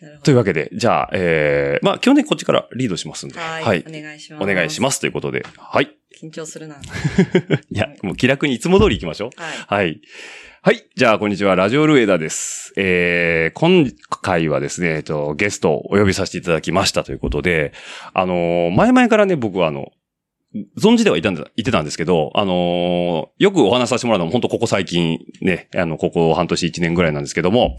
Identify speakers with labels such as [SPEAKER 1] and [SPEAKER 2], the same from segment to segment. [SPEAKER 1] なるほ
[SPEAKER 2] というわけで、じゃあ、えー、まあ、基本的にこっちからリードしますんで。
[SPEAKER 1] ど。はい,、お願いします。
[SPEAKER 2] お願いします。ということで。はい。
[SPEAKER 1] す。緊張するな。はい
[SPEAKER 2] や、もう気 楽にいつも通り行きましょう。
[SPEAKER 1] い。
[SPEAKER 2] はい。はい。じゃあ、こんにちは。ラジオルエダです。えー、今回はですね、えっと、ゲストをお呼びさせていただきましたということで、あのー前々からね、僕はあの、存じではいたんだ、言ってたんですけど、あのーよくお話しさせてもらうのも、本当ここ最近ね、あの、ここ半年1年ぐらいなんですけども、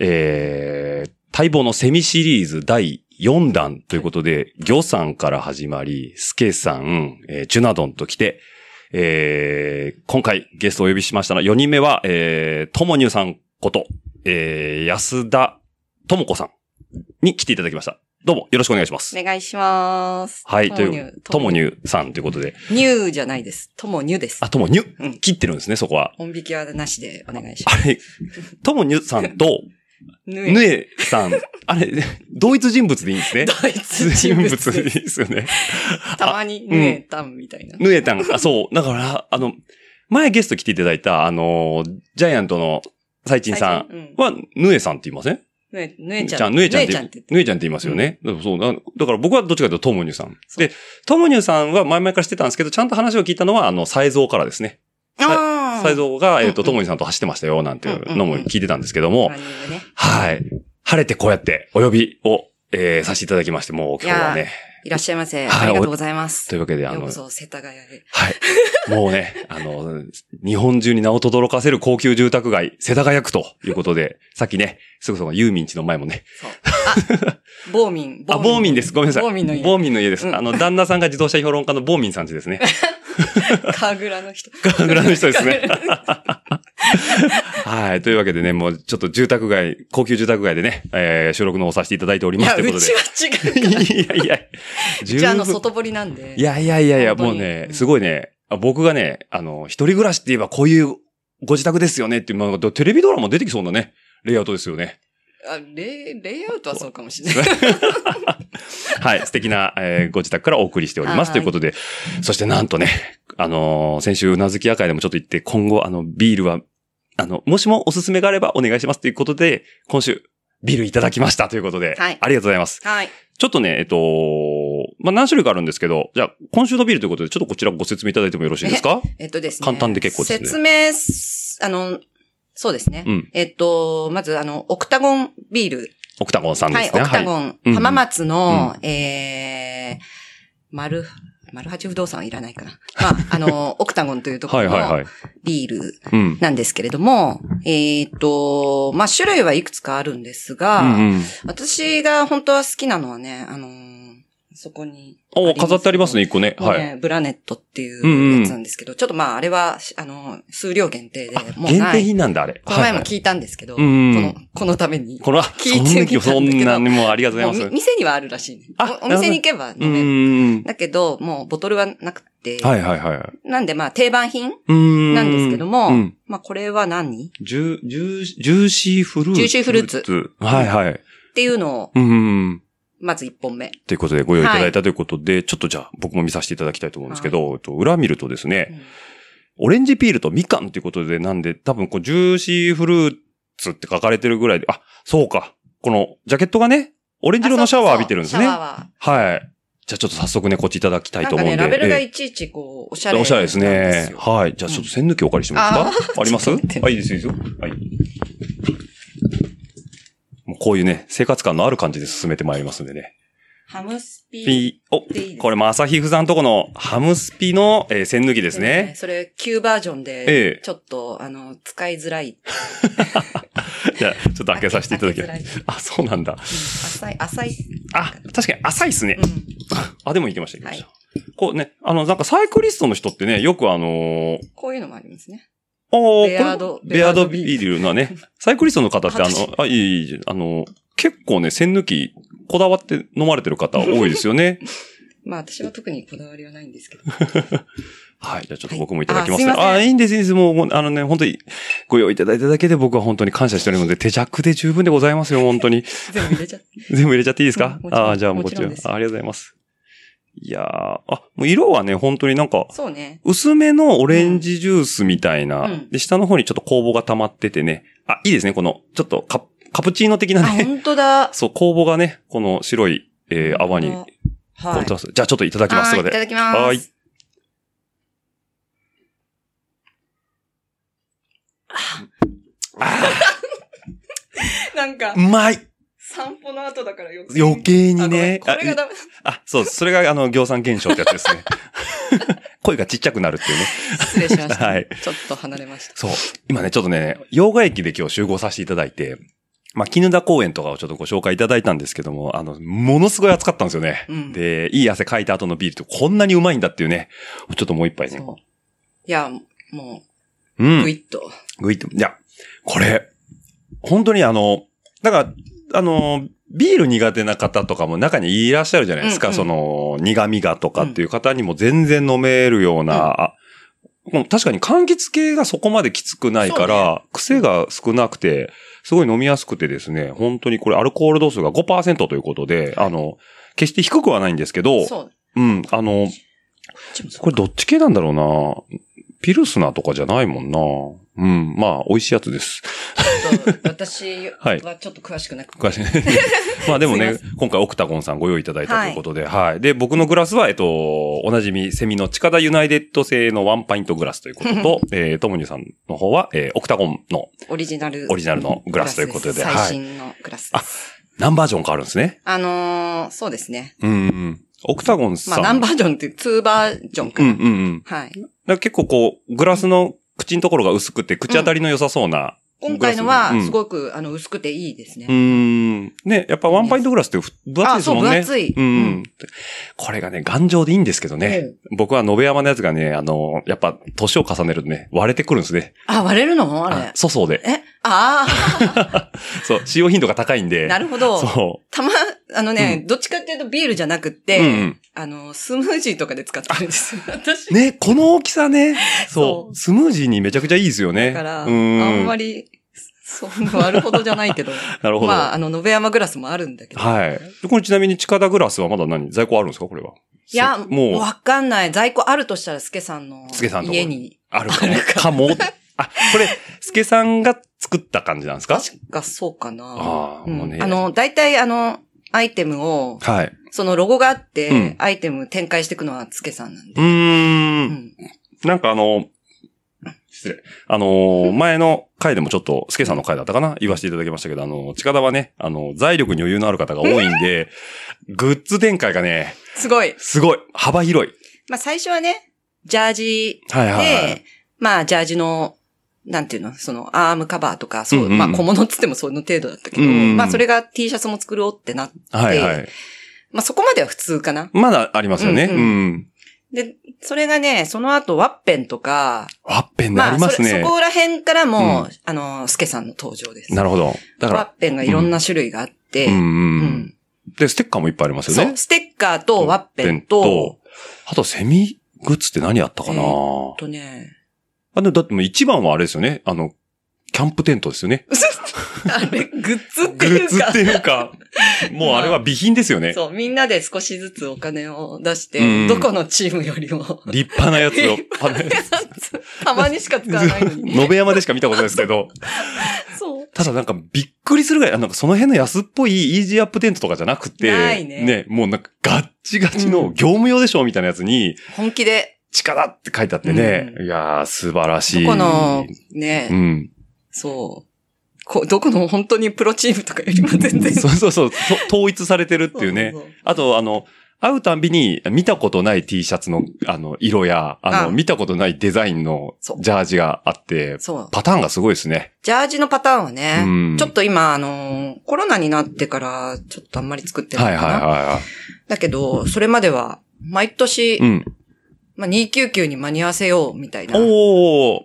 [SPEAKER 2] えー、待望のセミシリーズ第4弾ということで、魚さんから始まり、スケさん、えーチュナドンと来て、えー今回ゲストをお呼びしましたの4人目は、えー、ともにゅうさんこと、えー、安田ともこさんに来ていただきました。どうもよろしくお願いします。
[SPEAKER 1] お願いしま す。
[SPEAKER 2] はい、と
[SPEAKER 1] とも
[SPEAKER 2] い
[SPEAKER 1] にゅ
[SPEAKER 2] う、ともに
[SPEAKER 1] ゅ。
[SPEAKER 2] ゅうさんということで。
[SPEAKER 1] ニューじゃないです。ともにゅです
[SPEAKER 2] あ、。ともにゅ、
[SPEAKER 1] うん
[SPEAKER 2] 切ってるんですね、そこは。
[SPEAKER 1] 本引きはなしでお願いしま
[SPEAKER 2] あれ、ともにゅさんと、
[SPEAKER 1] す。ぬ
[SPEAKER 2] ぬえさん、あれ、同一人物でいいんです ね。
[SPEAKER 1] ドイツ 人物です。
[SPEAKER 2] でいいですよね。
[SPEAKER 1] たまに、
[SPEAKER 2] あ
[SPEAKER 1] ぬえ、たんみたいな。
[SPEAKER 2] ぬえたん、あ、そう。だから、あの、前ゲスト来ていただいた、あの、ジャイアントの最
[SPEAKER 1] 最
[SPEAKER 2] 賃
[SPEAKER 1] 近
[SPEAKER 2] さん
[SPEAKER 1] うん。
[SPEAKER 2] は、ぬえさんって言いません
[SPEAKER 1] ぬえ、ぬえち
[SPEAKER 2] じ
[SPEAKER 1] ゃ
[SPEAKER 2] あ
[SPEAKER 1] ん。
[SPEAKER 2] ぬえちゃんっ
[SPEAKER 1] ぬえちゃんって
[SPEAKER 2] て。、ぬえちゃんって言いますよね。だからそうなだから僕はどっちかというとトムニューさん。
[SPEAKER 1] そう
[SPEAKER 2] で、トムニューさんは前々からしてたんですけど、ちゃんと話を聞いたのは、あの、サイゾーからですね。
[SPEAKER 1] あ
[SPEAKER 2] サイゾーが、えっと、
[SPEAKER 1] うんうん
[SPEAKER 2] トムニューさんと走ってましたよ、なんていうのも聞いてたんですけども
[SPEAKER 1] ラ、ンニングね。
[SPEAKER 2] はい。晴れてこうやってお呼びを、えーさせていただきまして、もう今日はいね。
[SPEAKER 1] いらっしゃいませ。
[SPEAKER 2] はい
[SPEAKER 1] ありがとうございます。
[SPEAKER 2] というわけで、あ
[SPEAKER 1] よう
[SPEAKER 2] の
[SPEAKER 1] こ、そ、世田谷へ。
[SPEAKER 2] はい。もうね、あの、日本中に名を轟かせる高級住宅街、世田谷区ということで、さっきね、すぐそこのユーミン地の前もね、
[SPEAKER 1] そう。あ、ボーミン。
[SPEAKER 2] あ、ボーミンです。ごめんなさい。
[SPEAKER 1] ボーミンの家
[SPEAKER 2] ボーミンの家です。
[SPEAKER 1] うん
[SPEAKER 2] あの、旦那さんが自動車評論家のボーミンさんちです ね。
[SPEAKER 1] カーグラ の人。
[SPEAKER 2] ガングラの人ですね。はい。というわけでね、もうちょっと住宅街、高級住宅街でね、えー収録の方させていただいており
[SPEAKER 1] い
[SPEAKER 2] ます
[SPEAKER 1] や、
[SPEAKER 2] と
[SPEAKER 1] う
[SPEAKER 2] いうことで
[SPEAKER 1] ち。は
[SPEAKER 2] い
[SPEAKER 1] 違う。
[SPEAKER 2] やいや、十
[SPEAKER 1] じゃあ、あの、
[SPEAKER 2] 分。
[SPEAKER 1] 外堀なんで。
[SPEAKER 2] いやいやいやいや、
[SPEAKER 1] 本
[SPEAKER 2] も
[SPEAKER 1] 当
[SPEAKER 2] う
[SPEAKER 1] に
[SPEAKER 2] ね
[SPEAKER 1] う、ん
[SPEAKER 2] すごいね、あ僕がね、あの、一人暮らしって言えばこういうご自宅ですよねっていう、まあ、テレビドラマ出てきそうなね、レイアウトですよね。
[SPEAKER 1] あ、レイ、レイアウトはそうかもしれない。
[SPEAKER 2] はい、素敵な、えーご自宅からお送りしております
[SPEAKER 1] はい
[SPEAKER 2] ということで、そしてなんとね、あのー先週、うなずき屋会でもちょっと言って、今後、あの、ビールは、あの、もしもおすすめがあればお願いしますということで、今週、ビールいただきましたということで、
[SPEAKER 1] はい
[SPEAKER 2] ありがとうございます。
[SPEAKER 1] はい。
[SPEAKER 2] ちょっとね、えっと、まあ、何種類かあるんですけど、じゃあ、今週のビールということで、ちょっとこちらご説明いただいてもよろしいですか
[SPEAKER 1] えっとですね。
[SPEAKER 2] 簡単で結構ですね
[SPEAKER 1] 説明す、あの、そうですね。
[SPEAKER 2] うん
[SPEAKER 1] えっと、まず、あの、オクタゴンビール。
[SPEAKER 2] オクタゴンさんで
[SPEAKER 1] はい、オ
[SPEAKER 2] すね。
[SPEAKER 1] クタ
[SPEAKER 2] はい。
[SPEAKER 1] ゴン。
[SPEAKER 2] うん
[SPEAKER 1] 浜松の、えー、丸、丸八不動産はいらないかな。まあ、あの、オクタゴンというとこ
[SPEAKER 2] はい
[SPEAKER 1] ろ
[SPEAKER 2] はいは
[SPEAKER 1] の
[SPEAKER 2] い。
[SPEAKER 1] ビール
[SPEAKER 2] うん。
[SPEAKER 1] なんですけれども、えっと、まあ、種類はいくつかあるんですが、
[SPEAKER 2] うんうん、
[SPEAKER 1] 私が本当は好きなのはね、あのーそこに。
[SPEAKER 2] お、飾ってありますね、一個ね。
[SPEAKER 1] もう
[SPEAKER 2] はい。
[SPEAKER 1] ね、ブラネットってい
[SPEAKER 2] んうん
[SPEAKER 1] うやつなんですけど、ちょっとまああれは、しあの、数量限定で
[SPEAKER 2] あ、
[SPEAKER 1] もう
[SPEAKER 2] 限
[SPEAKER 1] な
[SPEAKER 2] 定
[SPEAKER 1] い。
[SPEAKER 2] 品なんだ、あれ。
[SPEAKER 1] この前も
[SPEAKER 2] はいはい
[SPEAKER 1] 聞いたんですけど、
[SPEAKER 2] うんうん
[SPEAKER 1] この、このために。
[SPEAKER 2] この、
[SPEAKER 1] 聞いてみたんだけど
[SPEAKER 2] そんな、そんなにもうありがとうござい
[SPEAKER 1] もう
[SPEAKER 2] ま
[SPEAKER 1] み
[SPEAKER 2] す。
[SPEAKER 1] 店にはあるらしいね。
[SPEAKER 2] あ
[SPEAKER 1] おお店に行けば
[SPEAKER 2] う
[SPEAKER 1] 飲める。
[SPEAKER 2] ん。
[SPEAKER 1] だけど、もうボトルはなくて、
[SPEAKER 2] はいはいはい。
[SPEAKER 1] なんでまあ定番品
[SPEAKER 2] うん。
[SPEAKER 1] なんですけども、
[SPEAKER 2] うん。
[SPEAKER 1] まあこれは何
[SPEAKER 2] ジュ、ジュ、ジューシーフルーツ。
[SPEAKER 1] ジューシーフルーツ。
[SPEAKER 2] はいはい。
[SPEAKER 1] っていうのを、
[SPEAKER 2] うん。
[SPEAKER 1] まず一本目。
[SPEAKER 2] ということで、ご用意いただいたということで、ちょっとじゃあ、僕も見させていただきたいと思うんですけど、えっと裏見るとです
[SPEAKER 1] う
[SPEAKER 2] ね、
[SPEAKER 1] ん
[SPEAKER 2] オレンジピールとみかんということで、なんで、多分、こう、ジューシーフルーツって書かれてるぐらいで、あ、そうか。この、ジャケットがね、オレンジ色のシャワー浴びてるんですね。
[SPEAKER 1] あそう
[SPEAKER 2] はい。
[SPEAKER 1] そうシャワーは
[SPEAKER 2] じゃあ、ちょっと早速ね、こっちいただきたい
[SPEAKER 1] なん
[SPEAKER 2] と
[SPEAKER 1] か
[SPEAKER 2] 思うん
[SPEAKER 1] ね、
[SPEAKER 2] で。
[SPEAKER 1] ラベルが
[SPEAKER 2] ええ
[SPEAKER 1] いちいちこう、おしゃれ。
[SPEAKER 2] おしゃれですね。。はい。じゃあ、
[SPEAKER 1] うん
[SPEAKER 2] ちょっと線抜きお借りしてもいいですか
[SPEAKER 1] あー
[SPEAKER 2] あります
[SPEAKER 1] ちょっと待って
[SPEAKER 2] あ、いいですよ、いいですよ。はい。もうこういうね、生活感のある感じで進めてまいりますんでね。
[SPEAKER 1] ハムスピ
[SPEAKER 2] ピー、お
[SPEAKER 1] でいいです、
[SPEAKER 2] これも朝日フさんとこのハムスピの、えー線抜きですね。
[SPEAKER 1] それ、旧バージョン
[SPEAKER 2] ええ
[SPEAKER 1] で、ちょっと、あの、使いづらい。
[SPEAKER 2] じゃあ、ちょっと開けさせていただきま
[SPEAKER 1] 開けづ
[SPEAKER 2] す。あ、そうなんだ。
[SPEAKER 1] 浅い、浅い。
[SPEAKER 2] あ、確かに浅いっすね
[SPEAKER 1] う。ん。
[SPEAKER 2] あ、でもいけました、いけました。こうね、あの、なんかサイクリストの人ってね、よくあのー、
[SPEAKER 1] こういうのもありますね。
[SPEAKER 2] お
[SPEAKER 1] ベアード
[SPEAKER 2] ベアード
[SPEAKER 1] ベアード
[SPEAKER 2] ビールの ね、サイクリストの方ってあ
[SPEAKER 1] 私
[SPEAKER 2] の、あ、いい、い い、あの、結構ね、栓抜き、こだわって飲まれてる方多いですよね。
[SPEAKER 1] まあ私は特にこだわりはないんですけど。
[SPEAKER 2] はい。じゃあちょっと僕もいただきますね。
[SPEAKER 1] はいあすいませ
[SPEAKER 2] あ
[SPEAKER 1] ん
[SPEAKER 2] あ、いいんです、いいんです。もうもう、あのね、本当にご用意いただいただけで僕は本当に感謝しておりますので、手弱で十分でございますよ、本 当に。
[SPEAKER 1] 全部入れちゃって。
[SPEAKER 2] 全部入れちゃっていいですか
[SPEAKER 1] うんもちろん
[SPEAKER 2] ああ、じゃあもうこっち
[SPEAKER 1] もちろ
[SPEAKER 2] ら
[SPEAKER 1] んです
[SPEAKER 2] あありがとうございます。いやーあ、もう色はね、本当になんか、
[SPEAKER 1] そうね。
[SPEAKER 2] 薄めのオレンジジュースみたいな。
[SPEAKER 1] うん
[SPEAKER 2] で、下の方にちょっと酵母が溜まっててね。あ、いいですね。この、ちょっとカカプチーノ的な
[SPEAKER 1] あ、
[SPEAKER 2] ね。
[SPEAKER 1] 本当だ。
[SPEAKER 2] そう、酵母がね、この白い、えー、泡に
[SPEAKER 1] は
[SPEAKER 2] コン
[SPEAKER 1] い。
[SPEAKER 2] トラスト。じゃあちょっといただきます。
[SPEAKER 1] あ
[SPEAKER 2] そ
[SPEAKER 1] ーい
[SPEAKER 2] こ
[SPEAKER 1] た
[SPEAKER 2] で。
[SPEAKER 1] だきます。
[SPEAKER 2] はいあ
[SPEAKER 1] なん
[SPEAKER 2] ー、
[SPEAKER 1] か
[SPEAKER 2] うまい
[SPEAKER 1] 散歩の後だから余計
[SPEAKER 2] 余計にね。
[SPEAKER 1] あごめんこれが
[SPEAKER 2] あい
[SPEAKER 1] ダメ。
[SPEAKER 2] あ、そう、それがあの、行産現象ってやつですね。 声がちっちゃくなるっていうね。
[SPEAKER 1] 失礼しました。
[SPEAKER 2] はい
[SPEAKER 1] ちょっと離れました。
[SPEAKER 2] そう。今ね、ちょっとね、洋画駅で今日集合させていただいて、まあ、絹田公園とかをちょっとご紹介いただいたんですけども、あの、ものすごい暑かったんですよね。
[SPEAKER 1] うん
[SPEAKER 2] で、いい汗かいた後のビールってこんなにうまいんだっていうね。ちょっともう一杯ね。
[SPEAKER 1] そう。いや、も
[SPEAKER 2] う
[SPEAKER 1] う、ぐ
[SPEAKER 2] ん。
[SPEAKER 1] いっと。
[SPEAKER 2] ぐいっと。いや、これ、本当にあの、だから、あの、ビール苦手な方とかも中にいらっしゃるじゃないですか。
[SPEAKER 1] うんうん
[SPEAKER 2] その、苦味がとかっていう方にも全然飲めるような、
[SPEAKER 1] うん
[SPEAKER 2] あもう確かに柑橘系がそこまできつくないから、癖が少なくて、すごい飲みやすくてですね、本当にこれアルコール度数が5%ということで、あの、決して低くはないんですけど、
[SPEAKER 1] そう。
[SPEAKER 2] うん、あの、これどっち系なんだろうなピルスナーとかじゃないもんなうん、まあ、美味しいやつです。
[SPEAKER 1] ちょっと私
[SPEAKER 2] はい
[SPEAKER 1] はちょっと詳しくなくて。
[SPEAKER 2] 昔ねまあでも
[SPEAKER 1] すい
[SPEAKER 2] ね
[SPEAKER 1] ま、
[SPEAKER 2] 今回オクタゴンさんご用意いただいたということで、はい、で、僕のグラスは、えっと、おなじみセミの近田ユナイテッド製のワンパイントグラスということと、えー、ともにさんの方は、えー、オクタゴンの
[SPEAKER 1] オリジナル。
[SPEAKER 2] オリジナルのグラスということで、
[SPEAKER 1] グラス
[SPEAKER 2] は
[SPEAKER 1] 最
[SPEAKER 2] い。
[SPEAKER 1] 新のグラスです。
[SPEAKER 2] 何バージョンかあるんですね。
[SPEAKER 1] あのー、そうですね。
[SPEAKER 2] うんうん。オクタゴンさん。
[SPEAKER 1] まあ、何バージョンって、2バージョンか
[SPEAKER 2] うん
[SPEAKER 1] な。
[SPEAKER 2] うんうん。だか
[SPEAKER 1] はい。
[SPEAKER 2] ら結構こう、グラスの口のところが薄くて、口当たりの良さそうな。
[SPEAKER 1] 今回のは
[SPEAKER 2] うん、
[SPEAKER 1] すごく、あの、薄くていいです
[SPEAKER 2] う
[SPEAKER 1] ね。
[SPEAKER 2] ん。ね、やっぱワンパイントグラスってふ分厚いですもんね。
[SPEAKER 1] あそう分厚い
[SPEAKER 2] うんう。
[SPEAKER 1] うん
[SPEAKER 2] これがね、頑丈でいいんですけどね。僕は、延山のやつがね、あの、やっぱ、年を重ねるとね、割れてくるんですね。
[SPEAKER 1] あ、割れるのあれ。
[SPEAKER 2] 粗相で。
[SPEAKER 1] えあ
[SPEAKER 2] そう、使用頻度が高いん
[SPEAKER 1] あ、
[SPEAKER 2] で。
[SPEAKER 1] なるほど。
[SPEAKER 2] そ
[SPEAKER 1] たま、あのね、どっちかっていうとビールじゃなくって、
[SPEAKER 2] う。うんうん。
[SPEAKER 1] あの、スムージーとかで使ってるんですよ。私
[SPEAKER 2] ね、この大きさ ね。そ。
[SPEAKER 1] そう
[SPEAKER 2] スムージーにめちゃくちゃいいですよね。
[SPEAKER 1] だから、あ
[SPEAKER 2] うん。
[SPEAKER 1] んまり、そんな割るほどじゃないけど。
[SPEAKER 2] なるほど。
[SPEAKER 1] まあ、あの、延山グラスもあるんだけど。
[SPEAKER 2] はい。これちなみに、近田グラスはまだ何在庫あるんですかこれは。
[SPEAKER 1] いや、
[SPEAKER 2] もう、
[SPEAKER 1] わかんない。在庫あるとしたら、スケさんの
[SPEAKER 2] スケさんのとこ
[SPEAKER 1] 家に。
[SPEAKER 2] あるかも。かも。あ、これ、スケさんが作った感じなんですか
[SPEAKER 1] 確かそうかな。
[SPEAKER 2] ああ、
[SPEAKER 1] うん
[SPEAKER 2] もうね。
[SPEAKER 1] あ、の、大体あの、アイテムを、
[SPEAKER 2] はい。
[SPEAKER 1] そのロゴがあって、
[SPEAKER 2] うん
[SPEAKER 1] アイテム展開していくのはつけさんなんで。
[SPEAKER 2] うー。
[SPEAKER 1] うんん
[SPEAKER 2] なんかあの、失礼。あのー、前の回でもちょっと、スケさんの回だったかな言わせていただきましたけど、あの、近田はね、あの、財力に余裕のある方が多いんで、グッズ展開がね、
[SPEAKER 1] すごい。
[SPEAKER 2] すごい幅広い。
[SPEAKER 1] まあ、最初はね、ジャージ
[SPEAKER 2] はい
[SPEAKER 1] で、
[SPEAKER 2] はい。
[SPEAKER 1] まあ、ジャージの、なんていうの、その、アームカバーとか、そう、
[SPEAKER 2] うんうんうん
[SPEAKER 1] まあ、小物っつってもその程度だったけど、
[SPEAKER 2] うんうん
[SPEAKER 1] まあ、それが T シャツも作ろうってな、
[SPEAKER 2] はいはい。
[SPEAKER 1] まあ、そこまでは普通かな。
[SPEAKER 2] まだありますよね。
[SPEAKER 1] うん
[SPEAKER 2] う
[SPEAKER 1] うん
[SPEAKER 2] ん。
[SPEAKER 1] で、それがね、その後、ワッペンとか、
[SPEAKER 2] ワッペンであ
[SPEAKER 1] ま
[SPEAKER 2] り
[SPEAKER 1] あ、
[SPEAKER 2] ま
[SPEAKER 1] そ
[SPEAKER 2] す
[SPEAKER 1] れ
[SPEAKER 2] ね
[SPEAKER 1] そ。こら辺からも、
[SPEAKER 2] う
[SPEAKER 1] あの、スケさんの登場です。
[SPEAKER 2] なるほど。だから、
[SPEAKER 1] ワッペンがいろんな種類があって、
[SPEAKER 2] うんうんう。
[SPEAKER 1] うん
[SPEAKER 2] で、ステッカーもいっぱいありますよ
[SPEAKER 1] そ
[SPEAKER 2] ね
[SPEAKER 1] う、。ステッカーとワッペンと、
[SPEAKER 2] あとセミグッズって何あったかな、
[SPEAKER 1] えーあ とね、
[SPEAKER 2] あ、でもだってもう一番はあれですよね。あの、キャンプテントですよね。
[SPEAKER 1] あれ、グッズって
[SPEAKER 2] グ
[SPEAKER 1] い
[SPEAKER 2] ッ
[SPEAKER 1] うか。
[SPEAKER 2] ズっていうか、もうあれは備品ですよね。
[SPEAKER 1] そう、みんなで少しずつお金を出して、
[SPEAKER 2] うん
[SPEAKER 1] どこのチームよ りも。
[SPEAKER 2] 立派なやつ を。あの
[SPEAKER 1] たまにしか使わないのに。
[SPEAKER 2] 延山でしか見たことないですけど。
[SPEAKER 1] そう。
[SPEAKER 2] ただなんかびっくりするぐらい、あなんかその辺の安っぽいイージーアップテントとかじゃなくて、
[SPEAKER 1] ないね
[SPEAKER 2] もうなんかガッチガチの業務用でしょみたいなやつに、
[SPEAKER 1] 本気で、
[SPEAKER 2] 力って書いてあってね。
[SPEAKER 1] う
[SPEAKER 2] いやー、素晴ら
[SPEAKER 1] ど
[SPEAKER 2] しい。
[SPEAKER 1] この、
[SPEAKER 2] う
[SPEAKER 1] ね、
[SPEAKER 2] ん。
[SPEAKER 1] そうこ。どこの本当にプロチームとかよりも全然。
[SPEAKER 2] そうそうそう、と統一されてるっていうね。
[SPEAKER 1] そうそう
[SPEAKER 2] あと、あの、会うたんびに見たことない T シャツの、あの、色や、あの、
[SPEAKER 1] あ
[SPEAKER 2] 見たことないデザインの
[SPEAKER 1] そう
[SPEAKER 2] ジャージがあって、
[SPEAKER 1] そう。そう
[SPEAKER 2] パターンがすごいですね。
[SPEAKER 1] ジャージのパターンはね、
[SPEAKER 2] うん
[SPEAKER 1] ちょっと今、あのーコロナになってから、ちょっとあんまり作って
[SPEAKER 2] は
[SPEAKER 1] ないいか
[SPEAKER 2] はい
[SPEAKER 1] な。
[SPEAKER 2] はいは
[SPEAKER 1] だけど、それまでは、毎年、
[SPEAKER 2] い。うん。
[SPEAKER 1] まあ、299に間に合わせよう、みたいな。
[SPEAKER 2] おー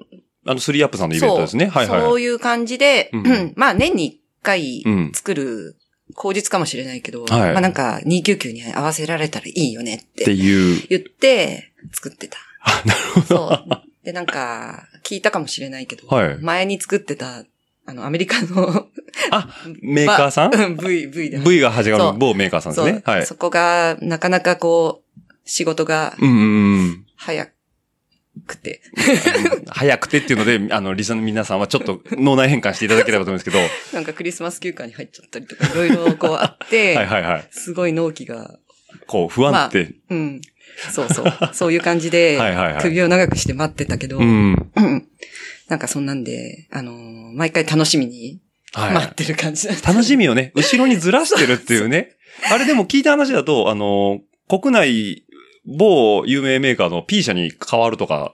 [SPEAKER 2] あの、スリーアップさんのイベントですね。
[SPEAKER 1] そう
[SPEAKER 2] はいはい
[SPEAKER 1] そ
[SPEAKER 2] は
[SPEAKER 1] う
[SPEAKER 2] い。
[SPEAKER 1] いう感じで、
[SPEAKER 2] うん
[SPEAKER 1] まあ年に一回
[SPEAKER 2] うん
[SPEAKER 1] 作る口実かもしれないけど、
[SPEAKER 2] はい
[SPEAKER 1] まあなんか299に合わせられたらいいよねっ
[SPEAKER 2] って
[SPEAKER 1] て
[SPEAKER 2] いう。
[SPEAKER 1] 言って作ってた。
[SPEAKER 2] あ、なるほど。
[SPEAKER 1] そう。で、なんか、聞いたかもしれないけど、
[SPEAKER 2] はい
[SPEAKER 1] 前に作ってた、あの、アメリカの
[SPEAKER 2] あ、メーカーさん
[SPEAKER 1] まあうん ?V、V で。
[SPEAKER 2] ?V が始ま
[SPEAKER 1] そ
[SPEAKER 2] る
[SPEAKER 1] う
[SPEAKER 2] 某メーカーさんですね。
[SPEAKER 1] そう
[SPEAKER 2] はい。
[SPEAKER 1] そこが、なかなかこう、仕事が
[SPEAKER 2] うんうんうん。
[SPEAKER 1] 早くて。
[SPEAKER 2] 早くてっていうので、あ の、リスナーの皆さんはちょっと脳内変換していただければと思うんですけど。は
[SPEAKER 1] なんかクリスマス休暇に入っちゃったりとか、いろいろこうあって、
[SPEAKER 2] いはいはい。
[SPEAKER 1] すごい納期が、
[SPEAKER 2] こう、不安って。
[SPEAKER 1] うん。そうそう。そういう感じで、
[SPEAKER 2] はいはいはい
[SPEAKER 1] 首を長くして待ってたけど、
[SPEAKER 2] うん。
[SPEAKER 1] うんなんかそんなんで、あのー毎回楽しみに
[SPEAKER 2] はい。
[SPEAKER 1] 待ってる感じだった。
[SPEAKER 2] 楽しみをね、後ろにずらしてるっていうね。あれでも聞いた話だと、あの、国内、某有名メーカーの P 社に変わるとか。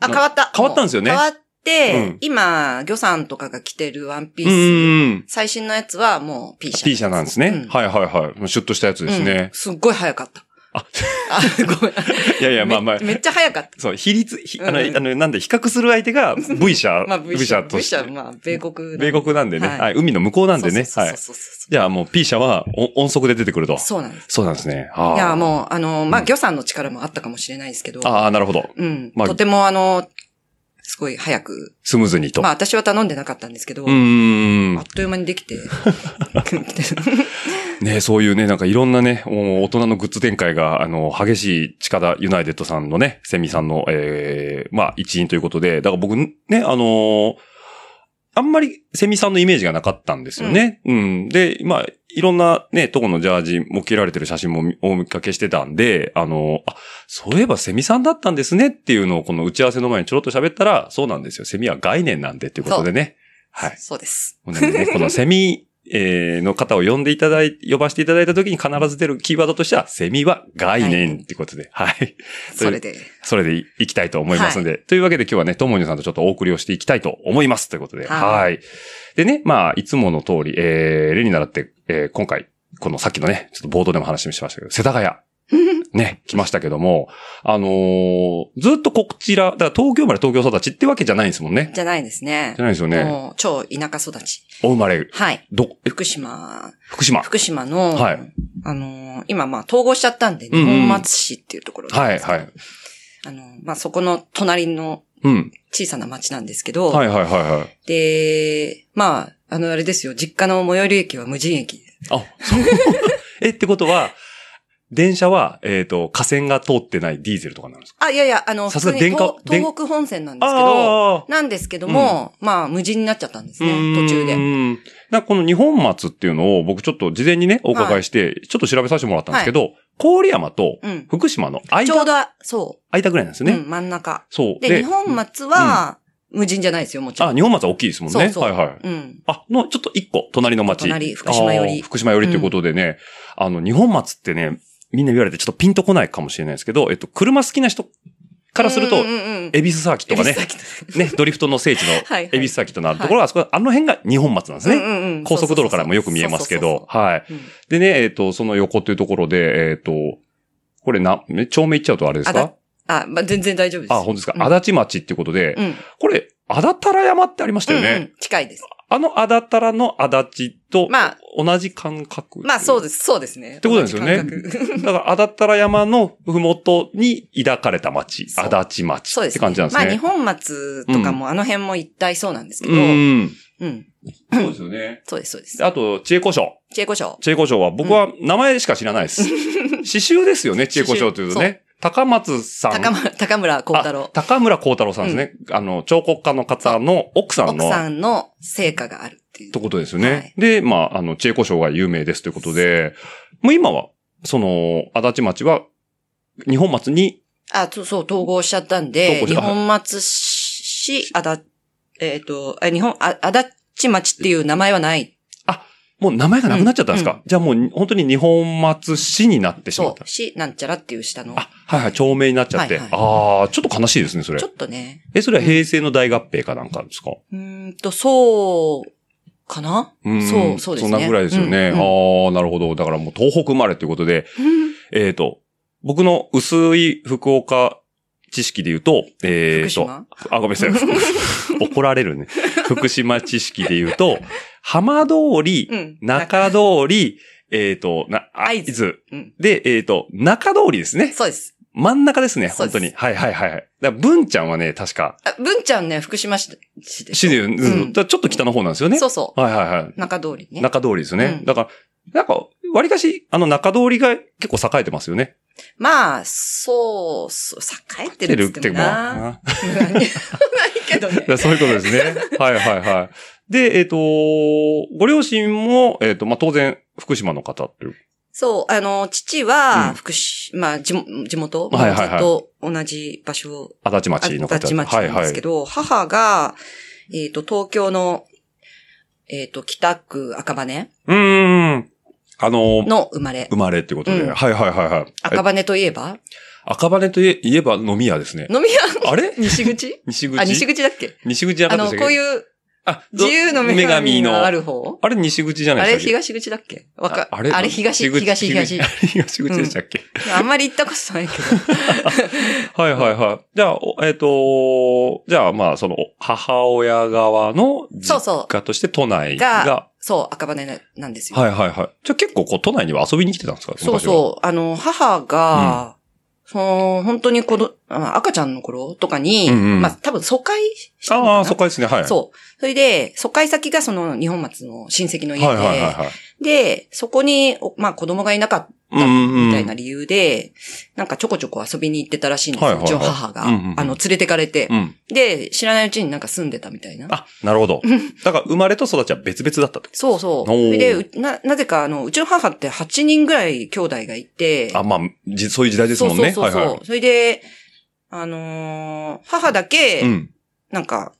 [SPEAKER 1] あ、変わった。
[SPEAKER 2] 変わったんですよね
[SPEAKER 1] 変わって、
[SPEAKER 2] うん
[SPEAKER 1] 今、魚さんとかが着てるワンピ
[SPEAKER 2] うんう
[SPEAKER 1] ース、
[SPEAKER 2] んうん。
[SPEAKER 1] 最新のやつはもう P 社。
[SPEAKER 2] P 社なんですね。
[SPEAKER 1] い。
[SPEAKER 2] はいはいはい。もうシュッとしたやつです
[SPEAKER 1] うん
[SPEAKER 2] ね。
[SPEAKER 1] すっごい早かった。
[SPEAKER 2] あ、
[SPEAKER 1] あ、ごめん。
[SPEAKER 2] いやいや、まあまあ
[SPEAKER 1] め。めっちゃ早か った。
[SPEAKER 2] そう、比率、ひあの、
[SPEAKER 1] うん
[SPEAKER 2] あの、なんで、比較する相手が V 社、
[SPEAKER 1] まあ
[SPEAKER 2] V
[SPEAKER 1] V
[SPEAKER 2] 社
[SPEAKER 1] 社、
[SPEAKER 2] と
[SPEAKER 1] V
[SPEAKER 2] して
[SPEAKER 1] 社、。まあ、米国なんで。
[SPEAKER 2] 米国なんでね、
[SPEAKER 1] はい
[SPEAKER 2] はい、海の向こうなんでね、
[SPEAKER 1] そう
[SPEAKER 2] はい
[SPEAKER 1] そ。
[SPEAKER 2] う
[SPEAKER 1] そうそう
[SPEAKER 2] じゃあもう P 社はお音速で出てくると。
[SPEAKER 1] そうなんです。
[SPEAKER 2] そうなんですね。あー
[SPEAKER 1] いや、もう、あの、まあ、
[SPEAKER 2] うん
[SPEAKER 1] 魚さんの力もあったかもしれないですけど、
[SPEAKER 2] ああ、なるほど。
[SPEAKER 1] うん。
[SPEAKER 2] まあ
[SPEAKER 1] とても、あの、すごい早く、
[SPEAKER 2] スムーズにと。
[SPEAKER 1] まあ、私は頼んでなかったんですけど、
[SPEAKER 2] うーん
[SPEAKER 1] あっ。という間にで きて、
[SPEAKER 2] ねそういうね、なんかいろんなね、もう大人のグッズ展開が、あの、激しい近田ユナイテッドさんのね、セミさんの、ええまあ、一員ということで、だから僕ね、あのーあんまりセミさんのイメージがなかったんですよね。うん。で、まあ、いろんなね、とこのジャージも着られてる写真もお見かけしてたんで、あのーあ、そういえばセミさんだったんですねっていうのをこの打ち合わせの前にちょろっと喋ったら、そうなんですよ。セミは概念なんでということでね。はい。
[SPEAKER 1] そうです。
[SPEAKER 2] もうなんで ね、このセミ、えーの方を呼んでいただい、呼ばせていただいたときに必ず出るキーワードとしては、セミは概念ってことで、はい。
[SPEAKER 1] それで。
[SPEAKER 2] それでいいきたいと思いますので、というわけで今日はね、ともにさんとちょっとお送りをしていきたいと思いますということで、は
[SPEAKER 1] はい
[SPEAKER 2] い。でね、まあ、いつもの通り、えー、例に習って、えー今回、このさっきのね、ちょっと冒頭でも話しましたけど、世田 谷。ね、来ましたけども、あのーずっとこちら、だから東京生まれ東京育ちってわけじゃないんですもんね。
[SPEAKER 1] じゃないですね
[SPEAKER 2] じゃ。ないですよね。
[SPEAKER 1] もう、超田舎育ち。
[SPEAKER 2] お生まれ、
[SPEAKER 1] はい。
[SPEAKER 2] ど、え
[SPEAKER 1] 福島、
[SPEAKER 2] 福島。
[SPEAKER 1] 福島の、
[SPEAKER 2] はい
[SPEAKER 1] あのー、今、まあ、統合しちゃったんで、
[SPEAKER 2] うんうん
[SPEAKER 1] 日本松市っていうところなん
[SPEAKER 2] は
[SPEAKER 1] で
[SPEAKER 2] い、
[SPEAKER 1] すけど
[SPEAKER 2] はい。
[SPEAKER 1] あの、まあ、そこの隣の
[SPEAKER 2] うん。
[SPEAKER 1] 小さな町なんですけど、
[SPEAKER 2] はいはいはいはい。
[SPEAKER 1] で、まあ、あの、あれですよ、実家の最寄り駅は無人駅。
[SPEAKER 2] あ、そう。え、ってことは、電車は、えっ、と、架線が通ってないディーゼルとかなんですか
[SPEAKER 1] あ、いやいや、あの、
[SPEAKER 2] さすが
[SPEAKER 1] 普通に
[SPEAKER 2] 電化
[SPEAKER 1] 東
[SPEAKER 2] 電
[SPEAKER 1] 東北本線なんですけど、
[SPEAKER 2] あ
[SPEAKER 1] なんですけども、まあ、無人になっちゃったんですね、途中
[SPEAKER 2] で。
[SPEAKER 1] で。
[SPEAKER 2] なんかこの日本松っていうのを僕ちょっと事前にね、お伺いして、ちょっと調べさせてもらったんですけど、郡山と
[SPEAKER 1] うん。
[SPEAKER 2] 福島の間、
[SPEAKER 1] ちょうど、そ
[SPEAKER 2] 間ぐらいなんです
[SPEAKER 1] う、
[SPEAKER 2] よね。
[SPEAKER 1] うん、真ん中。
[SPEAKER 2] そう。
[SPEAKER 1] で、日本松は、無人じゃないですよ、もちろ
[SPEAKER 2] あ、
[SPEAKER 1] ん。
[SPEAKER 2] 日本松は大きいですもんね。
[SPEAKER 1] そうそう
[SPEAKER 2] はいはい。
[SPEAKER 1] うん。
[SPEAKER 2] あ、の、ちょっと一個、隣の町。
[SPEAKER 1] 隣福島寄り
[SPEAKER 2] あー福島寄りということでね、あの、日本松ってね、みんな言われてちょっとピンとこないかもしれないですけど、えっと、車好きな人からすると
[SPEAKER 1] うん、うんうんうん、
[SPEAKER 2] 恵比寿サーキットがね、ね、ドリフトの聖地の
[SPEAKER 1] はい
[SPEAKER 2] 恵比寿サーキットのあるところは、あそこ、あの辺が日本松なんですね。
[SPEAKER 1] ね
[SPEAKER 2] 高速道路からもよく見えますけど、。はい。
[SPEAKER 1] そうそうそうそううん
[SPEAKER 2] でね、えっ、と、その横というところで、えっ、と、これな、ね町名言っちゃうとあれです
[SPEAKER 1] あ
[SPEAKER 2] か
[SPEAKER 1] だあ、まあ、全然大丈夫です。
[SPEAKER 2] あ、本当ですか、
[SPEAKER 1] うん
[SPEAKER 2] 足立町っていうことで、
[SPEAKER 1] うん。
[SPEAKER 2] これ、あだたら山ってありましたよね。
[SPEAKER 1] うんうん近いです。
[SPEAKER 2] あのあだたらのあだちと、
[SPEAKER 1] まあ
[SPEAKER 2] 同じ感覚。
[SPEAKER 1] まあそう
[SPEAKER 2] で
[SPEAKER 1] です、そうですね。って
[SPEAKER 2] ことですよねだから、あだたら山のふもとに抱かれた町、
[SPEAKER 1] そう
[SPEAKER 2] あだち町
[SPEAKER 1] そう
[SPEAKER 2] っ
[SPEAKER 1] です、
[SPEAKER 2] て感じなんですね。
[SPEAKER 1] まあ日本松とかもあの辺も一体そうなんですけど、うん。
[SPEAKER 2] うん。そうですよね。
[SPEAKER 1] そうです、そうです
[SPEAKER 2] で。あと、知恵古書。
[SPEAKER 1] 知恵胡椒。
[SPEAKER 2] 知恵古書は、僕は名前しか知らない です。詩集ですよね、知恵古書というとね。高松さん。
[SPEAKER 1] 高村、高村光太
[SPEAKER 2] あ
[SPEAKER 1] 郎。
[SPEAKER 2] 高村光太郎さんですね。あの、彫刻家の方の奥さん
[SPEAKER 1] 奥
[SPEAKER 2] の。
[SPEAKER 1] さんの成果があるっていう
[SPEAKER 2] って。ことですよね。
[SPEAKER 1] はい
[SPEAKER 2] で、まあ、あの、知恵古書が有名ですということで、もう今は、その、足立町は、日本松に、
[SPEAKER 1] あ、そう、そう、統合しちゃったん
[SPEAKER 2] 統
[SPEAKER 1] で、
[SPEAKER 2] 合し
[SPEAKER 1] 日
[SPEAKER 2] たはい
[SPEAKER 1] 本松市、あだ、えっ、と、あ日本、あ、あだっち町っていう名前はない。
[SPEAKER 2] もう名前がなくなっちゃったんですか、
[SPEAKER 1] うん
[SPEAKER 2] じゃあもう本当に日本松市になってしまっ
[SPEAKER 1] そ
[SPEAKER 2] た
[SPEAKER 1] う、。市なんちゃらっていう下の。
[SPEAKER 2] あ、はいはい、町名になっちゃって。
[SPEAKER 1] はいはい
[SPEAKER 2] ああ、ちょっと悲しいですね、それ
[SPEAKER 1] ちょ。っとね、
[SPEAKER 2] え、それは平成の大合併かなんかですか
[SPEAKER 1] うーんと、そう、かな
[SPEAKER 2] うん
[SPEAKER 1] そう、そうですね。
[SPEAKER 2] そんなぐらいですよね。
[SPEAKER 1] うん
[SPEAKER 2] ああ、なるほど。だからもう東北生まれということで、
[SPEAKER 1] うん
[SPEAKER 2] えっ、と、僕の薄い福岡知識で言うと、えー、と、
[SPEAKER 1] 島
[SPEAKER 2] あ、ごめんな さい。怒られるね。福島知識で言うと、浜通り、
[SPEAKER 1] うん。
[SPEAKER 2] 中通り、えっ、と、な、
[SPEAKER 1] 会
[SPEAKER 2] 会
[SPEAKER 1] 津
[SPEAKER 2] 津。
[SPEAKER 1] うん。
[SPEAKER 2] で、えっ、と、中通りですね。
[SPEAKER 1] そうです。
[SPEAKER 2] 真ん中ですね、
[SPEAKER 1] そ
[SPEAKER 2] 本
[SPEAKER 1] うです
[SPEAKER 2] 当に。はいはいはいはい。だから文ちゃんはね、確か、
[SPEAKER 1] あ、文ちゃんね、福島市市で
[SPEAKER 2] 市で、うん
[SPEAKER 1] うん
[SPEAKER 2] だからちょっと北の方なんですよね。
[SPEAKER 1] そうそ
[SPEAKER 2] はいはいは
[SPEAKER 1] う。中通り
[SPEAKER 2] い。
[SPEAKER 1] ね。
[SPEAKER 2] 中通りですよね。
[SPEAKER 1] うん
[SPEAKER 2] だから、なんか、割かし、あの中通りが結構栄えてますよね。
[SPEAKER 1] まあ、そう、そう、栄えてるっつってもな。
[SPEAKER 2] な。
[SPEAKER 1] ないないけどね。
[SPEAKER 2] だ そういうことですね。はいはいはい。で、えっ、と、ご両親も、えっ、と、まあ、当然、福島の方っていう。
[SPEAKER 1] そう、あの、父
[SPEAKER 2] うん
[SPEAKER 1] は、福島、まあ、地元地元、
[SPEAKER 2] はいはいはい
[SPEAKER 1] ずっと同じ場所
[SPEAKER 2] 足立町の方。
[SPEAKER 1] あ立ち町なんですけど、母が、えっ、と、東京の、えっ、と、北区赤羽
[SPEAKER 2] はいはい。うーん。あの、
[SPEAKER 1] の生まれ。
[SPEAKER 2] 生まれってことで。
[SPEAKER 1] うん
[SPEAKER 2] はいはいはいはい。
[SPEAKER 1] 赤
[SPEAKER 2] え
[SPEAKER 1] 羽といえば
[SPEAKER 2] 赤羽といえ言えば飲み屋ですね。
[SPEAKER 1] 飲み屋
[SPEAKER 2] あれ
[SPEAKER 1] 西口
[SPEAKER 2] 西口
[SPEAKER 1] あ、西口だっけ
[SPEAKER 2] 西口じゃ
[SPEAKER 1] あ
[SPEAKER 2] なかっ
[SPEAKER 1] の、
[SPEAKER 2] たでした
[SPEAKER 1] こ
[SPEAKER 2] っけ
[SPEAKER 1] ういう
[SPEAKER 2] あ
[SPEAKER 1] 自由の女神のある方
[SPEAKER 2] あれ西口じゃ
[SPEAKER 1] あ
[SPEAKER 2] ない
[SPEAKER 1] れ
[SPEAKER 2] でしたっ
[SPEAKER 1] 東口だっけわ
[SPEAKER 2] け
[SPEAKER 1] かあれ東、東、東。
[SPEAKER 2] あれ東口でしたっけ、
[SPEAKER 1] あんまり行ったこ とないけど。
[SPEAKER 2] はいはいはい。じゃあ、おえっ、と、じゃあまあ、その、母親側の
[SPEAKER 1] そう
[SPEAKER 2] 実
[SPEAKER 1] そう。
[SPEAKER 2] 家として都内が。
[SPEAKER 1] がそう、赤羽なんですよ。
[SPEAKER 2] はいはいはい。じゃあ結構こう都内には遊びに来てたんですか
[SPEAKER 1] そうそう。あの、母が、その、本当に子ど、あ赤ちゃんの頃とかに、
[SPEAKER 2] うんうん
[SPEAKER 1] まあ、多分疎開し
[SPEAKER 2] 昔は
[SPEAKER 1] たのかな
[SPEAKER 2] ああ、疎開ですね。はい。
[SPEAKER 1] そう。それで、疎開先がその日本松の親戚の家で、
[SPEAKER 2] はいはいはいはい。
[SPEAKER 1] で、そこに、おまあ子供がいなかった
[SPEAKER 2] うんうんうん
[SPEAKER 1] みたいな理由で、なんかちょこちょこ遊びに行ってたらしいんですよ、
[SPEAKER 2] はいはいはいう
[SPEAKER 1] ちの母が。
[SPEAKER 2] うんうんうん
[SPEAKER 1] あの、連れてかれて、
[SPEAKER 2] うん。
[SPEAKER 1] で、知らないうちになんか住んでたみたいな。
[SPEAKER 2] あ、なるほ ど。だから生まれと育ちは別々だったってこ
[SPEAKER 1] そうそ
[SPEAKER 2] お
[SPEAKER 1] う。
[SPEAKER 2] ー
[SPEAKER 1] で、うな、なぜか、あの、うちの母って8人ぐらい兄弟がいて、
[SPEAKER 2] と。あ、まあ、じそういう時代です
[SPEAKER 1] そ
[SPEAKER 2] も
[SPEAKER 1] うんそう
[SPEAKER 2] ね。
[SPEAKER 1] そうそう、
[SPEAKER 2] はいはい。
[SPEAKER 1] それで、あのー母だけ、
[SPEAKER 2] うん。
[SPEAKER 1] なんか、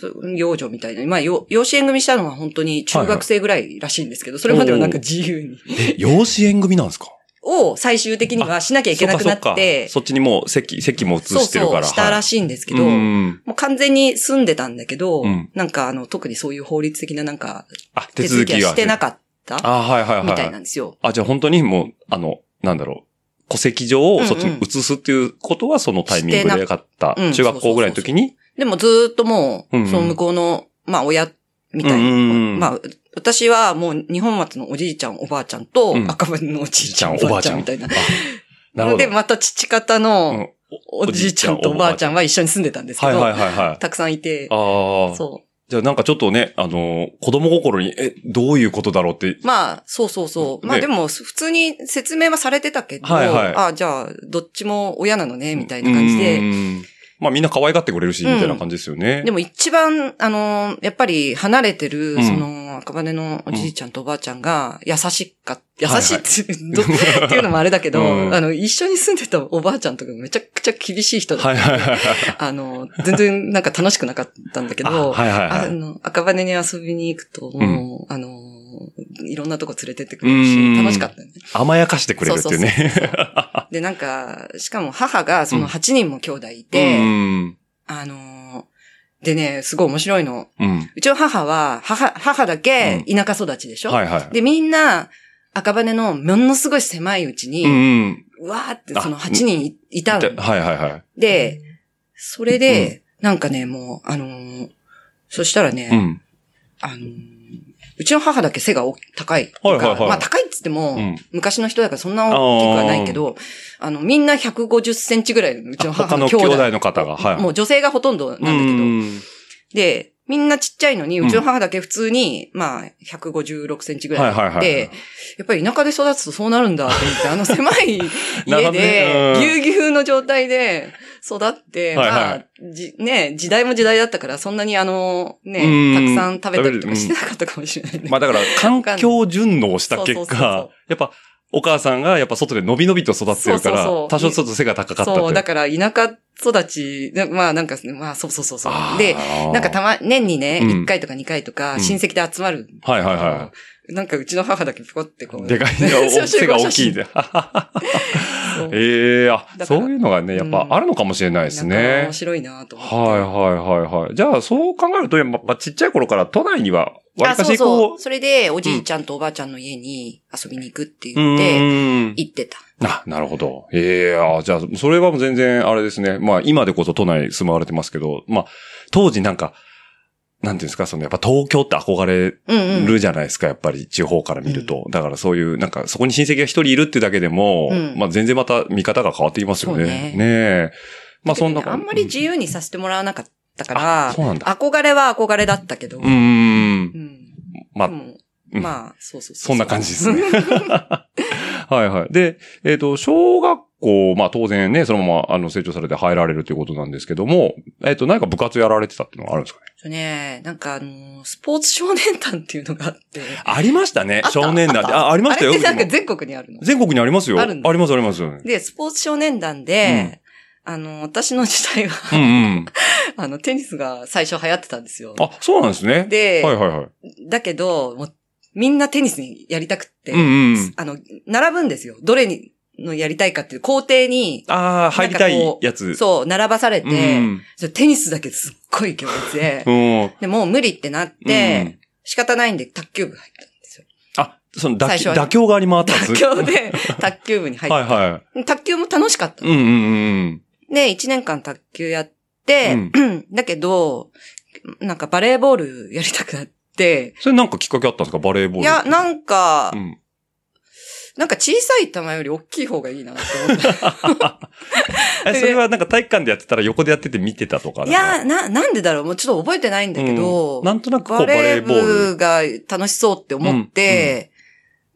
[SPEAKER 1] そう幼女みたいな。まあ、よ養子縁組したのは本当に中学生ぐらいらしいんですけど、それまではなんか自由に。
[SPEAKER 2] え養子縁組なんですか
[SPEAKER 1] を最終的にはしなきゃいけなく
[SPEAKER 2] そ
[SPEAKER 1] なっ
[SPEAKER 2] っかそっか
[SPEAKER 1] て、
[SPEAKER 2] そっちにもう席、席も移
[SPEAKER 1] そう
[SPEAKER 2] してる
[SPEAKER 1] そ
[SPEAKER 2] から。
[SPEAKER 1] う、したら
[SPEAKER 2] しい
[SPEAKER 1] しいんです
[SPEAKER 2] け
[SPEAKER 1] けど、も
[SPEAKER 2] ん。
[SPEAKER 1] う完全に住んでたんだけど、
[SPEAKER 2] うん
[SPEAKER 1] なんかあの、特にそういう法律的ななんか、
[SPEAKER 2] あ、手
[SPEAKER 1] 手
[SPEAKER 2] 続
[SPEAKER 1] 続
[SPEAKER 2] き
[SPEAKER 1] き
[SPEAKER 2] が。
[SPEAKER 1] はしてなかっ
[SPEAKER 2] あ
[SPEAKER 1] た
[SPEAKER 2] あ、はいはい
[SPEAKER 1] みた
[SPEAKER 2] はい。
[SPEAKER 1] ないんですよ。
[SPEAKER 2] あ、じゃあ本当にもう、あの、なんだろう。戸籍上をそっちに移すっていうことはそのタイミングでよかった。
[SPEAKER 1] してなうん
[SPEAKER 2] 中学校ぐらいの時に。
[SPEAKER 1] でもずーっともう、
[SPEAKER 2] うんうん
[SPEAKER 1] その向こうの、まあ親、みたいな。
[SPEAKER 2] うんうんうん
[SPEAKER 1] まあ、私はもう日本松のおじいちゃん、おばあちゃんと、
[SPEAKER 2] うん
[SPEAKER 1] 赤羽のおじいちゃん、
[SPEAKER 2] おじいちゃん
[SPEAKER 1] おばあちゃんみたいな。
[SPEAKER 2] なるほど。
[SPEAKER 1] で、また父方
[SPEAKER 2] う
[SPEAKER 1] の
[SPEAKER 2] ん
[SPEAKER 1] おじいちゃんとおばあちゃんは一緒に住んでたんですけ
[SPEAKER 2] はい
[SPEAKER 1] ど、
[SPEAKER 2] はいはいはい。
[SPEAKER 1] たくさんいて、
[SPEAKER 2] ああ。
[SPEAKER 1] そ
[SPEAKER 2] じゃあなんかちょっとね、あのー子供心に、え、どういうことだろうって。
[SPEAKER 1] う。まあ、そうそうそう。まあ
[SPEAKER 2] ね
[SPEAKER 1] でも、普通に説明はされてたけど、
[SPEAKER 2] はいはい
[SPEAKER 1] あじゃあ、どっちも親なのね、みたいな感じ
[SPEAKER 2] う
[SPEAKER 1] で。
[SPEAKER 2] ん。まあみんな可愛がってくれるし、みたいな感じですよね。
[SPEAKER 1] でも一番、あの、やっぱり離れてる、
[SPEAKER 2] うん
[SPEAKER 1] その、赤羽のおじいちゃんとおばあちゃんが、優しかっ、優
[SPEAKER 2] はいはい
[SPEAKER 1] しい っていう、どっていうのもあれだけど、
[SPEAKER 2] うん
[SPEAKER 1] あの、一緒に住んでたおばあちゃんとかめちゃくちゃ厳しい人だ
[SPEAKER 2] は
[SPEAKER 1] った
[SPEAKER 2] いはいはいはい。
[SPEAKER 1] あの、全然なんか楽しくなかったんだけ
[SPEAKER 2] あ
[SPEAKER 1] ど、
[SPEAKER 2] はいはいは
[SPEAKER 1] あ
[SPEAKER 2] い。
[SPEAKER 1] の、赤羽に遊びに行くと、
[SPEAKER 2] うん
[SPEAKER 1] もう、あの、いろんなとこ連れてってくれる
[SPEAKER 2] うん
[SPEAKER 1] し、楽しかったよね。
[SPEAKER 2] 甘やかしてくれるっていうね。
[SPEAKER 1] で、なんか、しかも母がその8人も兄弟い
[SPEAKER 2] う
[SPEAKER 1] て、
[SPEAKER 2] ん。
[SPEAKER 1] あの、でね、すごい面白いの。
[SPEAKER 2] うん。
[SPEAKER 1] うちの母は、母、母だけ田舎育ちでしょ、
[SPEAKER 2] はいはい。
[SPEAKER 1] で、みんな、赤羽のものすごい狭いうちに、
[SPEAKER 2] う
[SPEAKER 1] うん
[SPEAKER 2] うん。
[SPEAKER 1] わーって
[SPEAKER 2] あ
[SPEAKER 1] その8人いいたの。
[SPEAKER 2] はいはいはい。
[SPEAKER 1] で、それで、なんかね、もう、あのーそしたらね、
[SPEAKER 2] うん。
[SPEAKER 1] あのーうちの母だけ背が大高いっていうか
[SPEAKER 2] はいはいはい
[SPEAKER 1] まあ高いっつっても、
[SPEAKER 2] うん
[SPEAKER 1] 昔の人だからそんな大きくはないけど、あの、みんな150センチぐらいのうちの
[SPEAKER 2] 他
[SPEAKER 1] 母
[SPEAKER 2] の
[SPEAKER 1] の
[SPEAKER 2] 兄
[SPEAKER 1] 兄弟。
[SPEAKER 2] 弟の方が、はい。
[SPEAKER 1] もう女性がほとんどなんだけど、
[SPEAKER 2] うん
[SPEAKER 1] で、みんなちっちゃいのに、
[SPEAKER 2] うん
[SPEAKER 1] うちの母だけ普通に、まあ、156センチぐら
[SPEAKER 2] は
[SPEAKER 1] い
[SPEAKER 2] いはい
[SPEAKER 1] あっ
[SPEAKER 2] はい
[SPEAKER 1] て、やっぱり田舎で育つとそうなるんだって言って、あの狭 い
[SPEAKER 2] なる
[SPEAKER 1] 家
[SPEAKER 2] ほどね
[SPEAKER 1] で、
[SPEAKER 2] うん
[SPEAKER 1] ぎゅうぎゅうの状態で育っ
[SPEAKER 2] は
[SPEAKER 1] て、
[SPEAKER 2] いはい
[SPEAKER 1] まあ、じね、時代も時代だったから、そんなにあの、
[SPEAKER 2] うん
[SPEAKER 1] ね、たくさん食べたりとかしてなかったかもしれないね。
[SPEAKER 2] まあだから、環境順応した結
[SPEAKER 1] そうそ
[SPEAKER 2] 果
[SPEAKER 1] うそうそ、
[SPEAKER 2] やっぱ、お母さんがやっぱ外で伸び伸びと育ってるか
[SPEAKER 1] そうそうそ
[SPEAKER 2] ら、
[SPEAKER 1] う
[SPEAKER 2] 多少ちょっと背が高かったって。
[SPEAKER 1] そう、だから田舎育ち、なまあなんか、まあそうそうそうそう
[SPEAKER 2] あ。ー
[SPEAKER 1] で、なんかたま、年にね、
[SPEAKER 2] うん
[SPEAKER 1] 1回とか2回と
[SPEAKER 2] う
[SPEAKER 1] か
[SPEAKER 2] ん
[SPEAKER 1] 親戚で集まる。
[SPEAKER 2] はいはいは
[SPEAKER 1] なんかうちの母だけピコってこう。
[SPEAKER 2] い。でかい、お背が大きいで。
[SPEAKER 1] そう
[SPEAKER 2] ええあ、
[SPEAKER 1] だか
[SPEAKER 2] そ
[SPEAKER 1] ら
[SPEAKER 2] ういうのがね、やっぱあるのかもしれないです
[SPEAKER 1] なんか
[SPEAKER 2] ね
[SPEAKER 1] 面。白いなと思って。
[SPEAKER 2] はいはいはいはい。じゃあ、そう考えると、やっぱちっちゃい頃から都内には、わり
[SPEAKER 1] あ、
[SPEAKER 2] か
[SPEAKER 1] そう
[SPEAKER 2] し
[SPEAKER 1] そ
[SPEAKER 2] こ
[SPEAKER 1] う。それで、おじいちゃんとおばあちゃんの家に遊びに行くって
[SPEAKER 2] う、う
[SPEAKER 1] 言って、
[SPEAKER 2] ーん。
[SPEAKER 1] 行ってた。
[SPEAKER 2] あ、なるほど。ええあ、じゃあ、それはもう全然、あれですね。まあ、今でこそ都内住まわれてますけど、まあ、当時なんか、なんていうんですか、その、やっぱ東京って憧れ
[SPEAKER 1] うんうん。
[SPEAKER 2] るじゃないですか、やっぱり地方から見ると。だからそういう、なんかそこに親戚が一人いるってだけでも、
[SPEAKER 1] うん
[SPEAKER 2] まあ全然また見方が変わってきますよね。
[SPEAKER 1] そうね
[SPEAKER 2] ねえ。まあそんな
[SPEAKER 1] あんまり自由にさせてもらわなかったから、
[SPEAKER 2] あそうなんだ
[SPEAKER 1] 憧れは憧れだったけど、
[SPEAKER 2] うん。うん
[SPEAKER 1] う。ん
[SPEAKER 2] まあ
[SPEAKER 1] で、も
[SPEAKER 2] うん
[SPEAKER 1] まあ、そうそうう
[SPEAKER 2] そんな感じですね。 はいはい。で、えっ、と、小学校、まあ当然ね、そのままあの成長されて入られるということなんですけども、えっ、と、何か部活やられてたっていうのはあるんですかね
[SPEAKER 1] そうね、なんかあの、スポーツ少年団っていうのがあって。
[SPEAKER 2] ありましたね
[SPEAKER 1] あった
[SPEAKER 2] 少年団って。
[SPEAKER 1] った
[SPEAKER 2] あ、ありましたよ。
[SPEAKER 1] あれってなんか
[SPEAKER 2] 僕も
[SPEAKER 1] 全国にあるの。
[SPEAKER 2] 全国にありますよ。
[SPEAKER 1] あ
[SPEAKER 2] あ
[SPEAKER 1] る
[SPEAKER 2] り
[SPEAKER 1] んだ
[SPEAKER 2] ますあります。うん
[SPEAKER 1] で、スポーツ少年団で、あの、私の時代
[SPEAKER 2] う
[SPEAKER 1] は、
[SPEAKER 2] ん。
[SPEAKER 1] あの、テニスが最初流行ってたんですよ。
[SPEAKER 2] あ、そうなんですね。
[SPEAKER 1] で、
[SPEAKER 2] はいはいはい。
[SPEAKER 1] だけど、もう、みんなテニスにやりたくって、
[SPEAKER 2] うんうん。
[SPEAKER 1] あの、並ぶんですよ。どれに、のやりたいかっていう工程に、
[SPEAKER 2] ああ、入りたいやつ。
[SPEAKER 1] そう、並ばされ
[SPEAKER 2] う
[SPEAKER 1] て、
[SPEAKER 2] ん。
[SPEAKER 1] そうテニスだけすっごい行列で
[SPEAKER 2] う、ん。
[SPEAKER 1] で、もう無理ってなっ
[SPEAKER 2] う
[SPEAKER 1] て
[SPEAKER 2] ん、
[SPEAKER 1] 仕方ないんで卓球部入ったんですよ。
[SPEAKER 2] あ、その妥
[SPEAKER 1] 最初
[SPEAKER 2] 協、
[SPEAKER 1] はね
[SPEAKER 2] 妥協がありまったんです
[SPEAKER 1] 卓球で、卓球部に入
[SPEAKER 2] は
[SPEAKER 1] っ
[SPEAKER 2] いは
[SPEAKER 1] た。卓球も楽しかった
[SPEAKER 2] い。う。んうんうん
[SPEAKER 1] で、1年間卓球やって、 だけど、なんかバレーボールやりたくなって、
[SPEAKER 2] それなんかきっかけあったんですかバレーボール。
[SPEAKER 1] いや、なんか、
[SPEAKER 2] うん。
[SPEAKER 1] なんか小さい球より大きい方がいいなって思っ
[SPEAKER 2] え、それはなんか体育館でやってたら横でやってて見てたとか
[SPEAKER 1] た。い
[SPEAKER 2] なんか
[SPEAKER 1] や、な、なんでだろうもうちょっと覚えてないんだけど、
[SPEAKER 2] うんなんとなくこ
[SPEAKER 1] バ
[SPEAKER 2] うバ
[SPEAKER 1] レ
[SPEAKER 2] レ
[SPEAKER 1] ー
[SPEAKER 2] ーボール。
[SPEAKER 1] 部が楽しそうって思って、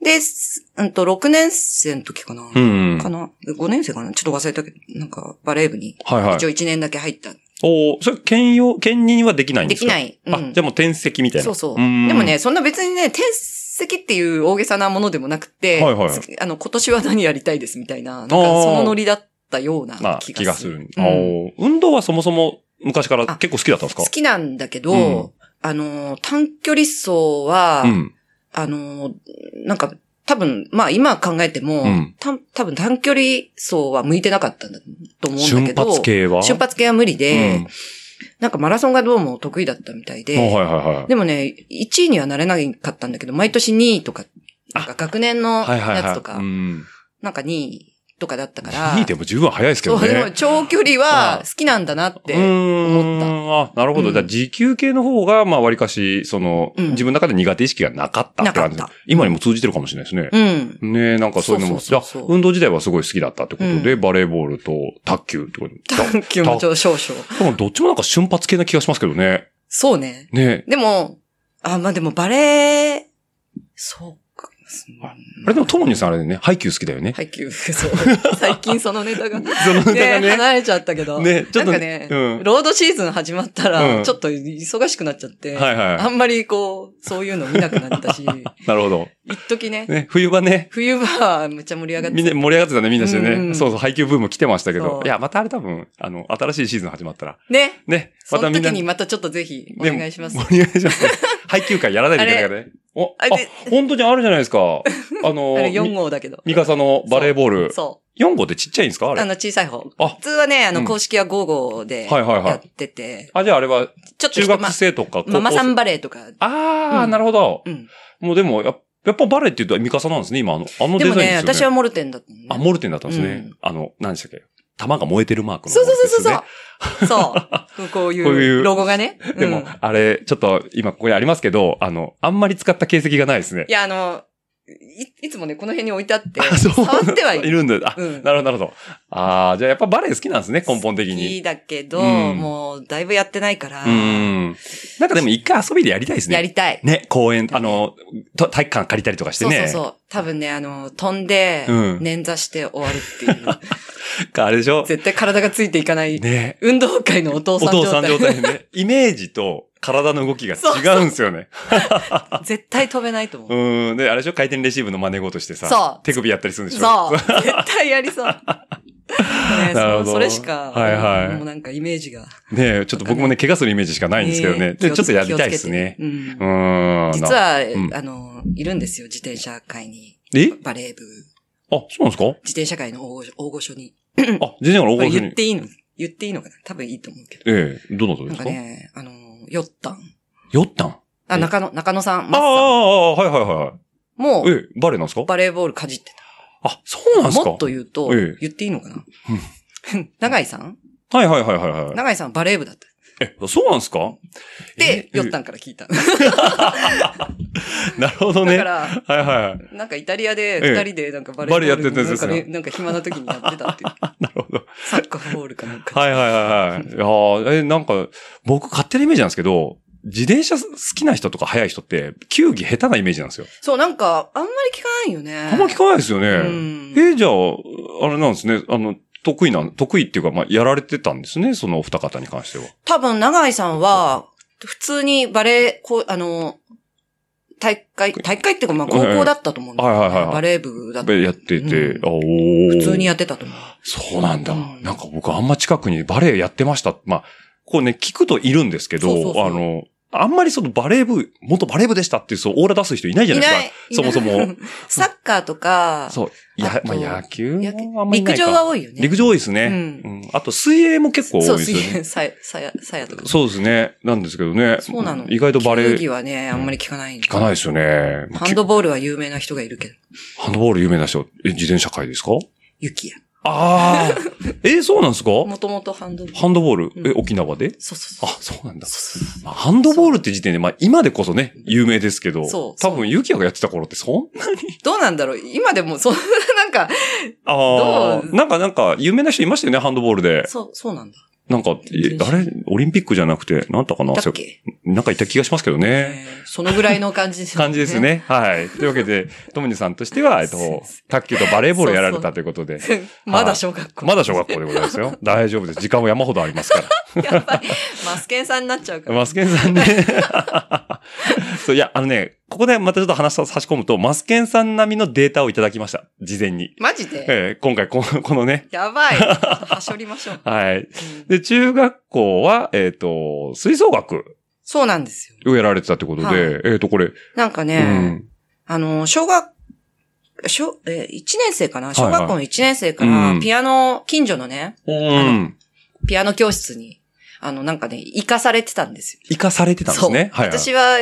[SPEAKER 1] で、すうんと、6年生の時かな、
[SPEAKER 2] うん。
[SPEAKER 1] かな ?5 年生かなちょっと忘れたけど、なんかバレー部に
[SPEAKER 2] はいはい
[SPEAKER 1] 一応。1年だけ入った。
[SPEAKER 2] おーそれ兼用、兼任はできないんで
[SPEAKER 1] です
[SPEAKER 2] か
[SPEAKER 1] きない。うん
[SPEAKER 2] あ、じゃあもう転籍みたいな。
[SPEAKER 1] そうそう。
[SPEAKER 2] ん
[SPEAKER 1] でもね、、そんな別にね、転籍っていう大げさなものでもなくて、
[SPEAKER 2] はいはいはい
[SPEAKER 1] すあの、今年は何やりたいですみたいな、なんか
[SPEAKER 2] あー
[SPEAKER 1] そのノリだったような
[SPEAKER 2] まあ、
[SPEAKER 1] 気
[SPEAKER 2] 気
[SPEAKER 1] が
[SPEAKER 2] が
[SPEAKER 1] す
[SPEAKER 2] す
[SPEAKER 1] る
[SPEAKER 2] る。。
[SPEAKER 1] うん
[SPEAKER 2] おー運動はそもそも昔から結構好きだったんですか
[SPEAKER 1] 好きなんだけど、
[SPEAKER 2] うん
[SPEAKER 1] あの、短距離走は、
[SPEAKER 2] うん。
[SPEAKER 1] あの、なんか、多分、まあ今考えても、
[SPEAKER 2] うん
[SPEAKER 1] た多分短距離走は向いてなかったんだと思うんだけ
[SPEAKER 2] 瞬
[SPEAKER 1] ど、
[SPEAKER 2] 発系は
[SPEAKER 1] 瞬発系は無理
[SPEAKER 2] う
[SPEAKER 1] で、
[SPEAKER 2] ん
[SPEAKER 1] なんかマラソンがどうも得意だったみたいで、
[SPEAKER 2] あはいはいはい。
[SPEAKER 1] でもね、1位にはなれなかったんだけど、毎年2位とか、なんか学年の
[SPEAKER 2] はいはいはい。
[SPEAKER 1] やつとか
[SPEAKER 2] う、ん。
[SPEAKER 1] なんか2位とかだったから、
[SPEAKER 2] 2位でも十分早いですけ
[SPEAKER 1] そ
[SPEAKER 2] ど
[SPEAKER 1] う、
[SPEAKER 2] ね。
[SPEAKER 1] でも長距離
[SPEAKER 2] あ
[SPEAKER 1] は
[SPEAKER 2] あ
[SPEAKER 1] 好きなんだなって
[SPEAKER 2] う
[SPEAKER 1] 思った。
[SPEAKER 2] ーんあ、なるほど。
[SPEAKER 1] うん
[SPEAKER 2] じゃあ、時給系の方が、まあ、わりかし、その、
[SPEAKER 1] うん
[SPEAKER 2] 自分の中で苦手意識がなかったって感じ
[SPEAKER 1] なかった。
[SPEAKER 2] 今にも通じてるかもしれないですね。
[SPEAKER 1] うん。
[SPEAKER 2] ねえ、なんかそういうのも。
[SPEAKER 1] そうそうそうそう
[SPEAKER 2] じゃあ運動自体はすごい好きだったってことで、
[SPEAKER 1] う
[SPEAKER 2] バレーボールと卓球ってことだ。
[SPEAKER 1] 短距離もちょっと少々。
[SPEAKER 2] でも、どっちもなんか瞬発系な気がしますけどね。
[SPEAKER 1] そうね。
[SPEAKER 2] ねえ。
[SPEAKER 1] でも、あ、まあでもバレー、そうか。
[SPEAKER 2] あれでも、ともにさんあれだよね、ハイキュー好きだよね。
[SPEAKER 1] 配給、そう。 最近 そのネタが。ね、
[SPEAKER 2] そのネ タがね。
[SPEAKER 1] 離れちゃったけど。
[SPEAKER 2] ね、ちょっと
[SPEAKER 1] なんかね、
[SPEAKER 2] うん。
[SPEAKER 1] ロードシーズン始まったら、
[SPEAKER 2] うん
[SPEAKER 1] ちょっと忙しくなっちゃって、
[SPEAKER 2] はい
[SPEAKER 1] あ
[SPEAKER 2] は
[SPEAKER 1] んまりこう、そういうの見なくなった し、
[SPEAKER 2] い。なるほど。
[SPEAKER 1] 一時ね、
[SPEAKER 2] ね、冬場ね、
[SPEAKER 1] 冬場はむっちゃ盛り上がって
[SPEAKER 2] みんな盛り上がってたね、みんなして
[SPEAKER 1] うんうん
[SPEAKER 2] ね。そうそう、配給ブーム来てましたけ
[SPEAKER 1] そ
[SPEAKER 2] ど
[SPEAKER 1] う。
[SPEAKER 2] いや、またあれ多分、あの、新しいシーズン始まったら。
[SPEAKER 1] ね。
[SPEAKER 2] ね、
[SPEAKER 1] そ
[SPEAKER 2] また
[SPEAKER 1] の
[SPEAKER 2] みんな。
[SPEAKER 1] 時にまたちょっとぜひお
[SPEAKER 2] ね
[SPEAKER 1] 願いします。
[SPEAKER 2] お願いします。配給会やらないといけないからね。お、あ
[SPEAKER 1] あで、
[SPEAKER 2] 本当にあるじゃないですか。あの
[SPEAKER 1] あれ、4
[SPEAKER 2] み
[SPEAKER 1] 号だけど。
[SPEAKER 2] ミカサのバレーボール。
[SPEAKER 1] そ
[SPEAKER 2] 4号ってちっちゃいんですかあ
[SPEAKER 1] う。あ
[SPEAKER 2] れ。
[SPEAKER 1] の、小さい方。
[SPEAKER 2] あ
[SPEAKER 1] 普、通はね、あ
[SPEAKER 2] う
[SPEAKER 1] の、
[SPEAKER 2] ん
[SPEAKER 1] 公式は5号で
[SPEAKER 2] はいはいはい
[SPEAKER 1] やってて、
[SPEAKER 2] あ、じゃああれは
[SPEAKER 1] ちょっと
[SPEAKER 2] 中
[SPEAKER 1] 人ま
[SPEAKER 2] 学生とか高校生
[SPEAKER 1] ママさんバレーとか。
[SPEAKER 2] あ
[SPEAKER 1] う
[SPEAKER 2] ー、
[SPEAKER 1] ん
[SPEAKER 2] なるほど
[SPEAKER 1] う。ん。
[SPEAKER 2] もうでも、ややっぱバレーって言うとミカサなんですね、今。あの、あの
[SPEAKER 1] で
[SPEAKER 2] デザインで
[SPEAKER 1] も
[SPEAKER 2] す
[SPEAKER 1] ね、
[SPEAKER 2] よね。
[SPEAKER 1] 私はモルテンだったのね
[SPEAKER 2] あ、モルテンだったんです
[SPEAKER 1] う
[SPEAKER 2] ね
[SPEAKER 1] ん。
[SPEAKER 2] あの、何でしたっけ玉が燃えてるマークの。。
[SPEAKER 1] そうそうそうそうう。そう。 こう
[SPEAKER 2] こう
[SPEAKER 1] い
[SPEAKER 2] いうう
[SPEAKER 1] ロゴがね。
[SPEAKER 2] で
[SPEAKER 1] う
[SPEAKER 2] も
[SPEAKER 1] ん、
[SPEAKER 2] あれ、ちょっと今ここにありますけど、あの、あんまり使った形跡がないですね
[SPEAKER 1] い。や、あの、いいつもね、この辺に置いてあって、
[SPEAKER 2] あそう
[SPEAKER 1] 触っては い
[SPEAKER 2] い
[SPEAKER 1] る。
[SPEAKER 2] るんだ。あ、
[SPEAKER 1] うん。
[SPEAKER 2] なるほど、なるほど。ああ、じゃあやっぱバレー好きなんですね、根本的
[SPEAKER 1] 好
[SPEAKER 2] に。
[SPEAKER 1] きだけど、
[SPEAKER 2] うん
[SPEAKER 1] もう、だいぶやってないから
[SPEAKER 2] う、ん。なんかでも一回遊びでやりたいです
[SPEAKER 1] や
[SPEAKER 2] ね。
[SPEAKER 1] りたい。
[SPEAKER 2] ね、公園、あの、と体育館借りたりとかしてね。
[SPEAKER 1] そうそうそう。多分ね、あの、飛んで
[SPEAKER 2] う、ん
[SPEAKER 1] 捻挫して終わるっていう。
[SPEAKER 2] あれでしょ
[SPEAKER 1] 絶対体がついていかな い、
[SPEAKER 2] ね。
[SPEAKER 1] 運動会のお父
[SPEAKER 2] お
[SPEAKER 1] さん状
[SPEAKER 2] 父さ
[SPEAKER 1] 態。
[SPEAKER 2] ん状態でね。イメージと体の動きが違うんですよね。
[SPEAKER 1] 絶対飛べないと思う。
[SPEAKER 2] うん。で、あれでしょ回転レシーブの真似事してさ。
[SPEAKER 1] そう
[SPEAKER 2] 手首やったりするんでしょ
[SPEAKER 1] そう。絶対やりそう。ね
[SPEAKER 2] なる
[SPEAKER 1] そ
[SPEAKER 2] ほ
[SPEAKER 1] う
[SPEAKER 2] ど
[SPEAKER 1] それしか、
[SPEAKER 2] はいはい
[SPEAKER 1] もうなんかイメージが。
[SPEAKER 2] ねちょっと僕も ね、怪我するイメージしかないんですけどね。
[SPEAKER 1] 気
[SPEAKER 2] で、
[SPEAKER 1] を
[SPEAKER 2] ちょっ
[SPEAKER 1] つ
[SPEAKER 2] とやりたいですね。
[SPEAKER 1] 気をつけて
[SPEAKER 2] う
[SPEAKER 1] うん
[SPEAKER 2] ん。
[SPEAKER 1] 実は、
[SPEAKER 2] うん
[SPEAKER 1] あの、いるんですよ、自転車会に。
[SPEAKER 2] え
[SPEAKER 1] バレー部。
[SPEAKER 2] あ、そうなんです
[SPEAKER 1] 自転車界の大御所大御所に。
[SPEAKER 2] かあ、全然から
[SPEAKER 1] こ
[SPEAKER 2] 大
[SPEAKER 1] れ
[SPEAKER 2] 御所
[SPEAKER 1] 言
[SPEAKER 2] に
[SPEAKER 1] っ。ていいの言っていいのかな多分いいと思うけど。
[SPEAKER 2] ええ、どんなとこ
[SPEAKER 1] な
[SPEAKER 2] で
[SPEAKER 1] ん
[SPEAKER 2] す
[SPEAKER 1] か
[SPEAKER 2] か
[SPEAKER 1] ね、あのー、ヨッタン。
[SPEAKER 2] 酔ったんあ
[SPEAKER 1] あ、
[SPEAKER 2] え
[SPEAKER 1] 中野、中野さん、
[SPEAKER 2] あ、あ
[SPEAKER 1] マ
[SPEAKER 2] あ
[SPEAKER 1] ッサ
[SPEAKER 2] あ、はいはいは
[SPEAKER 1] ンも
[SPEAKER 2] い。ええ、バレエなんですか
[SPEAKER 1] バレーボールかじって
[SPEAKER 2] あ、そうなん
[SPEAKER 1] た。
[SPEAKER 2] ですか
[SPEAKER 1] もっと言うと、
[SPEAKER 2] ええ
[SPEAKER 1] 言っていいのかな 長井さん
[SPEAKER 2] はいはいはいはいはい。
[SPEAKER 1] 長井さんはバレー部だった。
[SPEAKER 2] え、そうなんですかえ
[SPEAKER 1] で、ヨッタンから聞いた。
[SPEAKER 2] なるほど
[SPEAKER 1] だ
[SPEAKER 2] ね。はい
[SPEAKER 1] から、
[SPEAKER 2] はいはい。
[SPEAKER 1] なんかイタリアで
[SPEAKER 2] ええ
[SPEAKER 1] 二人でなんかバレー
[SPEAKER 2] バレーやってたやつ
[SPEAKER 1] な
[SPEAKER 2] で
[SPEAKER 1] ん
[SPEAKER 2] す
[SPEAKER 1] か
[SPEAKER 2] よ
[SPEAKER 1] ね、なんか暇な時にやってた っていう。
[SPEAKER 2] なるほど。
[SPEAKER 1] サッカーボールかなんか。
[SPEAKER 2] はいはいはいはい。いやーえ、なんか、僕勝手なイメージなんですけど、自転車好きな人とか速い人って、球技下手なイメージなんですよ。
[SPEAKER 1] そう、なんか、あんまり聞かないよね。
[SPEAKER 2] あんま聞かないですよね。
[SPEAKER 1] うん
[SPEAKER 2] え、じゃあ、あれなんですね。あの、得意な、得意っていうか、まあ、やられてたんですね。そのお二方に関しては。
[SPEAKER 1] 多分、長井さんは、普通にバレー、こう、あの、大会、大会っていうか、まあ、高校だったと思うんだよね
[SPEAKER 2] はいはいはいはい
[SPEAKER 1] バレー部だった。
[SPEAKER 2] やってて、
[SPEAKER 1] うん
[SPEAKER 2] あおー
[SPEAKER 1] 普通にやってたと思う。
[SPEAKER 2] そうなんだ。
[SPEAKER 1] うん
[SPEAKER 2] なんか僕あんま近くにバレエやってました。まあ、こうね、聞くといるんですけど、
[SPEAKER 1] そうそうそう
[SPEAKER 2] あの、あんまりそのバレー部、元バレー部でしたっていう、そう、オーラ出す人いないじゃないですか。
[SPEAKER 1] いない
[SPEAKER 2] そもそも。
[SPEAKER 1] サッカーとか、
[SPEAKER 2] そう。いや
[SPEAKER 1] あ、と
[SPEAKER 2] まあ野球
[SPEAKER 1] 野
[SPEAKER 2] もあんまりな
[SPEAKER 1] 陸
[SPEAKER 2] いか
[SPEAKER 1] 上は多いよね。
[SPEAKER 2] 陸上多いですね、
[SPEAKER 1] う
[SPEAKER 2] うんあと水泳も結構多い
[SPEAKER 1] そう、
[SPEAKER 2] です
[SPEAKER 1] 水
[SPEAKER 2] よね。
[SPEAKER 1] 泳、さや、さや、さやとか。
[SPEAKER 2] そうですね。なんですけどね。
[SPEAKER 1] そうなの。
[SPEAKER 2] 意外とバレー
[SPEAKER 1] 球技、はね、あんまり聞かない。
[SPEAKER 2] 聞かないですよね。
[SPEAKER 1] ハンドボールは有名な人がいるけど。
[SPEAKER 2] ハンドボール有名な人、え自転車界ですか
[SPEAKER 1] ユキや。
[SPEAKER 2] ああ。 えーそうなんですか
[SPEAKER 1] もともとハンドボール。
[SPEAKER 2] ハンドボール、
[SPEAKER 1] うん
[SPEAKER 2] え、沖縄で
[SPEAKER 1] そうそう
[SPEAKER 2] あ
[SPEAKER 1] そう。、
[SPEAKER 2] そうなんだ。
[SPEAKER 1] そうそうそう
[SPEAKER 2] まあハンドボールって時点で、まあ今でこそね、有名ですけど、
[SPEAKER 1] そうそ
[SPEAKER 2] 多
[SPEAKER 1] う
[SPEAKER 2] 分ユキヤがやってた頃ってそんな、
[SPEAKER 1] どうなんだろう今でも、そんな、なんか、
[SPEAKER 2] ああ、
[SPEAKER 1] ど
[SPEAKER 2] なんかなんか有名な人いましたよね、ハンドボールで。
[SPEAKER 1] そう、そうなんだ。
[SPEAKER 2] なんか、えあれオリンピックじゃなくて、なんだかな
[SPEAKER 1] だっけ
[SPEAKER 2] なんかいた気がしますけどね。
[SPEAKER 1] えーそのぐらいの感じです
[SPEAKER 2] 感じです。ね。はい。というわけで、トムニさんとしては、えっと、卓球とバレーボールやられたということで。
[SPEAKER 1] まだ小学校。
[SPEAKER 2] まだ小学校でございます よ。大丈夫です。時間は山ほどありますから。
[SPEAKER 1] やばい。マスケンさんになっちゃうから。
[SPEAKER 2] マスケンさんね。そう、いや、あのね、ここでまたちょっと話を差し込むと、マスケンさん並みのデータをいただきました。事前に。
[SPEAKER 1] マジで
[SPEAKER 2] えー今回この、このね。
[SPEAKER 1] やばい。ちょっとはしょりましょう。
[SPEAKER 2] はい。
[SPEAKER 1] うん
[SPEAKER 2] で、中学校は、えっ、と、吹奏楽
[SPEAKER 1] そうなんですよ。
[SPEAKER 2] をやられてたってことで、
[SPEAKER 1] はい
[SPEAKER 2] えっ、と、これ、
[SPEAKER 1] なんか
[SPEAKER 2] う
[SPEAKER 1] ね、
[SPEAKER 2] ん。
[SPEAKER 1] あの、小学、小、えー、一年生か
[SPEAKER 2] は
[SPEAKER 1] な
[SPEAKER 2] いは
[SPEAKER 1] 小
[SPEAKER 2] い
[SPEAKER 1] 学校の一年生か
[SPEAKER 2] うん
[SPEAKER 1] ら、ピアノ、近所のね、
[SPEAKER 2] うん。
[SPEAKER 1] ピアノ教室に、あの、なんかね、行かされてたんですよ。
[SPEAKER 2] 生かされてたんですね。はい、はい。
[SPEAKER 1] 私は、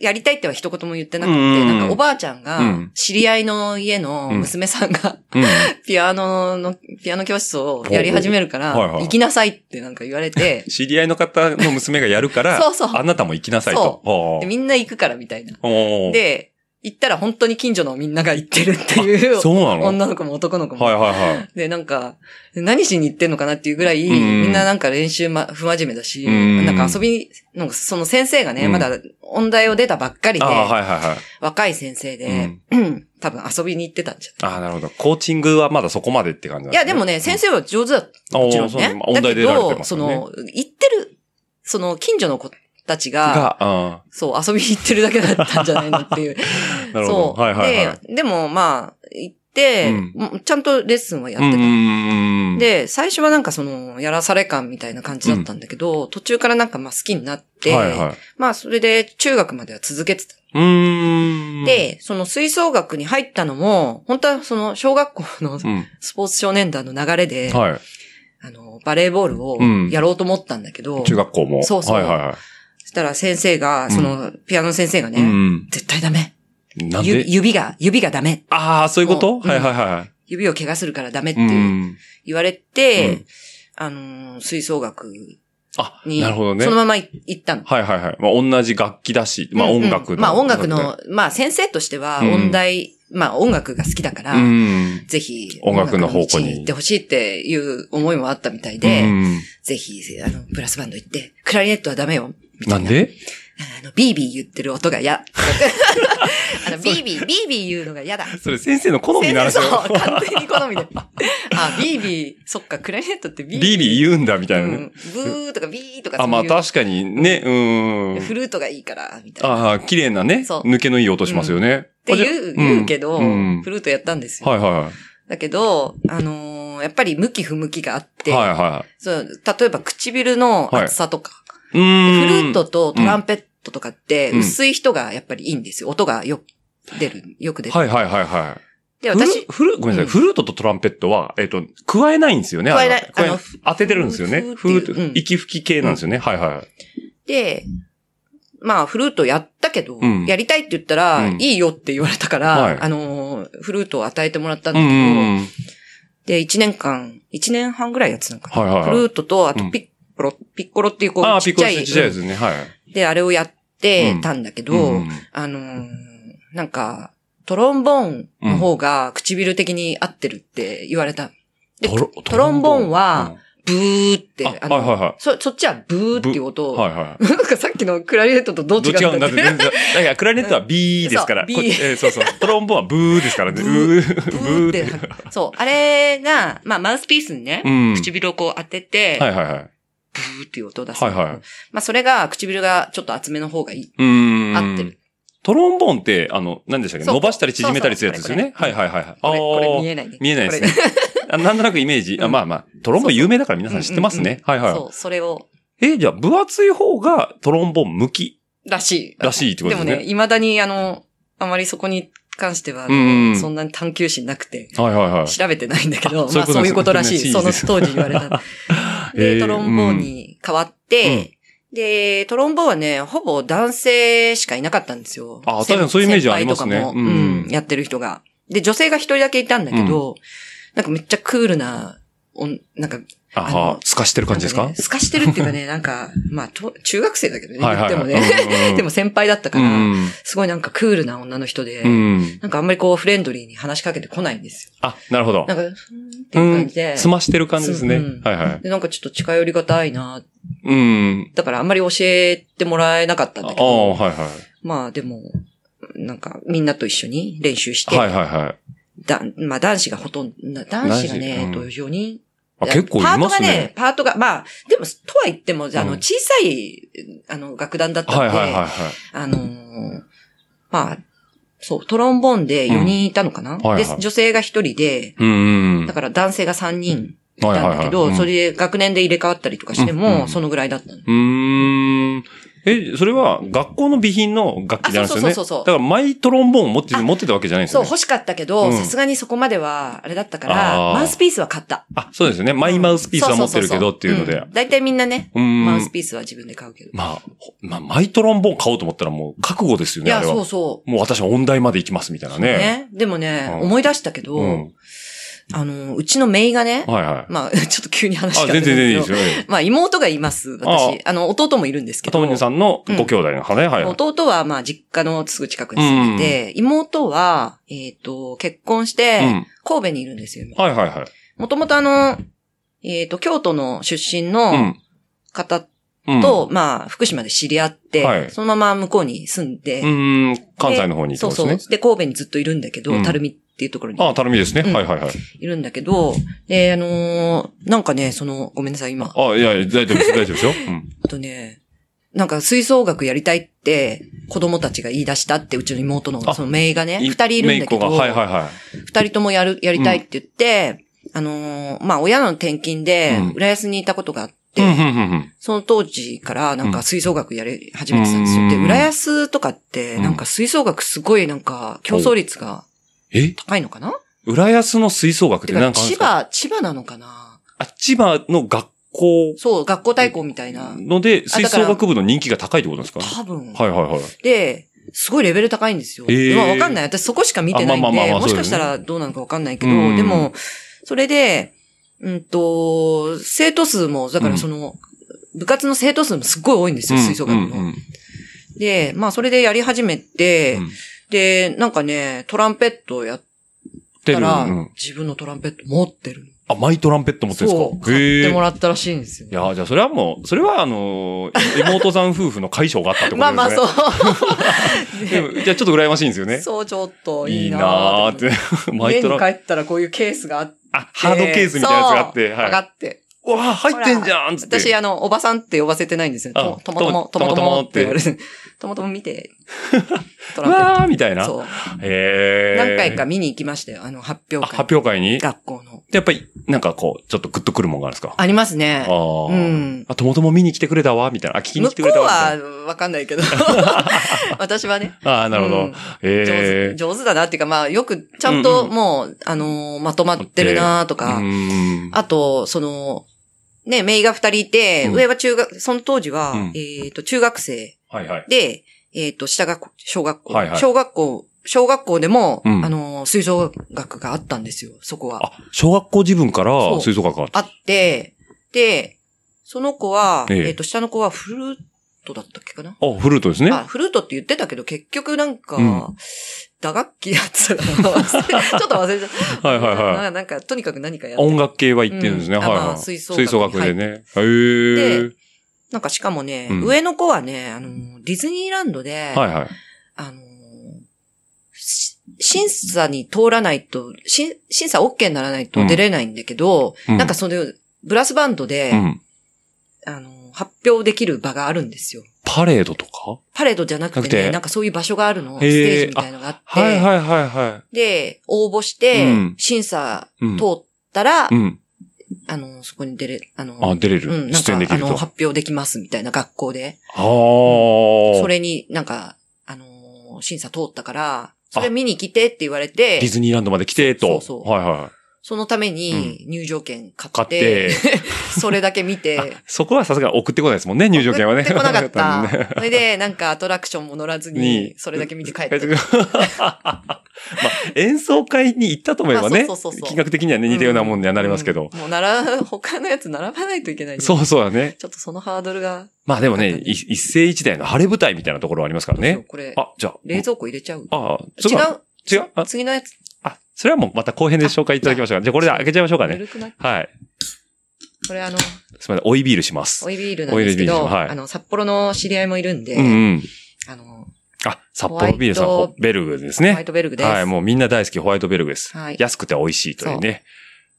[SPEAKER 1] やりたいっては一言も言ってなく
[SPEAKER 2] うんうんう
[SPEAKER 1] て、
[SPEAKER 2] ん
[SPEAKER 1] なんかおばあちゃんが
[SPEAKER 2] うん、
[SPEAKER 1] 知り合いの家の娘さん が、
[SPEAKER 2] うん。
[SPEAKER 1] ピアノの、ピアノ教室をやり始めるから、
[SPEAKER 2] おおはいはい、
[SPEAKER 1] 行きなさいってなんか言われて
[SPEAKER 2] 知り合いの方の娘がやるから、
[SPEAKER 1] そうそう
[SPEAKER 2] あなたも行きなさいと
[SPEAKER 1] そ。
[SPEAKER 2] お
[SPEAKER 1] で
[SPEAKER 2] ー
[SPEAKER 1] みんな行くからみたいな。
[SPEAKER 2] おー
[SPEAKER 1] で、行ったら本当に近所のみんなが行ってるっていう、
[SPEAKER 2] そうなの
[SPEAKER 1] 女の子も男の子も。
[SPEAKER 2] はいはいはい。
[SPEAKER 1] で、なんか、何しに行ってんのかなっていうぐらい、
[SPEAKER 2] うん
[SPEAKER 1] みんななんか練習ま、不真面目だし、
[SPEAKER 2] うん
[SPEAKER 1] なんか遊びに、なんかその先生がね、
[SPEAKER 2] うん
[SPEAKER 1] まだ音大を出たばっかりで、
[SPEAKER 2] ああ、はいはいはい。
[SPEAKER 1] 若い先生で、 多分遊びに行ってたんじゃない
[SPEAKER 2] ああ、なるほど。コーチングはまだそこまでって感じなん
[SPEAKER 1] いや、でも
[SPEAKER 2] ね、
[SPEAKER 1] ね、先生は上手だった。
[SPEAKER 2] も
[SPEAKER 1] もちろんね。
[SPEAKER 2] 音
[SPEAKER 1] だ
[SPEAKER 2] 大
[SPEAKER 1] け
[SPEAKER 2] でられて
[SPEAKER 1] ど、
[SPEAKER 2] ます
[SPEAKER 1] そ
[SPEAKER 2] よね。
[SPEAKER 1] の、行ってる、その、近所の子たちが、
[SPEAKER 2] が、
[SPEAKER 1] そう、遊びに行ってるだけだったんじゃないのっていう。
[SPEAKER 2] うん。なるほ
[SPEAKER 1] そ
[SPEAKER 2] ど。
[SPEAKER 1] う。
[SPEAKER 2] はいはいはい。
[SPEAKER 1] で、でも、まあ、行って、
[SPEAKER 2] うん
[SPEAKER 1] もうちゃんとレッスンはやって
[SPEAKER 2] うん
[SPEAKER 1] た。
[SPEAKER 2] うんうん。、
[SPEAKER 1] で、最初はなんかその、やらされ感みたいな感じだったんだけど、途中からなんかまあ好きになって、
[SPEAKER 2] はいはい。
[SPEAKER 1] まあそれで中学までは続けてた。
[SPEAKER 2] うーん。、
[SPEAKER 1] で、その吹奏楽に入ったのも、本当はその小学校の
[SPEAKER 2] うん。
[SPEAKER 1] スポーツ少年団の流れで、
[SPEAKER 2] は
[SPEAKER 1] あの、バレーボールを
[SPEAKER 2] うん
[SPEAKER 1] やろうと思ったんだけど、
[SPEAKER 2] い。中学校も。
[SPEAKER 1] そうそう
[SPEAKER 2] はいはいはい。
[SPEAKER 1] そしたら先生が、その、ピアノの先生がね、
[SPEAKER 2] うん。
[SPEAKER 1] 絶対ダメ。
[SPEAKER 2] なん
[SPEAKER 1] ゆ
[SPEAKER 2] で
[SPEAKER 1] 指が、指がダメ。
[SPEAKER 2] ああ、そういうこと
[SPEAKER 1] もう
[SPEAKER 2] はいはいは
[SPEAKER 1] 指を怪我するからダメっ
[SPEAKER 2] い。う
[SPEAKER 1] て
[SPEAKER 2] ん。
[SPEAKER 1] 言われて、
[SPEAKER 2] うん
[SPEAKER 1] あのー、吹奏楽
[SPEAKER 2] あ、
[SPEAKER 1] に、
[SPEAKER 2] なるほどね
[SPEAKER 1] そ。のまま行ったの。
[SPEAKER 2] はいはいはい。まあ同じ楽器だし、まあ
[SPEAKER 1] うんう
[SPEAKER 2] 音
[SPEAKER 1] ん
[SPEAKER 2] 楽
[SPEAKER 1] まあ音楽
[SPEAKER 2] だっ
[SPEAKER 1] の、まあ先生としては
[SPEAKER 2] うん
[SPEAKER 1] 音大、まあ音楽が好きだから、
[SPEAKER 2] たりうん。
[SPEAKER 1] ぜひ
[SPEAKER 2] 音楽の方向に
[SPEAKER 1] 音楽道行ってほしいっていう思いもあったみたいで、
[SPEAKER 2] うん
[SPEAKER 1] ぜひ、あの、ブラスバンド行って、クラリネットはダメよ。み
[SPEAKER 2] な
[SPEAKER 1] た
[SPEAKER 2] いん
[SPEAKER 1] な
[SPEAKER 2] で
[SPEAKER 1] あの、ビービー言ってる音が嫌。 あの、ビービー、ビービー言うのが嫌だ。
[SPEAKER 2] それ先生の好みなら
[SPEAKER 1] そう、完全に好みで。あ、ビービー、そっか、クラリネットってビ ー
[SPEAKER 2] ビービー言うんだみたいな
[SPEAKER 1] う
[SPEAKER 2] ね。
[SPEAKER 1] ん、ブーとかビーとか
[SPEAKER 2] あ、まあ
[SPEAKER 1] そういう
[SPEAKER 2] 確かにね、うん。
[SPEAKER 1] フルートがいいから、みたいな。っ
[SPEAKER 2] ああ、綺麗なね、
[SPEAKER 1] そう
[SPEAKER 2] 抜けのいい音しますよね。
[SPEAKER 1] て
[SPEAKER 2] あじゃあ
[SPEAKER 1] 言う、言うけど、
[SPEAKER 2] うん
[SPEAKER 1] フルートやったんですよ。
[SPEAKER 2] はいは
[SPEAKER 1] だけど、あのーやっぱり向き不向きがあっ
[SPEAKER 2] い。
[SPEAKER 1] て、
[SPEAKER 2] はいは
[SPEAKER 1] そう例えば唇の厚さとか、
[SPEAKER 2] い。う
[SPEAKER 1] で
[SPEAKER 2] ーん。
[SPEAKER 1] フルートとトランペットとかって、
[SPEAKER 2] うん
[SPEAKER 1] 薄い人がやっぱりいいんですよ。音がよく出る、よく出る。
[SPEAKER 2] はいはいはいは
[SPEAKER 1] で、
[SPEAKER 2] フル
[SPEAKER 1] 私、
[SPEAKER 2] フル、ごめんなさい、
[SPEAKER 1] うん
[SPEAKER 2] フルートとトランペットは、えっ、と、加えないんですよね。
[SPEAKER 1] 加えない
[SPEAKER 2] あの
[SPEAKER 1] あの
[SPEAKER 2] 加え当ててるんですよね。
[SPEAKER 1] ふ
[SPEAKER 2] フ
[SPEAKER 1] ー
[SPEAKER 2] ル
[SPEAKER 1] っていう
[SPEAKER 2] ー
[SPEAKER 1] うん
[SPEAKER 2] ト、息吹き系なんですよね。はいはい。
[SPEAKER 1] で、まあ、フルートやったけど、
[SPEAKER 2] うん
[SPEAKER 1] やりたいって言ったら、
[SPEAKER 2] うん
[SPEAKER 1] いいよって言われたから、
[SPEAKER 2] はい
[SPEAKER 1] あのー、フルートを与えてもらったん
[SPEAKER 2] う
[SPEAKER 1] だ
[SPEAKER 2] ん
[SPEAKER 1] け
[SPEAKER 2] う
[SPEAKER 1] ど、
[SPEAKER 2] んうん。
[SPEAKER 1] で、1年間、1年半ぐらいやってたのかな。
[SPEAKER 2] はいはいはい
[SPEAKER 1] フルートと、あ
[SPEAKER 2] う
[SPEAKER 1] と
[SPEAKER 2] ん
[SPEAKER 1] ピッコロ、ピッコロっていうこ
[SPEAKER 2] あ
[SPEAKER 1] う、
[SPEAKER 2] あ、
[SPEAKER 1] ち
[SPEAKER 2] ピ
[SPEAKER 1] っ
[SPEAKER 2] ッコ
[SPEAKER 1] ちゃ
[SPEAKER 2] ロ
[SPEAKER 1] い、
[SPEAKER 2] ちっちゃいですね。はい。
[SPEAKER 1] で、あれをやってたんだけど、
[SPEAKER 2] うんうん
[SPEAKER 1] あのーなんか、トロンボーンの方が唇的に合ってるって言われた。で
[SPEAKER 2] トロ
[SPEAKER 1] トロンボーンは、ブーって、
[SPEAKER 2] あ
[SPEAKER 1] の
[SPEAKER 2] はいはいはい
[SPEAKER 1] そ、そっちはブーっていう音
[SPEAKER 2] う
[SPEAKER 1] を、
[SPEAKER 2] んはいは
[SPEAKER 1] なんかさっきのクラリネットとどう
[SPEAKER 2] い。ど
[SPEAKER 1] 違
[SPEAKER 2] っちが
[SPEAKER 1] う
[SPEAKER 2] うんんだ
[SPEAKER 1] だっ。
[SPEAKER 2] ってて全然、だからクラリネットは B ですから、
[SPEAKER 1] そう
[SPEAKER 2] こ
[SPEAKER 1] B
[SPEAKER 2] えーそうそう。トロンボーンはブーですからね。
[SPEAKER 1] ブー
[SPEAKER 2] うー
[SPEAKER 1] ブーって
[SPEAKER 2] ブーって。
[SPEAKER 1] なんか。そう。あれが、まあ、マウスピースにね、
[SPEAKER 2] うん
[SPEAKER 1] 唇をこう当てて、
[SPEAKER 2] はいはいはい。
[SPEAKER 1] ブーっていう音を出す。
[SPEAKER 2] はいはい
[SPEAKER 1] まあ、それが唇がちょっと厚めの方がいい。
[SPEAKER 2] うーん。
[SPEAKER 1] 合ってる。
[SPEAKER 2] トロンボーンって、あの、何でしたっけ
[SPEAKER 1] そう
[SPEAKER 2] 伸ばしたり縮めたりするやつですよね。
[SPEAKER 1] そ
[SPEAKER 2] は
[SPEAKER 1] うそう
[SPEAKER 2] いはいはいはい。
[SPEAKER 1] これ、これ見
[SPEAKER 2] え
[SPEAKER 1] えないね。
[SPEAKER 2] 見えないです
[SPEAKER 1] これ
[SPEAKER 2] ね。あなんとなくイメージ。あまあまあ、トロンボーン有名だから皆さん知ってますね。はいは
[SPEAKER 1] そう、それを、
[SPEAKER 2] い。え、じゃあ、分厚い方がトロンボーン向き
[SPEAKER 1] らしい。
[SPEAKER 2] らしいってこ
[SPEAKER 1] で
[SPEAKER 2] とで
[SPEAKER 1] も
[SPEAKER 2] すね。
[SPEAKER 1] ね、未だにあの、あまりそこに関しては、あの
[SPEAKER 2] うん
[SPEAKER 1] そんなに探求心なくて、
[SPEAKER 2] はいはいはい。
[SPEAKER 1] 調べてないんだけど、
[SPEAKER 2] あ
[SPEAKER 1] まあそういうことらし
[SPEAKER 2] そう
[SPEAKER 1] い。
[SPEAKER 2] いう
[SPEAKER 1] そ
[SPEAKER 2] こと
[SPEAKER 1] の
[SPEAKER 2] です
[SPEAKER 1] 当時言われた。
[SPEAKER 2] え
[SPEAKER 1] で、
[SPEAKER 2] ー
[SPEAKER 1] トロンボーンに変わって、で、トロンボーンはね、ほぼ男性しかいなかったんですよ。
[SPEAKER 2] あ
[SPEAKER 1] 先
[SPEAKER 2] 確かにそういうイメージありますね
[SPEAKER 1] 先輩とかも
[SPEAKER 2] うん
[SPEAKER 1] うん、やってる人が。で、女性が一人だけいたんだけど、なんかめっちゃクールな、おんなんか、
[SPEAKER 2] あ
[SPEAKER 1] あの
[SPEAKER 2] は、透かしてる感じです
[SPEAKER 1] なん
[SPEAKER 2] か
[SPEAKER 1] ね、透かしてるっていうかね、なんか、 まあ、と中学生だけどね、
[SPEAKER 2] はいはい
[SPEAKER 1] 言
[SPEAKER 2] は
[SPEAKER 1] っ
[SPEAKER 2] い
[SPEAKER 1] てもね。
[SPEAKER 2] うんうんうん
[SPEAKER 1] でも先輩だったか
[SPEAKER 2] う
[SPEAKER 1] ら、
[SPEAKER 2] ん。
[SPEAKER 1] すごいなんかクールな女の人で、
[SPEAKER 2] うん。
[SPEAKER 1] なんかあんまりこうフレンドリーに話しかけてこないんですよ。
[SPEAKER 2] あ、なるほど。
[SPEAKER 1] なんか、ふーんっていう感じで。
[SPEAKER 2] 済ましてる感じですね。
[SPEAKER 1] うん
[SPEAKER 2] はいはい。
[SPEAKER 1] で、なんかちょっと近寄りがたいな。
[SPEAKER 2] うん。
[SPEAKER 1] だからあんまり教えてもらえなかったん
[SPEAKER 2] あ
[SPEAKER 1] だけ
[SPEAKER 2] あ、
[SPEAKER 1] ど。
[SPEAKER 2] はいは
[SPEAKER 1] まあでも、なんかみんなと一緒に練習し
[SPEAKER 2] い。
[SPEAKER 1] て。
[SPEAKER 2] はいはいはい。
[SPEAKER 1] だまあ男子がほとんど、な男子がね、
[SPEAKER 2] 男子うん
[SPEAKER 1] えっと4人。
[SPEAKER 2] あ結構いますね。
[SPEAKER 1] パートがね、パートが、まあ、でも、とは言っても、あ
[SPEAKER 2] う
[SPEAKER 1] の、
[SPEAKER 2] ん
[SPEAKER 1] 小さい、あの、楽団だったん
[SPEAKER 2] は
[SPEAKER 1] で、
[SPEAKER 2] いはいはいは
[SPEAKER 1] あのーまあ、そう、トロンボーンで4人いたのかな、
[SPEAKER 2] んはいはい
[SPEAKER 1] で、女性が1人で、
[SPEAKER 2] い。うんうん。
[SPEAKER 1] だから男性が3人
[SPEAKER 2] い
[SPEAKER 1] い
[SPEAKER 2] た
[SPEAKER 1] たんだけど、そ
[SPEAKER 2] れ。
[SPEAKER 1] れで学年で入れ替わったりとかして
[SPEAKER 2] うんう
[SPEAKER 1] も、
[SPEAKER 2] ん
[SPEAKER 1] そのぐらいだったの。
[SPEAKER 2] うーん。え、それは学校の備品の楽器じゃないですよね。
[SPEAKER 1] あそうそうそうそう
[SPEAKER 2] だからマイトロンボーン持って
[SPEAKER 1] あ
[SPEAKER 2] 持ってたわけじゃないんです
[SPEAKER 1] そ
[SPEAKER 2] よ
[SPEAKER 1] う、
[SPEAKER 2] ね。
[SPEAKER 1] 欲しかったけど、
[SPEAKER 2] うん
[SPEAKER 1] さすがにそこまでは、あれだったから、
[SPEAKER 2] あー
[SPEAKER 1] マウスピースは買った。
[SPEAKER 2] あ、そうですよね。マイマウスピースは持ってるけどっていうので。
[SPEAKER 1] だいたいみんなね、
[SPEAKER 2] うん。
[SPEAKER 1] マウスピースは自分で買うけど。
[SPEAKER 2] まあ、ほまあ、マイトロンボーン買おうと思ったらもう覚悟ですよ
[SPEAKER 1] い
[SPEAKER 2] ね、あ
[SPEAKER 1] や、
[SPEAKER 2] れ
[SPEAKER 1] そう
[SPEAKER 2] は。
[SPEAKER 1] そう。
[SPEAKER 2] もう私は音大まで行きますみたいなね。
[SPEAKER 1] ね。でもね、
[SPEAKER 2] うん
[SPEAKER 1] 思い出したけど、
[SPEAKER 2] うん。
[SPEAKER 1] あの、うちの姪がね、
[SPEAKER 2] はいはい。
[SPEAKER 1] まあ、 ちょっと急に話
[SPEAKER 2] あ、
[SPEAKER 1] が
[SPEAKER 2] 全然全然いいです
[SPEAKER 1] よ。
[SPEAKER 2] よ。ええ
[SPEAKER 1] まあ、妹がいます、私。あの、弟もいるんですけ
[SPEAKER 2] ト
[SPEAKER 1] ど
[SPEAKER 2] ムニ。さんのご兄弟の話ね、はいはい。
[SPEAKER 1] 弟は、まあ、実家のすぐ近くに住んでて、妹は、えっ、と、結婚して、
[SPEAKER 2] うん
[SPEAKER 1] 神戸にいるんですよ。
[SPEAKER 2] はいはいはい。
[SPEAKER 1] もともとあの、えっ、と、京都の出身の方
[SPEAKER 2] うん。うん、
[SPEAKER 1] と、まあ、福島で知り合って、
[SPEAKER 2] はい
[SPEAKER 1] そのまま向こうに住んで、
[SPEAKER 2] うーん、関西の方に行
[SPEAKER 1] そ
[SPEAKER 2] っ
[SPEAKER 1] う
[SPEAKER 2] てます
[SPEAKER 1] そう
[SPEAKER 2] ね。。
[SPEAKER 1] で、神戸にずっといるんだけど、
[SPEAKER 2] うん
[SPEAKER 1] 垂水っていうところに
[SPEAKER 2] ああ、たるみですね。
[SPEAKER 1] うん
[SPEAKER 2] はいはいはい。
[SPEAKER 1] いるんだけど、で、あのーなんかね、その、ごめんなさい、今。
[SPEAKER 2] ああ、いや、大丈夫です、大丈夫ですよ。うん。
[SPEAKER 1] あとね、なんか吹奏楽やりたいって、子供たちが言い出したって、うちの妹の、
[SPEAKER 2] あ
[SPEAKER 1] その姪がね、二人いるんだけど、
[SPEAKER 2] 姪っ子がはいはいはい。
[SPEAKER 1] 二人ともやる、やりたいって言って、あのーまあ、親の転勤で
[SPEAKER 2] うん、
[SPEAKER 1] 浦安にいたことがあって、
[SPEAKER 2] うん、うん、うん
[SPEAKER 1] その当時からなんか吹奏楽やり始めてたんです
[SPEAKER 2] う
[SPEAKER 1] よ。
[SPEAKER 2] ん
[SPEAKER 1] で、浦安とかって、
[SPEAKER 2] うん
[SPEAKER 1] なんか吹奏楽すごいなんか競争率が
[SPEAKER 2] うん。え
[SPEAKER 1] 高いのかな
[SPEAKER 2] 浦安の吹奏楽っててな
[SPEAKER 1] か、
[SPEAKER 2] んかあるんで
[SPEAKER 1] 千
[SPEAKER 2] すか
[SPEAKER 1] 葉、千葉なのかな
[SPEAKER 2] あ、千葉の学校
[SPEAKER 1] そう、学校対抗みたいな。
[SPEAKER 2] ので、吹奏楽部の人気が高いってことですか
[SPEAKER 1] 多分。
[SPEAKER 2] はいはいはい。
[SPEAKER 1] で、すごいレベル高いんですよ。
[SPEAKER 2] えー
[SPEAKER 1] まあわかんない。私そこしか見てないん
[SPEAKER 2] あまあまあま
[SPEAKER 1] で、
[SPEAKER 2] あまあ
[SPEAKER 1] もしか
[SPEAKER 2] そうですね
[SPEAKER 1] したらどうなのかわかんないけど、
[SPEAKER 2] うん
[SPEAKER 1] でも、それで、うんと、生徒数も、だからその、部活の生徒数もすっごい多いんですよ、吹奏楽の。
[SPEAKER 2] うんうんうん
[SPEAKER 1] で、まあそれでやり始めて、
[SPEAKER 2] うん
[SPEAKER 1] で、なんかね、トランペットをやっ
[SPEAKER 2] テ
[SPEAKER 1] た
[SPEAKER 2] ル
[SPEAKER 1] ら、
[SPEAKER 2] うん
[SPEAKER 1] 自分のトランペット持ってる。
[SPEAKER 2] あ、マイトランペット持ってるん
[SPEAKER 1] そ
[SPEAKER 2] で
[SPEAKER 1] う、
[SPEAKER 2] すか
[SPEAKER 1] 買っても
[SPEAKER 2] い
[SPEAKER 1] らったらしいんですよ。
[SPEAKER 2] や、じゃあそれはもう、それはあのー、妹さん夫婦の解消があったってことですね。
[SPEAKER 1] まあ まあそう。
[SPEAKER 2] でもじゃあちょっと羨ましいんですよね。
[SPEAKER 1] そう、ちょっとい
[SPEAKER 2] い
[SPEAKER 1] い
[SPEAKER 2] い
[SPEAKER 1] な
[SPEAKER 2] な
[SPEAKER 1] ーって
[SPEAKER 2] ーって。 マイ
[SPEAKER 1] 家
[SPEAKER 2] ト
[SPEAKER 1] に帰
[SPEAKER 2] ラン、
[SPEAKER 1] ったらこういうケースがあって。
[SPEAKER 2] あ、ハードケースみたいなやつがあって、
[SPEAKER 1] そう
[SPEAKER 2] は
[SPEAKER 1] 上
[SPEAKER 2] い
[SPEAKER 1] が。って。
[SPEAKER 2] うわあ、入ってんじゃんっつって。
[SPEAKER 1] 私、あの、おばさんって呼ばせてないんですよ。と
[SPEAKER 2] あ
[SPEAKER 1] ともとも、ともと
[SPEAKER 2] ともと
[SPEAKER 1] も
[SPEAKER 2] も
[SPEAKER 1] っ
[SPEAKER 2] ってて
[SPEAKER 1] 言われて。 ともとも見て。 ト
[SPEAKER 2] う
[SPEAKER 1] ラン
[SPEAKER 2] わーみたい
[SPEAKER 1] ペッ
[SPEAKER 2] な。
[SPEAKER 1] ト。そう。
[SPEAKER 2] へー
[SPEAKER 1] 何回か。見に行きましたよ。あの、発
[SPEAKER 2] あ
[SPEAKER 1] 表会。
[SPEAKER 2] 発表会に
[SPEAKER 1] 学校の。
[SPEAKER 2] やっぱり、なんかこう、ちょっとグッとくるもんがあるんですか
[SPEAKER 1] ありますね。
[SPEAKER 2] ああ。
[SPEAKER 1] うん
[SPEAKER 2] あ、ともとも見に来てくれたわ、みたいな。あ、聞きに
[SPEAKER 1] 向
[SPEAKER 2] 来て
[SPEAKER 1] こ
[SPEAKER 2] くれ
[SPEAKER 1] う
[SPEAKER 2] たわ。み
[SPEAKER 1] はわかんな いけど。私はね。
[SPEAKER 2] たいなああ、なるほど。
[SPEAKER 1] うん上手
[SPEAKER 2] ええ
[SPEAKER 1] 上手だなっていうか、まあ、よくちゃんともう、あのーまとまってるなとか、
[SPEAKER 2] うん。
[SPEAKER 1] あと、その、ね、メイが二人いて、
[SPEAKER 2] うん
[SPEAKER 1] 上は中学、その当時は、
[SPEAKER 2] うん
[SPEAKER 1] えっ、と、中学生
[SPEAKER 2] はいはい。
[SPEAKER 1] で、えっ、と、下が小学校、
[SPEAKER 2] はいはい
[SPEAKER 1] 小学校、小学校でも、
[SPEAKER 2] うん
[SPEAKER 1] あのー吹奏楽があったんですよ、そこは。
[SPEAKER 2] あ、小学校自分から
[SPEAKER 1] そう
[SPEAKER 2] 吹奏楽があった。
[SPEAKER 1] あって、で、その子は、
[SPEAKER 2] え
[SPEAKER 1] え
[SPEAKER 2] え
[SPEAKER 1] っ、と、下の子はフルートだったっけかな
[SPEAKER 2] あ、フルートですね。
[SPEAKER 1] あ、フルートって言ってたけど、結局なんか、
[SPEAKER 2] うん
[SPEAKER 1] 打楽器やってたから 忘れ、ちょっと忘れちゃった。
[SPEAKER 2] はいはいはい
[SPEAKER 1] ななんか、とにかく何かやって
[SPEAKER 2] 音楽系は行ってるんですね。
[SPEAKER 1] うん
[SPEAKER 2] はい
[SPEAKER 1] あま
[SPEAKER 2] は
[SPEAKER 1] あ
[SPEAKER 2] い。
[SPEAKER 1] 吹奏楽
[SPEAKER 2] 吹奏楽でね。へえ。
[SPEAKER 1] なんかしかもね、
[SPEAKER 2] うん
[SPEAKER 1] 上の子はね、あの、ディズニーランドで、
[SPEAKER 2] はいはい。
[SPEAKER 1] あの、し審査に通らないと、し審査 OK にならないと出れないんだけど、
[SPEAKER 2] うん
[SPEAKER 1] なんかその、ブラスバンドで、
[SPEAKER 2] うん。
[SPEAKER 1] あの、発表できる場があるんですよ。
[SPEAKER 2] パレードとか
[SPEAKER 1] パレードじゃなくて
[SPEAKER 2] なくて
[SPEAKER 1] ね、なんかそういう場所がある
[SPEAKER 2] へ
[SPEAKER 1] の、
[SPEAKER 2] ー
[SPEAKER 1] ステージみたいなのがあって、
[SPEAKER 2] はいはいはいは
[SPEAKER 1] で、応募し
[SPEAKER 2] う
[SPEAKER 1] て
[SPEAKER 2] ん、
[SPEAKER 1] 審査
[SPEAKER 2] い。うん
[SPEAKER 1] 通。ったら、
[SPEAKER 2] うん。
[SPEAKER 1] あの、そこに出れ、あの、
[SPEAKER 2] あ、出れ
[SPEAKER 1] うん、
[SPEAKER 2] る。
[SPEAKER 1] な
[SPEAKER 2] 出
[SPEAKER 1] んか、
[SPEAKER 2] 演でき
[SPEAKER 1] あ
[SPEAKER 2] ると。
[SPEAKER 1] の、
[SPEAKER 2] あ
[SPEAKER 1] 発表できますみたいな学校で。
[SPEAKER 2] あー。
[SPEAKER 1] それになんか、あのー審査通ったから、それ見に来てって言われて
[SPEAKER 2] ディ、ズニーランドまで来て、と。
[SPEAKER 1] そうそう
[SPEAKER 2] はいはい。
[SPEAKER 1] そのために入場券買
[SPEAKER 2] 買っ
[SPEAKER 1] っ、
[SPEAKER 2] てて。
[SPEAKER 1] それだけ 見
[SPEAKER 2] あ
[SPEAKER 1] て、
[SPEAKER 2] そこはさすが送ってこないですもんね、入場券はね。
[SPEAKER 1] 送ってこなかっ
[SPEAKER 2] 送ってこなかったんでね
[SPEAKER 1] た。それで、なんかアトラクションも乗らずに
[SPEAKER 2] に、
[SPEAKER 1] それだけ見て帰って
[SPEAKER 2] 帰ってくるまあ、演奏会に行ったと思えばね
[SPEAKER 1] あそうそうそうそう、
[SPEAKER 2] 金額的にはね、似たようなもんにはなりますけど。
[SPEAKER 1] うんもうなら、他のやつ並ばないといけない。。
[SPEAKER 2] そううそうだね。
[SPEAKER 1] ちょっとそのハードルが、
[SPEAKER 2] まあでもね、
[SPEAKER 1] なんかね
[SPEAKER 2] い一世一代の晴れ舞台みたいなところはありますから
[SPEAKER 1] そう
[SPEAKER 2] ね。
[SPEAKER 1] これ、
[SPEAKER 2] あ、じゃあ。
[SPEAKER 1] 冷蔵庫入れちゃう。
[SPEAKER 2] あ、そ
[SPEAKER 1] 違
[SPEAKER 2] れは
[SPEAKER 1] う。
[SPEAKER 2] 違うあ
[SPEAKER 1] 次のやつ。
[SPEAKER 2] あ、それはもうまた後編で紹介いただきましたから。じゃあこれで開けちゃいましょうかね。
[SPEAKER 1] 緩くない
[SPEAKER 2] はい。
[SPEAKER 1] これあの、
[SPEAKER 2] すみません、追いビールします。
[SPEAKER 1] オイビールなんですけ
[SPEAKER 2] オイル
[SPEAKER 1] ど、
[SPEAKER 2] ビールはい
[SPEAKER 1] あの、札幌の知り合いもいるんで、
[SPEAKER 2] うんうん。
[SPEAKER 1] あの、
[SPEAKER 2] あ、札幌ビールさん、
[SPEAKER 1] ホワイ
[SPEAKER 2] ホ
[SPEAKER 1] ト
[SPEAKER 2] ベルグです
[SPEAKER 1] ホワ
[SPEAKER 2] ね
[SPEAKER 1] イ。トベルグです。
[SPEAKER 2] はい、もうみんな大好きホワイトベルグです。
[SPEAKER 1] はい
[SPEAKER 2] 安くて美味しいというね。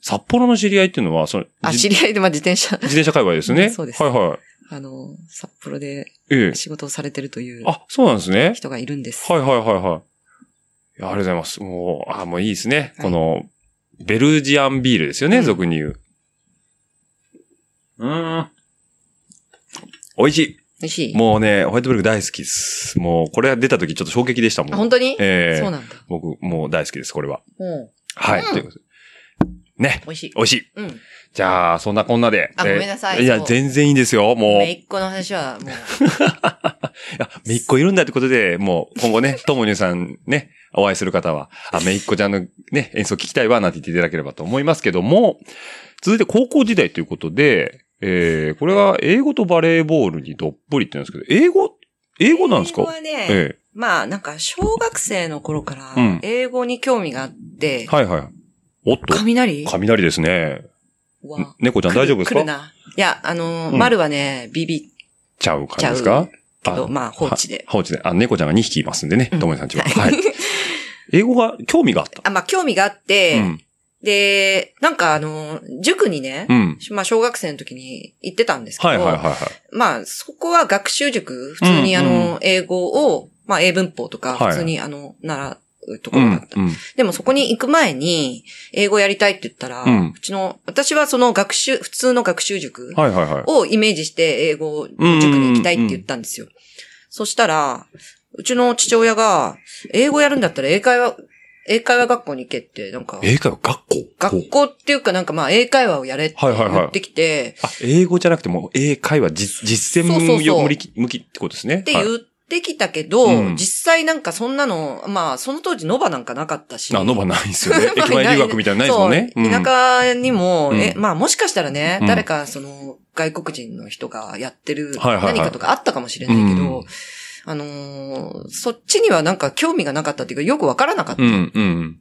[SPEAKER 2] 札幌の知り合いっていうのは、その、
[SPEAKER 1] あ、
[SPEAKER 2] じ
[SPEAKER 1] 知り合いで、まあ、自転車、
[SPEAKER 2] 自転車界隈ですね。
[SPEAKER 1] そうです
[SPEAKER 2] はいはい。
[SPEAKER 1] あの、札幌で
[SPEAKER 2] ええ。
[SPEAKER 1] 仕事をされてるという
[SPEAKER 2] あ、そうなんですね。
[SPEAKER 1] 人がいるんです。
[SPEAKER 2] はいはいはいはい。いやありがとうございます。もう、あ、もういいですね。この、ベルジアンビールですよね、
[SPEAKER 1] うん
[SPEAKER 2] 俗に言う。うーん。美味し
[SPEAKER 1] 美味し
[SPEAKER 2] い。
[SPEAKER 1] い。
[SPEAKER 2] もうね、ホワイトベルグ大好きです。もう、これが出た時ちょっと衝撃でしたもん。
[SPEAKER 1] あ、本当に、
[SPEAKER 2] ええ
[SPEAKER 1] そうなんだ。
[SPEAKER 2] 僕、もう大好きです、これは。
[SPEAKER 1] うん。
[SPEAKER 2] はい。
[SPEAKER 1] うん
[SPEAKER 2] ということで。ね。
[SPEAKER 1] 美味しい。
[SPEAKER 2] 美味しい。
[SPEAKER 1] うん。
[SPEAKER 2] じゃあ、そんなこんなで。
[SPEAKER 1] あ
[SPEAKER 2] えー
[SPEAKER 1] ごめんなさい
[SPEAKER 2] いや、
[SPEAKER 1] そう
[SPEAKER 2] 全然いいですよ、もう。
[SPEAKER 1] めいっ子の話は、もう、
[SPEAKER 2] いや、めいっ子いるんだってことで、もう今後 ね、ともにさんね、お会いする方は、あ、めいっ子ちゃんのね、演奏聞きたいわ、なんて言っていただければと思いますけども、続いて高校時代ということで、えー、これは英語とバレーボールにどっぷりって言うんですけど、英語、英語なんです
[SPEAKER 1] 英
[SPEAKER 2] か
[SPEAKER 1] 語はね、
[SPEAKER 2] え
[SPEAKER 1] まあ、なんか、小学生の頃か
[SPEAKER 2] うん
[SPEAKER 1] ら、英語に興味があって、
[SPEAKER 2] えはいはい。おっと、
[SPEAKER 1] 雷
[SPEAKER 2] 雷ですね。
[SPEAKER 1] は、
[SPEAKER 2] 猫ちゃん大丈夫です
[SPEAKER 1] 来る
[SPEAKER 2] か
[SPEAKER 1] ないや、あの
[SPEAKER 2] う
[SPEAKER 1] ー、
[SPEAKER 2] ん
[SPEAKER 1] 丸はね、ビビ
[SPEAKER 2] ちゃう感
[SPEAKER 1] ち
[SPEAKER 2] じ
[SPEAKER 1] ゃ
[SPEAKER 2] で
[SPEAKER 1] う
[SPEAKER 2] すか
[SPEAKER 1] けど、まあ、放置で。
[SPEAKER 2] 放置で。あ、猫ちゃんが2匹いますんでね、
[SPEAKER 1] うん
[SPEAKER 2] ともにさんちは。 はい。英語が、興味があった。
[SPEAKER 1] あ、まあ、興味があって、
[SPEAKER 2] うん。
[SPEAKER 1] で、なんかあの、塾にね、
[SPEAKER 2] うん。
[SPEAKER 1] まあ小学生の時に行ってたんですけど、
[SPEAKER 2] はいはいはいはい。
[SPEAKER 1] まあそこは学習塾、普通にあ
[SPEAKER 2] うんうん
[SPEAKER 1] の、英語を、まあ英文法とか、
[SPEAKER 2] はい
[SPEAKER 1] 普通にあの、習うとこ
[SPEAKER 2] う
[SPEAKER 1] ろだった。
[SPEAKER 2] ん。うん
[SPEAKER 1] でもそこに行く前に、英語やりたいって言ったら、
[SPEAKER 2] う
[SPEAKER 1] うんちの、私はその学習、普通の学習塾
[SPEAKER 2] はいはいはい。
[SPEAKER 1] をイメージして英語の塾に行きたいって言ったんですよ。そしたら、うちの父親が、英語やるんだったら英会話、英会話学校に行けって、なんか、
[SPEAKER 2] 英会話学校
[SPEAKER 1] 学校っていうかなんかまあ英会話をやれって
[SPEAKER 2] はいはいはい
[SPEAKER 1] 言ってきて、
[SPEAKER 2] あ、英語じゃなくてもう英会話実実践
[SPEAKER 1] そうそうそう
[SPEAKER 2] 向き向きってことですね。
[SPEAKER 1] って言ってきたけど、
[SPEAKER 2] うん
[SPEAKER 1] 実際なんかそんなの、まあその当時ノバなんかなかったし。。
[SPEAKER 2] はい、あ、ノバないんですよね
[SPEAKER 1] ノ
[SPEAKER 2] 駅
[SPEAKER 1] バない
[SPEAKER 2] 前留学みたいなのないですもんね。
[SPEAKER 1] そう田舎にも、
[SPEAKER 2] うん
[SPEAKER 1] え、まあもしかしたらね、
[SPEAKER 2] うん
[SPEAKER 1] 誰かその外国人の人がやってる
[SPEAKER 2] はいはいはい
[SPEAKER 1] 何かとかあったかもしれないけど、
[SPEAKER 2] うん
[SPEAKER 1] あのーそっちにはなんか興味がなかったっていうかよくわからなかった。
[SPEAKER 2] うん。うん、うん。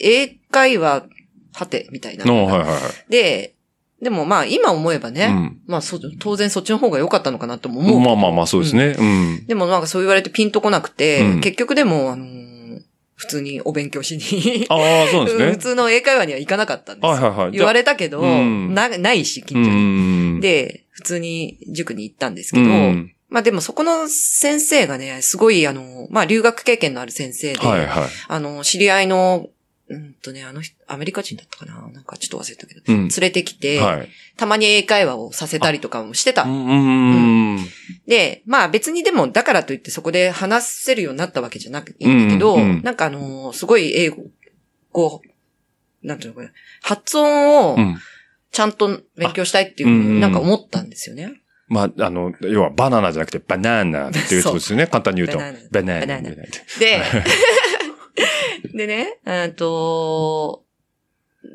[SPEAKER 1] 英会話、はて、みたいな。
[SPEAKER 2] の、はいはいはい。
[SPEAKER 1] で、でもまあ今思えばね、
[SPEAKER 2] うん
[SPEAKER 1] まあそ、当然そっちの方が良かったのかなとも思う。
[SPEAKER 2] まあまあまあ、そうですね。うん。
[SPEAKER 1] でもなんかそう言われてピンとこなくて、
[SPEAKER 2] うん
[SPEAKER 1] 結局でも、あのー普通にお勉強しに、
[SPEAKER 2] ああ、そうなんで
[SPEAKER 1] 普
[SPEAKER 2] すね。
[SPEAKER 1] 通の英会話には行かなかったんですよ。
[SPEAKER 2] はいはいはい。
[SPEAKER 1] 言わ
[SPEAKER 2] れ
[SPEAKER 1] れたけど、
[SPEAKER 2] うん
[SPEAKER 1] な、ないし、近
[SPEAKER 2] うん
[SPEAKER 1] 所
[SPEAKER 2] う
[SPEAKER 1] に。
[SPEAKER 2] ん。
[SPEAKER 1] で、普通に塾に行ったんです
[SPEAKER 2] う
[SPEAKER 1] け
[SPEAKER 2] ん
[SPEAKER 1] ど、
[SPEAKER 2] うん、
[SPEAKER 1] まあでもそこの先生がね、すごいあの、まあ留学経験のある先生で、
[SPEAKER 2] はいはい。
[SPEAKER 1] あの、知り合いの、うんとね、あの人、アメリカ人だったかななんかちょっと忘れたけど。
[SPEAKER 2] うん
[SPEAKER 1] 連れてきて、
[SPEAKER 2] はい。
[SPEAKER 1] たまに英会話をさせたりとかもしてた
[SPEAKER 2] う。んうんうん。
[SPEAKER 1] で、まあ別にでも、だからといってそこで話せるようになったわけじゃなくいいんだけど、
[SPEAKER 2] うんうん
[SPEAKER 1] なんかあのーすごい英語、こう、なんていうのかな、発音を
[SPEAKER 2] うん。
[SPEAKER 1] ちゃんと勉強したいっていう、
[SPEAKER 2] あうんうん
[SPEAKER 1] なんか思ったんですよね。
[SPEAKER 2] まあ、あの、要はバナナじゃなくてバナナっていうことですよね。簡単に言うと。
[SPEAKER 1] バナナ
[SPEAKER 2] バナナ。
[SPEAKER 1] バナナ
[SPEAKER 2] バナナって
[SPEAKER 1] で、でね、えっと、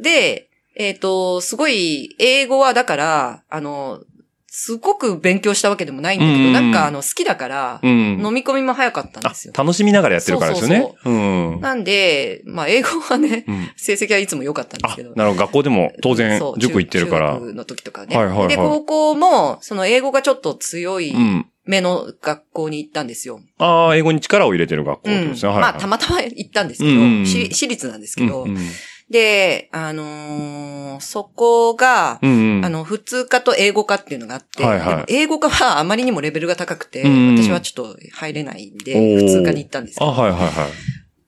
[SPEAKER 1] で、えっ、と、すごい、英語はだから、あの、すごく勉強したわけでもないんだけど、
[SPEAKER 2] うんうん
[SPEAKER 1] なんかあの、好きだから、
[SPEAKER 2] うん。
[SPEAKER 1] 飲み込みも早かったん
[SPEAKER 2] あ
[SPEAKER 1] ですよ、。
[SPEAKER 2] 楽しみながらやってるからですよね。
[SPEAKER 1] そう
[SPEAKER 2] うん。うん。
[SPEAKER 1] なんで、まあ、英語はね、成績はいつも良かったんです
[SPEAKER 2] あ
[SPEAKER 1] けど、。
[SPEAKER 2] なるほど。学校でも当然
[SPEAKER 1] そう
[SPEAKER 2] 塾行ってるから。
[SPEAKER 1] 中
[SPEAKER 2] う
[SPEAKER 1] 学の時とかね。
[SPEAKER 2] はいはいはい
[SPEAKER 1] で、高校も、その英語がちょっと強い
[SPEAKER 2] ん。
[SPEAKER 1] 目の学校に行ったんですよ。
[SPEAKER 2] ああ、英語に力を入れてる学校っ
[SPEAKER 1] う
[SPEAKER 2] てこと
[SPEAKER 1] ん。
[SPEAKER 2] ですね。はいはい。
[SPEAKER 1] まあ、たまたま行ったんですけ
[SPEAKER 2] うんうんうん
[SPEAKER 1] ど、し私立なんですけど
[SPEAKER 2] うん。うん
[SPEAKER 1] で、あのーそこが、
[SPEAKER 2] うんうん。
[SPEAKER 1] あの、普通科と英語科っていうのがあって、
[SPEAKER 2] はいはい
[SPEAKER 1] でも英語科はあまりにもレベルが高くて、
[SPEAKER 2] うんうん
[SPEAKER 1] 私はちょっと入れないん
[SPEAKER 2] お
[SPEAKER 1] で、
[SPEAKER 2] ー
[SPEAKER 1] 普通科に行ったんですけ
[SPEAKER 2] あ、
[SPEAKER 1] ど
[SPEAKER 2] はいはいは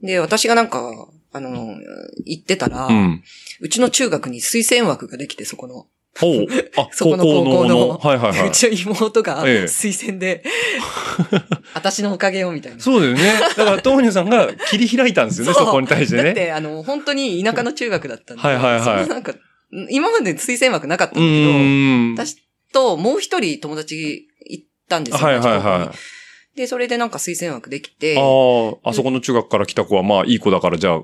[SPEAKER 1] で、私がなんか、あのー行ってたら、
[SPEAKER 2] い。う。
[SPEAKER 1] うんちの中学に推薦枠ができて、そこの。
[SPEAKER 2] おうあ、
[SPEAKER 1] そこの高校の
[SPEAKER 2] はいはいは
[SPEAKER 1] う
[SPEAKER 2] い。
[SPEAKER 1] ちの妹が
[SPEAKER 2] ええ
[SPEAKER 1] 推薦 で、私のおかげよみたいな。
[SPEAKER 2] そうですね。だから、東乳さんが切り開いたんですよね、
[SPEAKER 1] そう
[SPEAKER 2] そこに対して
[SPEAKER 1] だっ
[SPEAKER 2] ね。
[SPEAKER 1] て、あの、本当に田舎の中学だったんで、
[SPEAKER 2] はいはいはい
[SPEAKER 1] そのなんか、今まで推薦枠なかったんだ
[SPEAKER 2] う
[SPEAKER 1] けど、
[SPEAKER 2] ん。
[SPEAKER 1] 私ともう一人友達行ったんですよ。
[SPEAKER 2] はいはい
[SPEAKER 1] 同じ
[SPEAKER 2] は
[SPEAKER 1] 高校にで、それでなんか推薦枠できて、
[SPEAKER 2] い。ああ、あそこの中学から来た子は、まあ、いい子だから、じゃあ、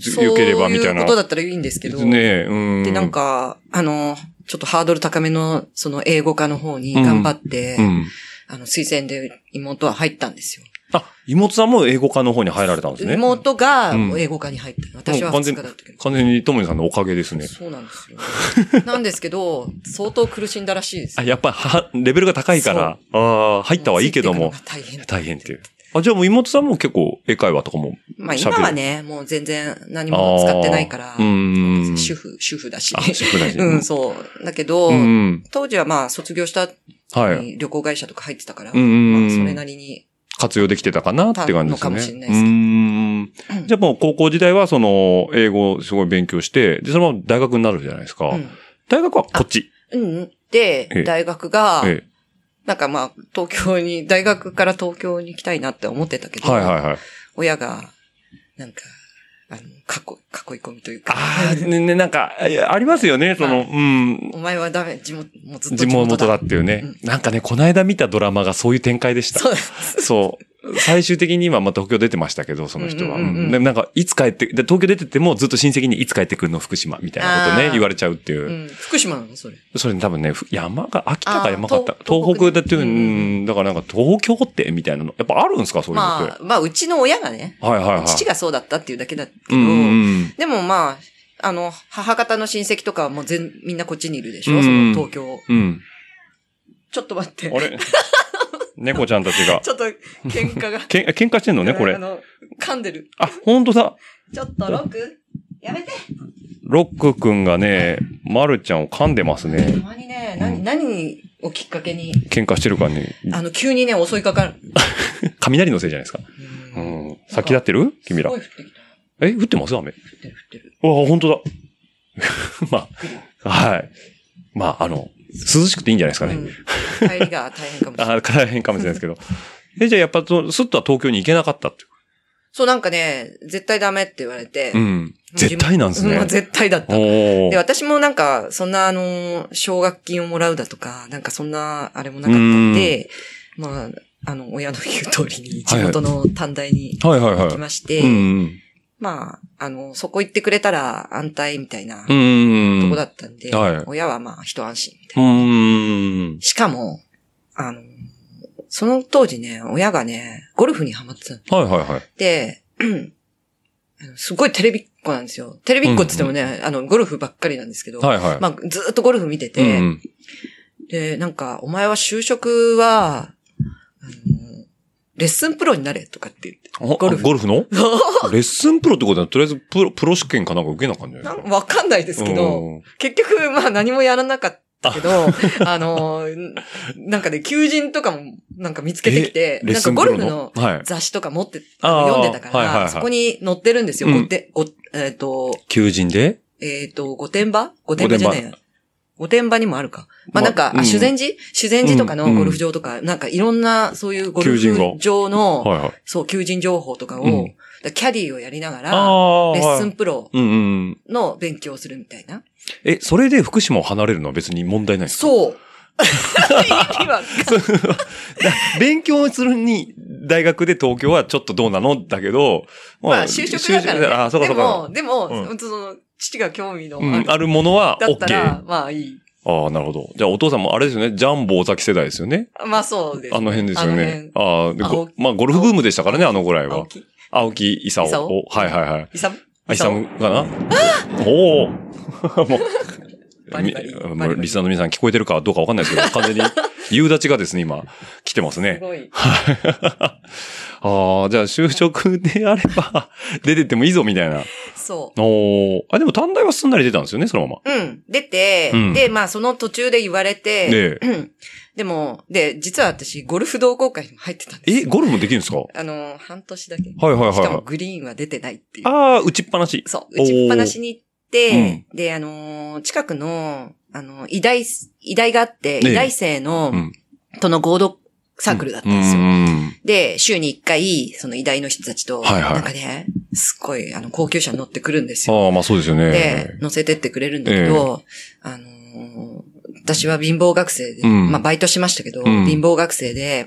[SPEAKER 2] ず
[SPEAKER 1] そう
[SPEAKER 2] よけ
[SPEAKER 1] い
[SPEAKER 2] れば、みたいうな。
[SPEAKER 1] ことだったらいいんですけ
[SPEAKER 2] で
[SPEAKER 1] ど、
[SPEAKER 2] すね。うん。
[SPEAKER 1] で、なん、か、あの、ちょっとハードル高めの、その英語科の方に頑張って、
[SPEAKER 2] うん。
[SPEAKER 1] あの、推薦で妹は入ったんですよ。
[SPEAKER 2] あ、妹さんも英語科の方に入られたんですね。
[SPEAKER 1] 妹が
[SPEAKER 2] うん
[SPEAKER 1] 英語科に入った。私は
[SPEAKER 2] もう完
[SPEAKER 1] 普
[SPEAKER 2] 全
[SPEAKER 1] 通科だったけど。
[SPEAKER 2] 完全に東乳さんのおかげですね。
[SPEAKER 1] そうなんですよ。なんですけど、相当苦しんだらしいです
[SPEAKER 2] あ、。やっぱり、は、レベルが高いから、ああ、入ったはいいけども
[SPEAKER 1] つ、いていくのが大
[SPEAKER 2] 大変
[SPEAKER 1] 変
[SPEAKER 2] っていう。あ、じゃあもう妹さんも結構、英会話とかも。
[SPEAKER 1] まあ
[SPEAKER 2] 喋る
[SPEAKER 1] 今はね、もう全然何も使ってないから
[SPEAKER 2] あ、ーうん。
[SPEAKER 1] 主婦、主婦だし
[SPEAKER 2] あ、。主婦だし。
[SPEAKER 1] うん、そう。だけど
[SPEAKER 2] う、ん。
[SPEAKER 1] 当時はまあ卒業した後
[SPEAKER 2] はい。
[SPEAKER 1] に旅行会社とか入ってたから、
[SPEAKER 2] うんうんう
[SPEAKER 1] ま
[SPEAKER 2] ん
[SPEAKER 1] あそれなりに、
[SPEAKER 2] 活用できてたかなって感じですね。
[SPEAKER 1] たのかもしれないで
[SPEAKER 2] う
[SPEAKER 1] すけど
[SPEAKER 2] ん。じゃあもう高校時代は、その、英語をすごい勉強して、で、そのまま大学になるじゃないですか。
[SPEAKER 1] うん
[SPEAKER 2] 大学はこっち。
[SPEAKER 1] うん。
[SPEAKER 2] ええ
[SPEAKER 1] で、大学が、
[SPEAKER 2] え
[SPEAKER 1] なんかまあ東京に、大学から東京に行きたいなって思ってたけ
[SPEAKER 2] え。
[SPEAKER 1] ど、
[SPEAKER 2] はいはいはい。
[SPEAKER 1] 親が、なんか、あの、かこ、囲い込みというか、
[SPEAKER 2] ああ、ね、ね、なんか、いやありますよね、その、うん。
[SPEAKER 1] お前はダメ、地元、もうずっと
[SPEAKER 2] 地元だっていうね。なんかね、この間見たドラマがそういう展開でした。
[SPEAKER 1] そうです。
[SPEAKER 2] そう。最終的に今、まあ、東京出てましたけど、その人は。
[SPEAKER 1] うんうんうんうん
[SPEAKER 2] うんでもなんか、いつ帰って、で東京出ててもずっと親戚にいつ帰ってくるの福島みたいなこと
[SPEAKER 1] あ
[SPEAKER 2] ね、
[SPEAKER 1] ー
[SPEAKER 2] 言われちゃうっていうう。
[SPEAKER 1] ん。福島なのそれ。
[SPEAKER 2] それね多分ね、ふ山が、秋田か山かった
[SPEAKER 1] あー。東
[SPEAKER 2] 東北だって、う
[SPEAKER 1] 東北ね
[SPEAKER 2] ん、だからなんか東京ってみたいなの。やっぱあるんですかそういうのって。
[SPEAKER 1] まあ、まあ、うちの親がね、
[SPEAKER 2] はいはいはい。
[SPEAKER 1] 父がそうだったっていうだけだけど、
[SPEAKER 2] うんうん
[SPEAKER 1] でもまあ、あの、母方の親戚とかはもう全、みんなこっちにいるでしょ、
[SPEAKER 2] うん
[SPEAKER 1] その東京。
[SPEAKER 2] うん。うん。
[SPEAKER 1] ちょっと待って。
[SPEAKER 2] あれ 猫ちゃんたちが。
[SPEAKER 1] ちょっと、喧嘩が。
[SPEAKER 2] けん、喧嘩してん のね、こ
[SPEAKER 1] あ
[SPEAKER 2] れ。
[SPEAKER 1] の、噛んでる。
[SPEAKER 2] あ、ほんとだ。
[SPEAKER 1] ちょっと、ロックやめて
[SPEAKER 2] ロックくんがね、まるちゃんを噛んでます
[SPEAKER 1] た
[SPEAKER 2] ね。
[SPEAKER 1] まにね、
[SPEAKER 2] うん
[SPEAKER 1] 何、何をきっかけに、
[SPEAKER 2] 喧嘩してるからね。
[SPEAKER 1] あの、急にね、襲いかかる。
[SPEAKER 2] 雷のせいじゃないですか。う
[SPEAKER 1] うん
[SPEAKER 2] ん。先立ってる君ら
[SPEAKER 1] すご。い降ってきた。
[SPEAKER 2] え、降ってます雨。
[SPEAKER 1] 降ってる降ってる。
[SPEAKER 2] うわ、本当だ。 まあ、はい。まあ、あの、涼しくていいんじゃないですかね。
[SPEAKER 1] うん、帰りが大変か もしれない。
[SPEAKER 2] あ大変かもしれないですけど。 え、じゃあやっぱと、すっとは東京に行けなかったってい
[SPEAKER 1] そうなんかね、絶対ダメって言われて。
[SPEAKER 2] う。う
[SPEAKER 1] も
[SPEAKER 2] ん。
[SPEAKER 1] う自
[SPEAKER 2] 絶
[SPEAKER 1] 分
[SPEAKER 2] 対なんです
[SPEAKER 1] う
[SPEAKER 2] ね。
[SPEAKER 1] 絶対だった。
[SPEAKER 2] お
[SPEAKER 1] で、
[SPEAKER 2] ー。
[SPEAKER 1] 私もなんか、そんなあのー、奨学金をもらうだとか、なんかそんな、あれもなかったんで、まあ、あの、親の言う通りに、地元の短大に
[SPEAKER 2] はいはい
[SPEAKER 1] 行き
[SPEAKER 2] は
[SPEAKER 1] まして、
[SPEAKER 2] い。うん
[SPEAKER 1] まあ、あの、そこ行ってくれたら安泰みたいな
[SPEAKER 2] うん。う
[SPEAKER 1] と
[SPEAKER 2] ん。
[SPEAKER 1] こだったんで、
[SPEAKER 2] はい
[SPEAKER 1] 親はまあ、一安心みた
[SPEAKER 2] う
[SPEAKER 1] いな。
[SPEAKER 2] ん。
[SPEAKER 1] しかも、あの、その当時ね、親がね、ゴルフにハマってたの
[SPEAKER 2] はいはいはい。
[SPEAKER 1] で、うんあのすごいテレビっ子なんですよ。テレビっ子って言ってもね、あの、ゴルフばっかりなんですけど、
[SPEAKER 2] はいはい。
[SPEAKER 1] まあ、ずーっとゴルフ見て
[SPEAKER 2] う
[SPEAKER 1] て、
[SPEAKER 2] ん
[SPEAKER 1] で、なんか、お前は就職は、あの、レッスンプロになれとかって言って。
[SPEAKER 2] うん。ゴ
[SPEAKER 1] ゴ
[SPEAKER 2] ル
[SPEAKER 1] ル
[SPEAKER 2] フ
[SPEAKER 1] フ
[SPEAKER 2] ゴルフ のレッスンプロってことは、とりあえずプロ、プロ試験かなんか受けなあかんじゃない
[SPEAKER 1] な
[SPEAKER 2] ですか。
[SPEAKER 1] んわかんないですけど、
[SPEAKER 2] うん
[SPEAKER 1] 結局、まあ何もやらなかっけ ど、あのー、なんかね、求人とかもなんか見つけてきて、
[SPEAKER 2] レッ
[SPEAKER 1] なん
[SPEAKER 2] ス
[SPEAKER 1] か
[SPEAKER 2] ン
[SPEAKER 1] ゴ
[SPEAKER 2] プ
[SPEAKER 1] ル
[SPEAKER 2] ロ
[SPEAKER 1] フの
[SPEAKER 2] はい。
[SPEAKER 1] 雑誌とか持って、
[SPEAKER 2] あー
[SPEAKER 1] 読んでたか
[SPEAKER 2] は
[SPEAKER 1] ら、
[SPEAKER 2] いはいはい
[SPEAKER 1] そこに載ってるんですよ。
[SPEAKER 2] うん
[SPEAKER 1] ごてごえっ、と、
[SPEAKER 2] 求人で
[SPEAKER 1] えっ、と、御殿場御殿場じゃねえや。御殿場にもあるか。
[SPEAKER 2] ま
[SPEAKER 1] まあ、なんか、
[SPEAKER 2] う
[SPEAKER 1] あ、
[SPEAKER 2] ん
[SPEAKER 1] 修善寺修善寺とか
[SPEAKER 2] う
[SPEAKER 1] の
[SPEAKER 2] ん
[SPEAKER 1] ゴルフ場とか、なんかいろんなそういうゴル
[SPEAKER 2] 求人
[SPEAKER 1] フ
[SPEAKER 2] が
[SPEAKER 1] 場の、
[SPEAKER 2] はいはい。
[SPEAKER 1] そう、求人情報とかを、
[SPEAKER 2] うん
[SPEAKER 1] だからキャディーをやりながら、
[SPEAKER 2] あ
[SPEAKER 1] レ
[SPEAKER 2] ー
[SPEAKER 1] ッス
[SPEAKER 2] は
[SPEAKER 1] ン
[SPEAKER 2] い
[SPEAKER 1] プロ
[SPEAKER 2] うんうん。
[SPEAKER 1] の勉強をするみたいな。
[SPEAKER 2] え、それで福島を離れるのは別に問題ないですか
[SPEAKER 1] そう。 意味わかんない
[SPEAKER 2] 勉強するに、大学で東京はちょっとどうなのだけど、
[SPEAKER 1] まあ、就職だからね。
[SPEAKER 2] あ、そうかそうか。
[SPEAKER 1] でも、でも、
[SPEAKER 2] う
[SPEAKER 1] その、父が興味の
[SPEAKER 2] うん、
[SPEAKER 1] あ
[SPEAKER 2] あ
[SPEAKER 1] る、
[SPEAKER 2] るものは
[SPEAKER 1] だった
[SPEAKER 2] OK。
[SPEAKER 1] ら
[SPEAKER 2] あ、
[SPEAKER 1] まあいい。
[SPEAKER 2] あ、なるほど。じゃあお父さんもあれですよね、ジャンボ尾崎世代ですよね。
[SPEAKER 1] まあそうです。
[SPEAKER 2] あの辺ですよね。ああで
[SPEAKER 1] 青
[SPEAKER 2] ご
[SPEAKER 1] 木
[SPEAKER 2] まあゴルフブームでしたからね、あのぐらい
[SPEAKER 1] あの辺。青
[SPEAKER 2] は。青
[SPEAKER 1] 木
[SPEAKER 2] 木勲
[SPEAKER 1] 勲
[SPEAKER 2] を。はいはいはい。
[SPEAKER 1] イサム
[SPEAKER 2] あ、イサムかなお おもう。
[SPEAKER 1] バリバ
[SPEAKER 2] み
[SPEAKER 1] リバリバリ
[SPEAKER 2] もうリスナーの皆さん聞こえてるかどうかわかんないですけど、完全に夕立がですね、今、来てます
[SPEAKER 1] す
[SPEAKER 2] ね。
[SPEAKER 1] ごい。
[SPEAKER 2] ああ、じゃあ就職であれば、 出てってもいいぞ、みたいな。
[SPEAKER 1] そ
[SPEAKER 2] おーあ、でも短大はすんなり出たんですよね、そのまま。
[SPEAKER 1] う。うん。出て、
[SPEAKER 2] うん
[SPEAKER 1] で、まあその途中で言われて、
[SPEAKER 2] で、
[SPEAKER 1] うんでも、で、実は私、ゴルフ同好会にも入ってたんです。
[SPEAKER 2] え、ゴルフもできるんですかはい
[SPEAKER 1] あの、半年だけ。
[SPEAKER 2] はいはい
[SPEAKER 1] しかも
[SPEAKER 2] は
[SPEAKER 1] グリーンは出てないってい
[SPEAKER 2] い。
[SPEAKER 1] う。
[SPEAKER 2] ああ、打ちっぱなし。
[SPEAKER 1] そう。打ちっぱなしに行って、で、あのー近くの、あの、医大、医大があって、
[SPEAKER 2] ええ
[SPEAKER 1] 医大生の、
[SPEAKER 2] うん
[SPEAKER 1] との合同サークルだった
[SPEAKER 2] うん
[SPEAKER 1] ですよ。
[SPEAKER 2] ん。
[SPEAKER 1] で、週に一回、その医大の人たちと、
[SPEAKER 2] はいはい
[SPEAKER 1] なんかね、すっごい、あの、高級車に乗ってくるんですよ。
[SPEAKER 2] ああ、まあそうですよ
[SPEAKER 1] で
[SPEAKER 2] ね。、
[SPEAKER 1] 乗せてってくれるんだけど、あのー私は貧乏学生で、
[SPEAKER 2] うん
[SPEAKER 1] まあバイトしましたけど、
[SPEAKER 2] うん
[SPEAKER 1] 貧乏学生で、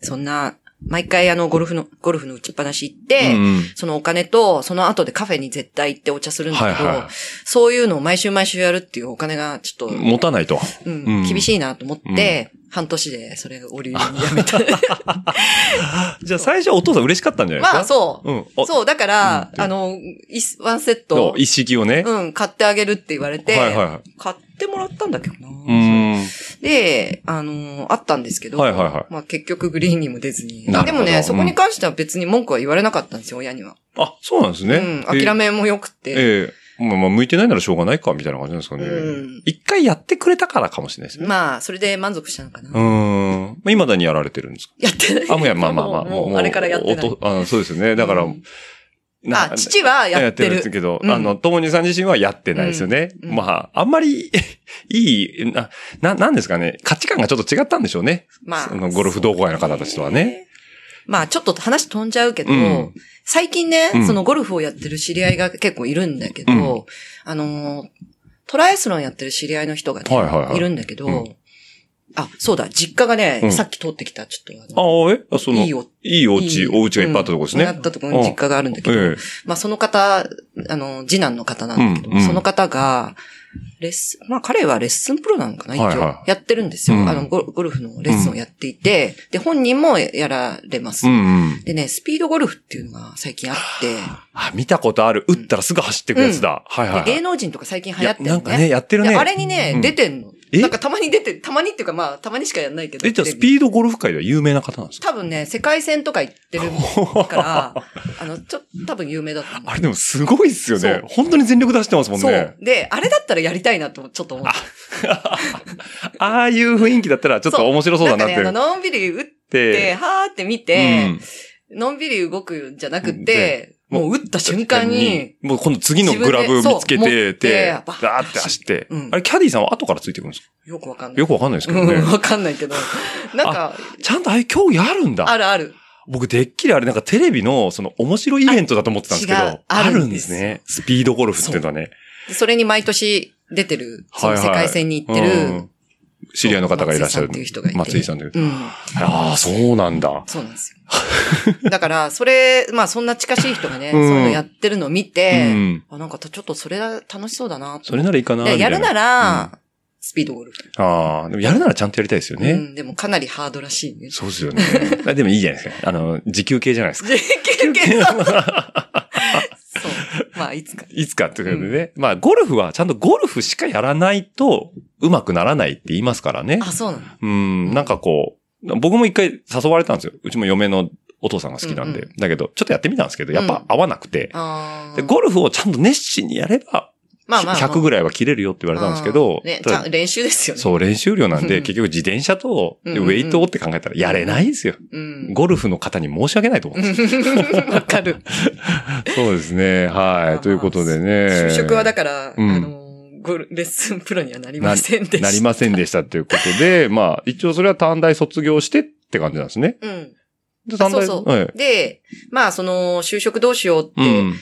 [SPEAKER 1] そんな、毎回あの、ゴルフの、ゴルフの打ちっぱなし行って、
[SPEAKER 2] うん
[SPEAKER 1] そのお金と、その後でカフェに絶対行ってお茶するんだけど、
[SPEAKER 2] はいはい
[SPEAKER 1] そういうのを毎週毎週やるっていうお金がちょっと、
[SPEAKER 2] 持たないと。
[SPEAKER 1] うん、
[SPEAKER 2] うん
[SPEAKER 1] 厳しいなと思って、半年でそれを理由にやめた。
[SPEAKER 2] じゃあ最初はお父さん嬉しかったんじゃないですか
[SPEAKER 1] まあそう。
[SPEAKER 2] うん。あ
[SPEAKER 1] そう、だから、
[SPEAKER 2] うん
[SPEAKER 1] あの、いワンセッ
[SPEAKER 2] の
[SPEAKER 1] ト、
[SPEAKER 2] 一式をね。
[SPEAKER 1] うん、買ってあげるって言われて、
[SPEAKER 2] はいはいはい。
[SPEAKER 1] 買ってもらったんだっけどな。
[SPEAKER 2] うー
[SPEAKER 1] で、あのあったんですけど、
[SPEAKER 2] はいはいはい
[SPEAKER 1] まあ結局グリーンにも出ずに。
[SPEAKER 2] なる
[SPEAKER 1] で
[SPEAKER 2] ほど
[SPEAKER 1] も
[SPEAKER 2] う
[SPEAKER 1] ね、
[SPEAKER 2] ん
[SPEAKER 1] そこに関しては別に文句は言われなかったんですよ、親には。
[SPEAKER 2] ん。あ、そうなんです
[SPEAKER 1] う
[SPEAKER 2] ね。
[SPEAKER 1] ん、諦めも良く
[SPEAKER 2] え
[SPEAKER 1] て。
[SPEAKER 2] え。ええまあまあ、向いてないならしょうがないか、みたいな感じなんですかね
[SPEAKER 1] うん。
[SPEAKER 2] 一回やってくれたからかもしれないですね。
[SPEAKER 1] まあ、それで満足したのかな。
[SPEAKER 2] うーん。いまあ未だにやられてるんです か
[SPEAKER 1] やってない。
[SPEAKER 2] あ、もうや、まあまあまあ。
[SPEAKER 1] もう、もうあれからやってない
[SPEAKER 2] お。とあそうですよね。だから、
[SPEAKER 1] うん
[SPEAKER 2] な
[SPEAKER 1] あ、父はやって
[SPEAKER 2] んです
[SPEAKER 1] る。
[SPEAKER 2] けど、
[SPEAKER 1] うん
[SPEAKER 2] あの、ともにさん自身はやってないですよね。
[SPEAKER 1] うんうん
[SPEAKER 2] まあ、あんまり、 いい、な、な、なんですかね。価値観がちょっと違ったんでしょうね。
[SPEAKER 1] まあ
[SPEAKER 2] そのゴルフ同好会の方たちとはね。
[SPEAKER 1] まあ、ちょっと話飛んじゃうけど、
[SPEAKER 2] うん
[SPEAKER 1] 最近ね、
[SPEAKER 2] うん
[SPEAKER 1] そのゴルフをやってる知り合いが結構いるんだけど、
[SPEAKER 2] うん
[SPEAKER 1] あのー、トライアスロンやってる知り合いの人がね、
[SPEAKER 2] はいはいはい
[SPEAKER 1] るんだけど、
[SPEAKER 2] うん
[SPEAKER 1] あ、そうだ、実家がね、
[SPEAKER 2] うん
[SPEAKER 1] さっき通ってきた、ちょっとあ
[SPEAKER 2] あ
[SPEAKER 1] の、
[SPEAKER 2] あ、えあその、
[SPEAKER 1] い
[SPEAKER 2] い
[SPEAKER 1] い
[SPEAKER 2] い
[SPEAKER 1] お、
[SPEAKER 2] お家、お家がいっぱいあったとこですね。
[SPEAKER 1] うんあったところに実家があるんだけど、
[SPEAKER 2] ええ
[SPEAKER 1] まあその方、あの、次男の方なんだけど、
[SPEAKER 2] うんうん
[SPEAKER 1] その方が、レッスン、まあ彼はレッスンプロなのかな、一応。
[SPEAKER 2] はいはい
[SPEAKER 1] やってるんですよ。
[SPEAKER 2] うん
[SPEAKER 1] あのゴ、ゴルフのレッスンをやっていて、で、本人もやられます。
[SPEAKER 2] うんうん。
[SPEAKER 1] でね、スピードゴルフっていうのが最近あって、
[SPEAKER 2] あ、見たことある。打ったらすぐ走ってくやつだ。はいはいはい。
[SPEAKER 1] で芸能人とか最近流行って
[SPEAKER 2] いやなんかね、
[SPEAKER 1] ね。
[SPEAKER 2] やってるね。
[SPEAKER 1] であれにね、
[SPEAKER 2] うん
[SPEAKER 1] 出てんの。
[SPEAKER 2] え
[SPEAKER 1] なんかたまに出て、たまにっていうかまあ、たまにしかやんないけど。
[SPEAKER 2] え、じゃあ
[SPEAKER 1] テレ
[SPEAKER 2] ス
[SPEAKER 1] ビ
[SPEAKER 2] ピードゴルフ界では有名な方なんですか
[SPEAKER 1] 多分ね、世界戦とか行ってるから、あの、ちょっと多分有名だと思う。
[SPEAKER 2] あれでもすごいっすよね
[SPEAKER 1] そ。
[SPEAKER 2] 本当に全力出してますもん
[SPEAKER 1] そう
[SPEAKER 2] ね。。
[SPEAKER 1] で、あれだったらやりたいなと、ちょっと思った。
[SPEAKER 2] ああいう雰囲気だったらちょっと面白そうだなっ
[SPEAKER 1] んかね、
[SPEAKER 2] て。
[SPEAKER 1] あの、のんびり打っ
[SPEAKER 2] で
[SPEAKER 1] て、はーって見
[SPEAKER 2] う
[SPEAKER 1] て
[SPEAKER 2] ん、
[SPEAKER 1] のんびり動くんじゃなくて
[SPEAKER 2] で、
[SPEAKER 1] もう打った瞬間に、、
[SPEAKER 2] もう今度次のグラブ見つけ
[SPEAKER 1] 自分でそう
[SPEAKER 2] て、で
[SPEAKER 1] 持っ、て
[SPEAKER 2] ダーって走って
[SPEAKER 1] うん。
[SPEAKER 2] あれ、キャディさんは後からついてくるんですか
[SPEAKER 1] よくわかんない。
[SPEAKER 2] よくわかんないですけど
[SPEAKER 1] う
[SPEAKER 2] ね
[SPEAKER 1] ん。わかんないけど。なんか、
[SPEAKER 2] ちゃんとああいう競技あるん
[SPEAKER 1] あ
[SPEAKER 2] だ。
[SPEAKER 1] るある。
[SPEAKER 2] 僕、でっきりあれなんかテレビのその面白いイベントだと思ってたんですけ
[SPEAKER 1] あ違
[SPEAKER 2] ど
[SPEAKER 1] う、
[SPEAKER 2] あ
[SPEAKER 1] ある
[SPEAKER 2] る
[SPEAKER 1] ん
[SPEAKER 2] ん
[SPEAKER 1] で
[SPEAKER 2] ですすね。スピードゴルフっていうのはね。
[SPEAKER 1] それに毎年出てる、その世界戦に行って
[SPEAKER 2] はいはい
[SPEAKER 1] る、
[SPEAKER 2] うん知り合いの方がいらっしゃる。
[SPEAKER 1] 松井さんっていう人がいて
[SPEAKER 2] 松井さんという。
[SPEAKER 1] うん。
[SPEAKER 2] ああ、そうなんだ。
[SPEAKER 1] そうなんですよ。だから、それ、まあそんな近しい人がね、そううんいうのやってるのを見
[SPEAKER 2] う
[SPEAKER 1] て、
[SPEAKER 2] ん。
[SPEAKER 1] あ、なんかちょっとそれは楽しそうだなと
[SPEAKER 2] それならいいかな。
[SPEAKER 1] でやる
[SPEAKER 2] ら。
[SPEAKER 1] なら、スピードゴルフ。
[SPEAKER 2] ああ、でもやるならちゃんとやりたいですよ
[SPEAKER 1] う
[SPEAKER 2] ね。
[SPEAKER 1] ん、でもかなりハードらしいね。
[SPEAKER 2] そうですよね。 あでもいいじゃないですか。あの、時給系じゃないですか。
[SPEAKER 1] 経 験そう。まあ、いつか。
[SPEAKER 2] いつかっていうことでね。まあ、ゴルフはちゃんとゴルフしかやらないと上手くならないって言いますからね
[SPEAKER 1] あ、。そうなの
[SPEAKER 2] うん、なんかこう、僕も一回誘われたんですよ。うちも嫁のお父さんが好きなんで。
[SPEAKER 1] うん
[SPEAKER 2] だけど、ちょっとやってみたんですけど、やっぱ合わなくて。
[SPEAKER 1] あー
[SPEAKER 2] でゴルフをちゃんと熱心にやれば、
[SPEAKER 1] まあまあまあ
[SPEAKER 2] 100ぐらいは切れるよって言われたんですけど、
[SPEAKER 1] うんね、
[SPEAKER 2] た
[SPEAKER 1] ち
[SPEAKER 2] だ
[SPEAKER 1] ゃん練習ですよね。
[SPEAKER 2] そう、練習量なん
[SPEAKER 1] う
[SPEAKER 2] で、
[SPEAKER 1] ん
[SPEAKER 2] 結局自転車と、
[SPEAKER 1] う
[SPEAKER 2] ウ
[SPEAKER 1] んうんうん
[SPEAKER 2] ェイトって考えたらやれないんですよ。
[SPEAKER 1] うん。
[SPEAKER 2] ゴルフの方に申し訳ないと思うんです
[SPEAKER 1] わかる。
[SPEAKER 2] そうですね。
[SPEAKER 1] ま
[SPEAKER 2] は
[SPEAKER 1] あ
[SPEAKER 2] い。ということでね。
[SPEAKER 1] 就職はだから、
[SPEAKER 2] うん
[SPEAKER 1] あの、ゴルレッスンプロにはなりませんでした。
[SPEAKER 2] なりませんでしたっていうこと で、まあ、一応それは短大卒業してって感じなんですね。
[SPEAKER 1] うん。
[SPEAKER 2] で
[SPEAKER 1] あ
[SPEAKER 2] 短
[SPEAKER 1] そ
[SPEAKER 2] 大
[SPEAKER 1] うそう。
[SPEAKER 2] はい。
[SPEAKER 1] で、まあ、その、就職どうしようって、
[SPEAKER 2] うん。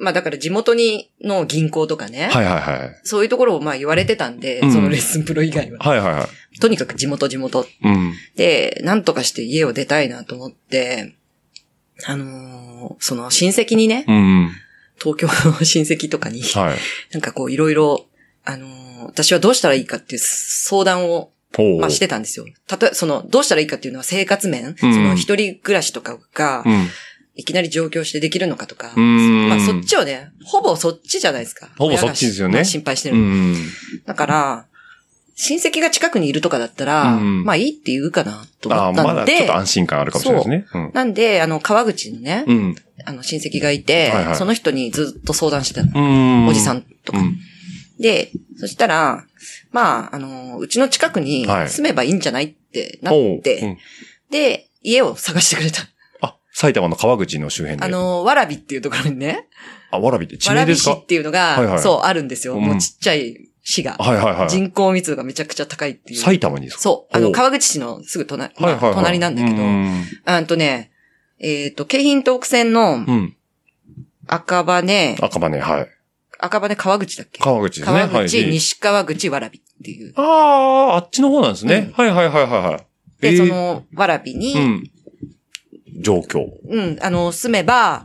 [SPEAKER 1] まあ、だから地元に、の銀行とかね、
[SPEAKER 2] はいはいはい。
[SPEAKER 1] そういうところをまあ言われてたんで、
[SPEAKER 2] うん
[SPEAKER 1] そのレッスンプロ以外は。
[SPEAKER 2] はいはいはい。
[SPEAKER 1] とにかく地元地元。
[SPEAKER 2] うん。
[SPEAKER 1] で、なんとかして家を出たいなと思って、あのーその親戚にね、
[SPEAKER 2] うん。
[SPEAKER 1] 東京の 親戚とかに、
[SPEAKER 2] はい。
[SPEAKER 1] なんかこういろいろ、あのー私はどうしたらいいかっていう相談を、
[SPEAKER 2] ほう。
[SPEAKER 1] まあ、してたんですよ。たとえ、その、どうしたらいいかっていうのは生活面、
[SPEAKER 2] うん
[SPEAKER 1] その一人暮らしとかが
[SPEAKER 2] う、ん。
[SPEAKER 1] いきなり上京してできるのかとか、
[SPEAKER 2] うん
[SPEAKER 1] まあそっちをね、ほぼそっちじゃないですか。
[SPEAKER 2] ほぼそっちですよね
[SPEAKER 1] 親が心配して
[SPEAKER 2] う
[SPEAKER 1] るの。
[SPEAKER 2] ん。
[SPEAKER 1] だから、親戚が近くにいるとかだったら、
[SPEAKER 2] うん
[SPEAKER 1] まあいいって言うかなと
[SPEAKER 2] あ
[SPEAKER 1] 思
[SPEAKER 2] あ、
[SPEAKER 1] った
[SPEAKER 2] ま
[SPEAKER 1] の
[SPEAKER 2] だちょっ
[SPEAKER 1] で
[SPEAKER 2] と、安心感あるかもしれないですね。
[SPEAKER 1] なんで、あの、川口のね、
[SPEAKER 2] うん。
[SPEAKER 1] あの、親戚がいて、
[SPEAKER 2] はいはい
[SPEAKER 1] その人にずっと相談してたの。
[SPEAKER 2] うん。
[SPEAKER 1] おじさ
[SPEAKER 2] ん
[SPEAKER 1] ん
[SPEAKER 2] う
[SPEAKER 1] とか。
[SPEAKER 2] ん。
[SPEAKER 1] で、そしたら、まあ、あの、うちの近くに
[SPEAKER 2] はい
[SPEAKER 1] 住めばいいんじゃないってなっ
[SPEAKER 2] ほう
[SPEAKER 1] て、
[SPEAKER 2] うん
[SPEAKER 1] で、家を探してくれた。
[SPEAKER 2] あ、埼玉の川口の周辺で。
[SPEAKER 1] あの、わらびっていうところにね、
[SPEAKER 2] あ、わらびって地
[SPEAKER 1] わ
[SPEAKER 2] 名
[SPEAKER 1] ら
[SPEAKER 2] で
[SPEAKER 1] び
[SPEAKER 2] す
[SPEAKER 1] 市
[SPEAKER 2] か
[SPEAKER 1] っていうのが、
[SPEAKER 2] はいはい
[SPEAKER 1] そう、あるんですよ。
[SPEAKER 2] うん
[SPEAKER 1] もうちっちゃい市が。
[SPEAKER 2] はいはいはい。
[SPEAKER 1] 人口密度がめちゃくちゃ高いっていう。
[SPEAKER 2] 埼玉にですか
[SPEAKER 1] そう。あ
[SPEAKER 2] ほ
[SPEAKER 1] の、
[SPEAKER 2] う
[SPEAKER 1] 川口市のすぐ隣、
[SPEAKER 2] はいはいはい。
[SPEAKER 1] 隣なんだけど、
[SPEAKER 2] うん
[SPEAKER 1] あんとね、えっ、と、京浜東北線の
[SPEAKER 2] うん。
[SPEAKER 1] 赤羽、
[SPEAKER 2] 赤羽、はい。
[SPEAKER 1] 赤羽川口だっけ
[SPEAKER 2] 川口ですね。
[SPEAKER 1] 川
[SPEAKER 2] はい
[SPEAKER 1] 口、西川口、わらびっていう。
[SPEAKER 2] ああ、あっちの方なんですね。はいはいはいはいはい。
[SPEAKER 1] で、
[SPEAKER 2] えー
[SPEAKER 1] そ、の、わらび
[SPEAKER 2] う
[SPEAKER 1] に、
[SPEAKER 2] ん。状況。
[SPEAKER 1] うん、あの、住めば、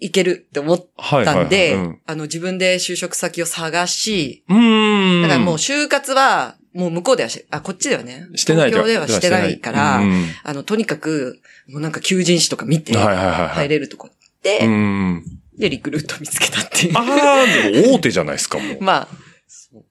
[SPEAKER 1] 行けるって思っ
[SPEAKER 2] はいはい、
[SPEAKER 1] た
[SPEAKER 2] はい。
[SPEAKER 1] んで、
[SPEAKER 2] うん。
[SPEAKER 1] あの、自分で就職先を探し、
[SPEAKER 2] うーん。
[SPEAKER 1] だからもう就活は、もう向こうではし、あ、こっちではね。
[SPEAKER 2] してない
[SPEAKER 1] 東京ではしてないから、
[SPEAKER 2] うんうん
[SPEAKER 1] あの、とにかく、もうなんか求人誌とか見て、
[SPEAKER 2] はいはいはいはい。
[SPEAKER 1] 入れるとこで、
[SPEAKER 2] うん。
[SPEAKER 1] で、リクルート見つけたっていう。
[SPEAKER 2] ああ、でも大手じゃないですか、もう。
[SPEAKER 1] まあ、そう